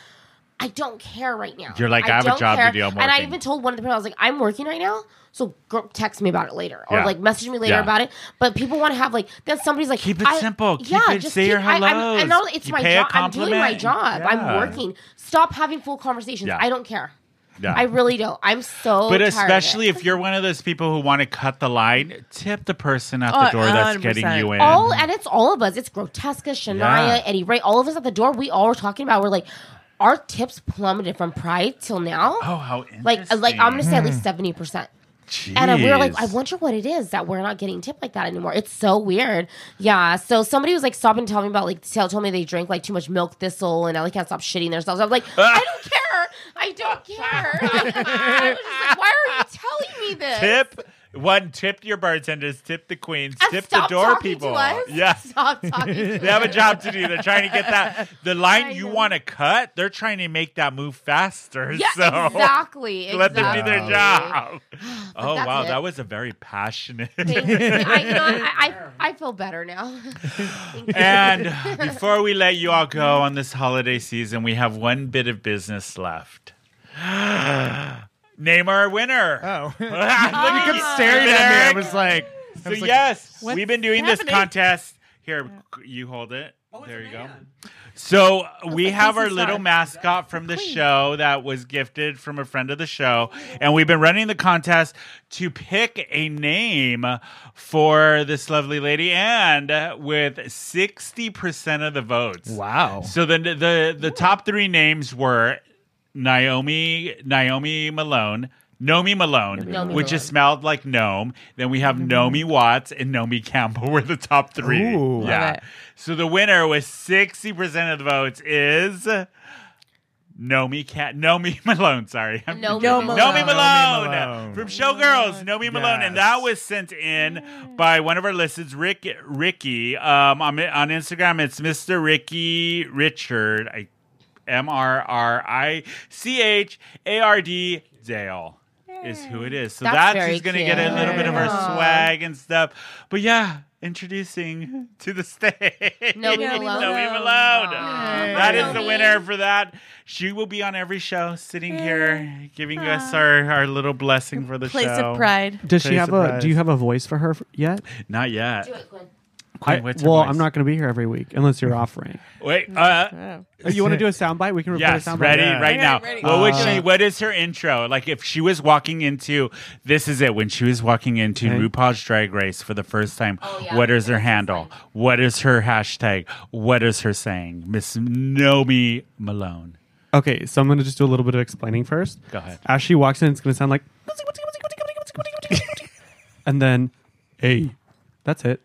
Speaker 4: I don't care right now.
Speaker 1: You're like, I have a
Speaker 4: don't
Speaker 1: job to do, I'm
Speaker 4: and I
Speaker 1: working.
Speaker 4: even told one of the people, I was like, I'm working right now, so girl, text me about it later, or
Speaker 1: Yeah.
Speaker 4: like message me later
Speaker 1: Yeah.
Speaker 4: about it. But people want to have like then somebody's like,
Speaker 1: Keep it
Speaker 4: I-
Speaker 1: simple. Keep
Speaker 4: yeah,
Speaker 1: it-
Speaker 4: just
Speaker 1: say
Speaker 4: keep,
Speaker 1: your
Speaker 4: I, I'm,
Speaker 1: hellos.
Speaker 4: I know it's
Speaker 1: You
Speaker 4: my
Speaker 1: pay a
Speaker 4: job. I'm doing my
Speaker 1: compliment.
Speaker 4: job.
Speaker 1: Yeah.
Speaker 4: I'm working. Stop having full conversations.
Speaker 1: Yeah.
Speaker 4: I don't care.
Speaker 1: Yeah.
Speaker 4: I really don't. I'm so.
Speaker 1: But
Speaker 4: tired of
Speaker 1: especially
Speaker 4: it.
Speaker 1: if you're one of those people who want to cut the line, tip the person at
Speaker 3: Oh,
Speaker 1: the door that's getting
Speaker 3: 100%.
Speaker 1: you in.
Speaker 4: all and it's all of us. It's Grotesca, Shania,
Speaker 1: Yeah.
Speaker 4: Eddie Ray. All of us at the door. We all were talking about. We're like, our tips plummeted from Pride till now.
Speaker 1: oh, how
Speaker 4: like uh, like I'm gonna
Speaker 1: interesting.
Speaker 4: say at least seventy percent. And we were like, I
Speaker 1: Jeez.
Speaker 4: wonder what it is that we're not getting tipped like that anymore. It's so weird. Yeah. So somebody was like stopping telling me about like tell, told me they drank like too much milk thistle and now they can't stop shitting themselves. I was like, I don't
Speaker 1: [laughs]
Speaker 4: [laughs] care. I don't care. I was just like, why are you telling me this?
Speaker 1: tip One, tip your bartenders, tip the queens,
Speaker 4: And
Speaker 1: tip the
Speaker 4: stop
Speaker 1: door
Speaker 4: talking
Speaker 1: people.
Speaker 4: To us.
Speaker 1: Yes.
Speaker 4: [laughs] Stop talking to
Speaker 1: [laughs] They have a job to do. They're trying to get that
Speaker 4: [laughs]
Speaker 1: the line you
Speaker 4: know.
Speaker 1: want to cut. They're trying to make that move faster.
Speaker 4: Yeah,
Speaker 1: so [laughs]
Speaker 4: exactly.
Speaker 1: let them do their
Speaker 4: exactly. [gasps]
Speaker 1: job. oh
Speaker 4: that's
Speaker 1: wow,
Speaker 4: it.
Speaker 1: that was a very passionate.
Speaker 4: [laughs] Thank you. I, you know, I, I, I feel better now.
Speaker 1: [laughs]
Speaker 4: [laughs]
Speaker 1: and before we let you all go on this holiday season, we have one bit of business left. [gasps] Name our winner. [laughs]
Speaker 2: Oh, [laughs] you
Speaker 1: Look at
Speaker 2: kept
Speaker 1: you,
Speaker 2: staring at me. I
Speaker 1: Eric.
Speaker 2: was like, I
Speaker 1: So
Speaker 2: was like,
Speaker 1: yes,
Speaker 3: What's
Speaker 1: we've been doing this
Speaker 3: happening?
Speaker 1: contest. Here, c- you hold it. there you go. So uh, we have our
Speaker 3: Casey
Speaker 1: little
Speaker 3: Star.
Speaker 1: mascot from the show that was gifted from a friend of the show, and we've been running the contest to pick a name for this lovely lady, and uh, with sixty percent of the votes.
Speaker 2: Wow.
Speaker 1: So then the the, the top three names were Naomi Naomi Malone. Nomi Malone,
Speaker 4: Malone.
Speaker 1: which is smelled like gnome. Then we have Nomi Watts and Nomi Campbell were the top three.
Speaker 2: Ooh.
Speaker 1: yeah.
Speaker 3: Love it.
Speaker 1: So the winner with sixty percent of the votes is Nomi Cat Nomi [laughs] Malone. Sorry, I'm
Speaker 4: No,
Speaker 3: No,
Speaker 4: Malone.
Speaker 1: Nomi Malone,
Speaker 2: Nomi Malone.
Speaker 1: from Showgirls. Nomi Malone, and
Speaker 2: Yes.
Speaker 1: that was sent in by one of our listeners, Rick Ricky. Um, on on Instagram, it's Mr. Ricky Richard. I M R R I C H A R D Dale is who it is. So
Speaker 4: That's
Speaker 1: that's,
Speaker 4: very
Speaker 1: who's going to get a little bit of our
Speaker 4: cute.
Speaker 1: swag and stuff. But yeah. Introducing to the stage, [laughs]
Speaker 4: Nomi
Speaker 1: Nomi
Speaker 4: Malone.
Speaker 1: Malone.
Speaker 4: Aw.
Speaker 1: That is the
Speaker 4: Nomi.
Speaker 1: winner for that. She will be on every show, sitting here, giving us our, our little blessing for the
Speaker 3: Place
Speaker 1: show. [laughs]
Speaker 3: of pride.
Speaker 5: Does
Speaker 1: Very
Speaker 5: she have a?
Speaker 1: surprised.
Speaker 5: Do you have a voice for her f- yet?
Speaker 1: Not yet.
Speaker 4: Do it, Quinn.
Speaker 1: Quinn,
Speaker 5: I-
Speaker 1: what's her
Speaker 5: well,
Speaker 1: voice?
Speaker 5: I'm not Mm. going to be here every week unless
Speaker 1: [laughs]
Speaker 5: you're offering.
Speaker 1: Wait. Uh,
Speaker 3: Oh.
Speaker 5: you want to do a soundbite? We can record
Speaker 1: yes.
Speaker 5: a soundbite.
Speaker 1: Ready
Speaker 2: Yeah.
Speaker 1: right
Speaker 3: Okay,
Speaker 1: now.
Speaker 3: ready.
Speaker 1: What would
Speaker 5: Uh,
Speaker 1: she? What is her intro? Like if she was walking into this is it when she was walking into
Speaker 5: Okay.
Speaker 1: RuPaul's Drag Race for the first time.
Speaker 4: Oh, yeah.
Speaker 1: What is her handle? What is her hashtag? What is her saying? Miss Nomi Malone.
Speaker 5: Okay, so I'm going to just do a little bit of explaining first.
Speaker 1: Go ahead.
Speaker 5: As she walks in, it's going to sound like, and then, hey,
Speaker 1: [laughs]
Speaker 5: that's it.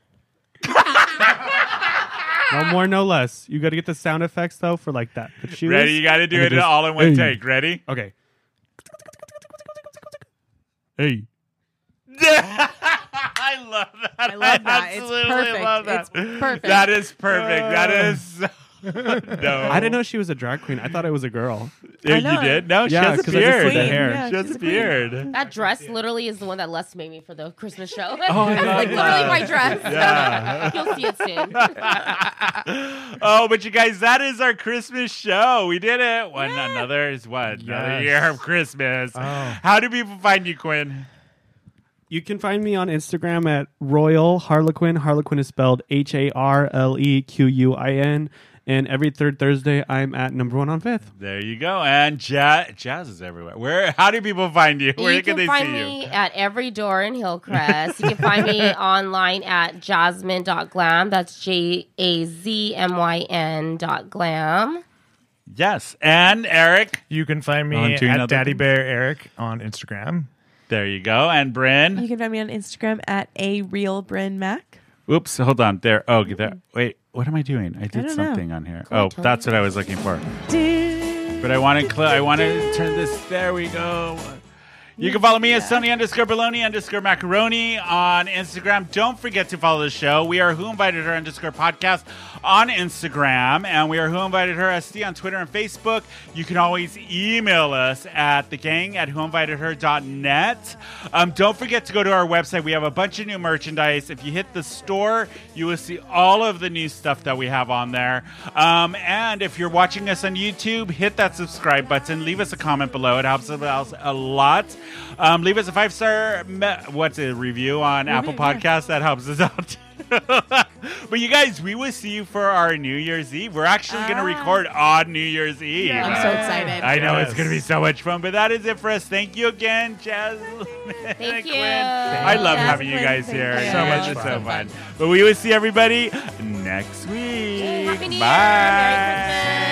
Speaker 5: no more, no less. You got to get the sound effects though for like that. But she
Speaker 1: Ready?
Speaker 5: was-
Speaker 1: You got to do
Speaker 5: and
Speaker 1: it
Speaker 5: just,
Speaker 1: all in one
Speaker 5: "Hey."
Speaker 1: take. Ready?
Speaker 5: Okay.
Speaker 1: [laughs]
Speaker 5: Hey,
Speaker 1: I love that.
Speaker 3: I love that. It's
Speaker 1: absolutely
Speaker 3: perfect.
Speaker 1: love that.
Speaker 3: It's perfect. Uh.
Speaker 1: That is perfect. that is so- [laughs] no.
Speaker 5: I didn't know she was a drag queen. I thought it was a girl.
Speaker 1: Yeah,
Speaker 3: I
Speaker 1: you
Speaker 3: know.
Speaker 1: did? No,
Speaker 5: Yeah,
Speaker 1: she has a
Speaker 5: 'cause I just
Speaker 1: beard.
Speaker 5: did the hair.
Speaker 3: Yeah,
Speaker 1: she has
Speaker 3: she's
Speaker 1: a
Speaker 3: a queen.
Speaker 1: beard. [laughs]
Speaker 3: [laughs]
Speaker 4: That dress literally is the one that Les made me for the Christmas show. [laughs]
Speaker 1: Oh, I
Speaker 4: It's
Speaker 1: love
Speaker 4: like
Speaker 1: that.
Speaker 4: literally my dress.
Speaker 1: Yeah.
Speaker 4: You'll see it soon.
Speaker 1: oh, but you guys, that is our Christmas show. We did it. One another is what? Another
Speaker 2: Yes.
Speaker 1: year of Christmas.
Speaker 2: Oh.
Speaker 1: How do people find you, Quinn?
Speaker 5: You can find me on Instagram at Royal Harlequin. Harlequin is spelled H A R L E Q U I N. And every third Thursday, I'm at number one on fifth.
Speaker 1: There you go. And jazz, jazz is everywhere. Where? How do people find you? [laughs] [laughs] Where
Speaker 4: you
Speaker 1: can,
Speaker 4: can,
Speaker 1: they
Speaker 4: find
Speaker 1: see
Speaker 4: me
Speaker 1: you?
Speaker 4: at every door in Hillcrest. you can find
Speaker 1: [laughs]
Speaker 4: me online at jasmine.glam. That's J A Z M Y N dot glam.
Speaker 1: Yes. And Eric.
Speaker 2: You can find me
Speaker 1: On to another
Speaker 2: at Daddy
Speaker 1: thing.
Speaker 2: Bear Eric on Instagram.
Speaker 1: There you go. And Bryn.
Speaker 3: You can find me on Instagram at a real Bryn Mac.
Speaker 1: Oops, hold on. There. Oh, there. Wait, what am I doing? I did
Speaker 3: don't know.
Speaker 1: something on here.
Speaker 4: Cool,
Speaker 1: oh,
Speaker 4: totally.
Speaker 1: that's what I was looking for. But I want to cl- I want to turn this. There we go. You can follow me at Sunny underscore baloney underscore macaroni on Instagram. Don't forget to follow the show. We are Who Invited Her underscore podcast on Instagram. And we are Who Invited Her SD on Twitter and Facebook. You can always email us at the gang at whoinvitedher.net. Um, don't forget to go to our website. We have a bunch of new merchandise. If you hit the store, you will see all of the new stuff that we have on there. Um, and if you're watching us on YouTube, hit that subscribe button. Leave us a comment below. It helps us a lot. Um, leave us a five star me- what's a review on Apple Podcasts. That helps us out. [laughs] but you guys, we will see you for our New Year's Eve. We're actually going to record on New Year's Eve.
Speaker 3: I'm so excited.
Speaker 1: I know
Speaker 2: Yes.
Speaker 1: it's going to be so much fun, but that is it for us. Thank you again, Jazz.
Speaker 4: Thank you.
Speaker 1: I love
Speaker 4: Jasmine,
Speaker 1: having you guys
Speaker 3: thank
Speaker 1: here.
Speaker 3: you.
Speaker 2: So much
Speaker 1: It's
Speaker 2: fun.
Speaker 1: so fun. But we will see everybody next week.
Speaker 4: Happy New Year.
Speaker 1: Bye.
Speaker 4: Merry Christmas.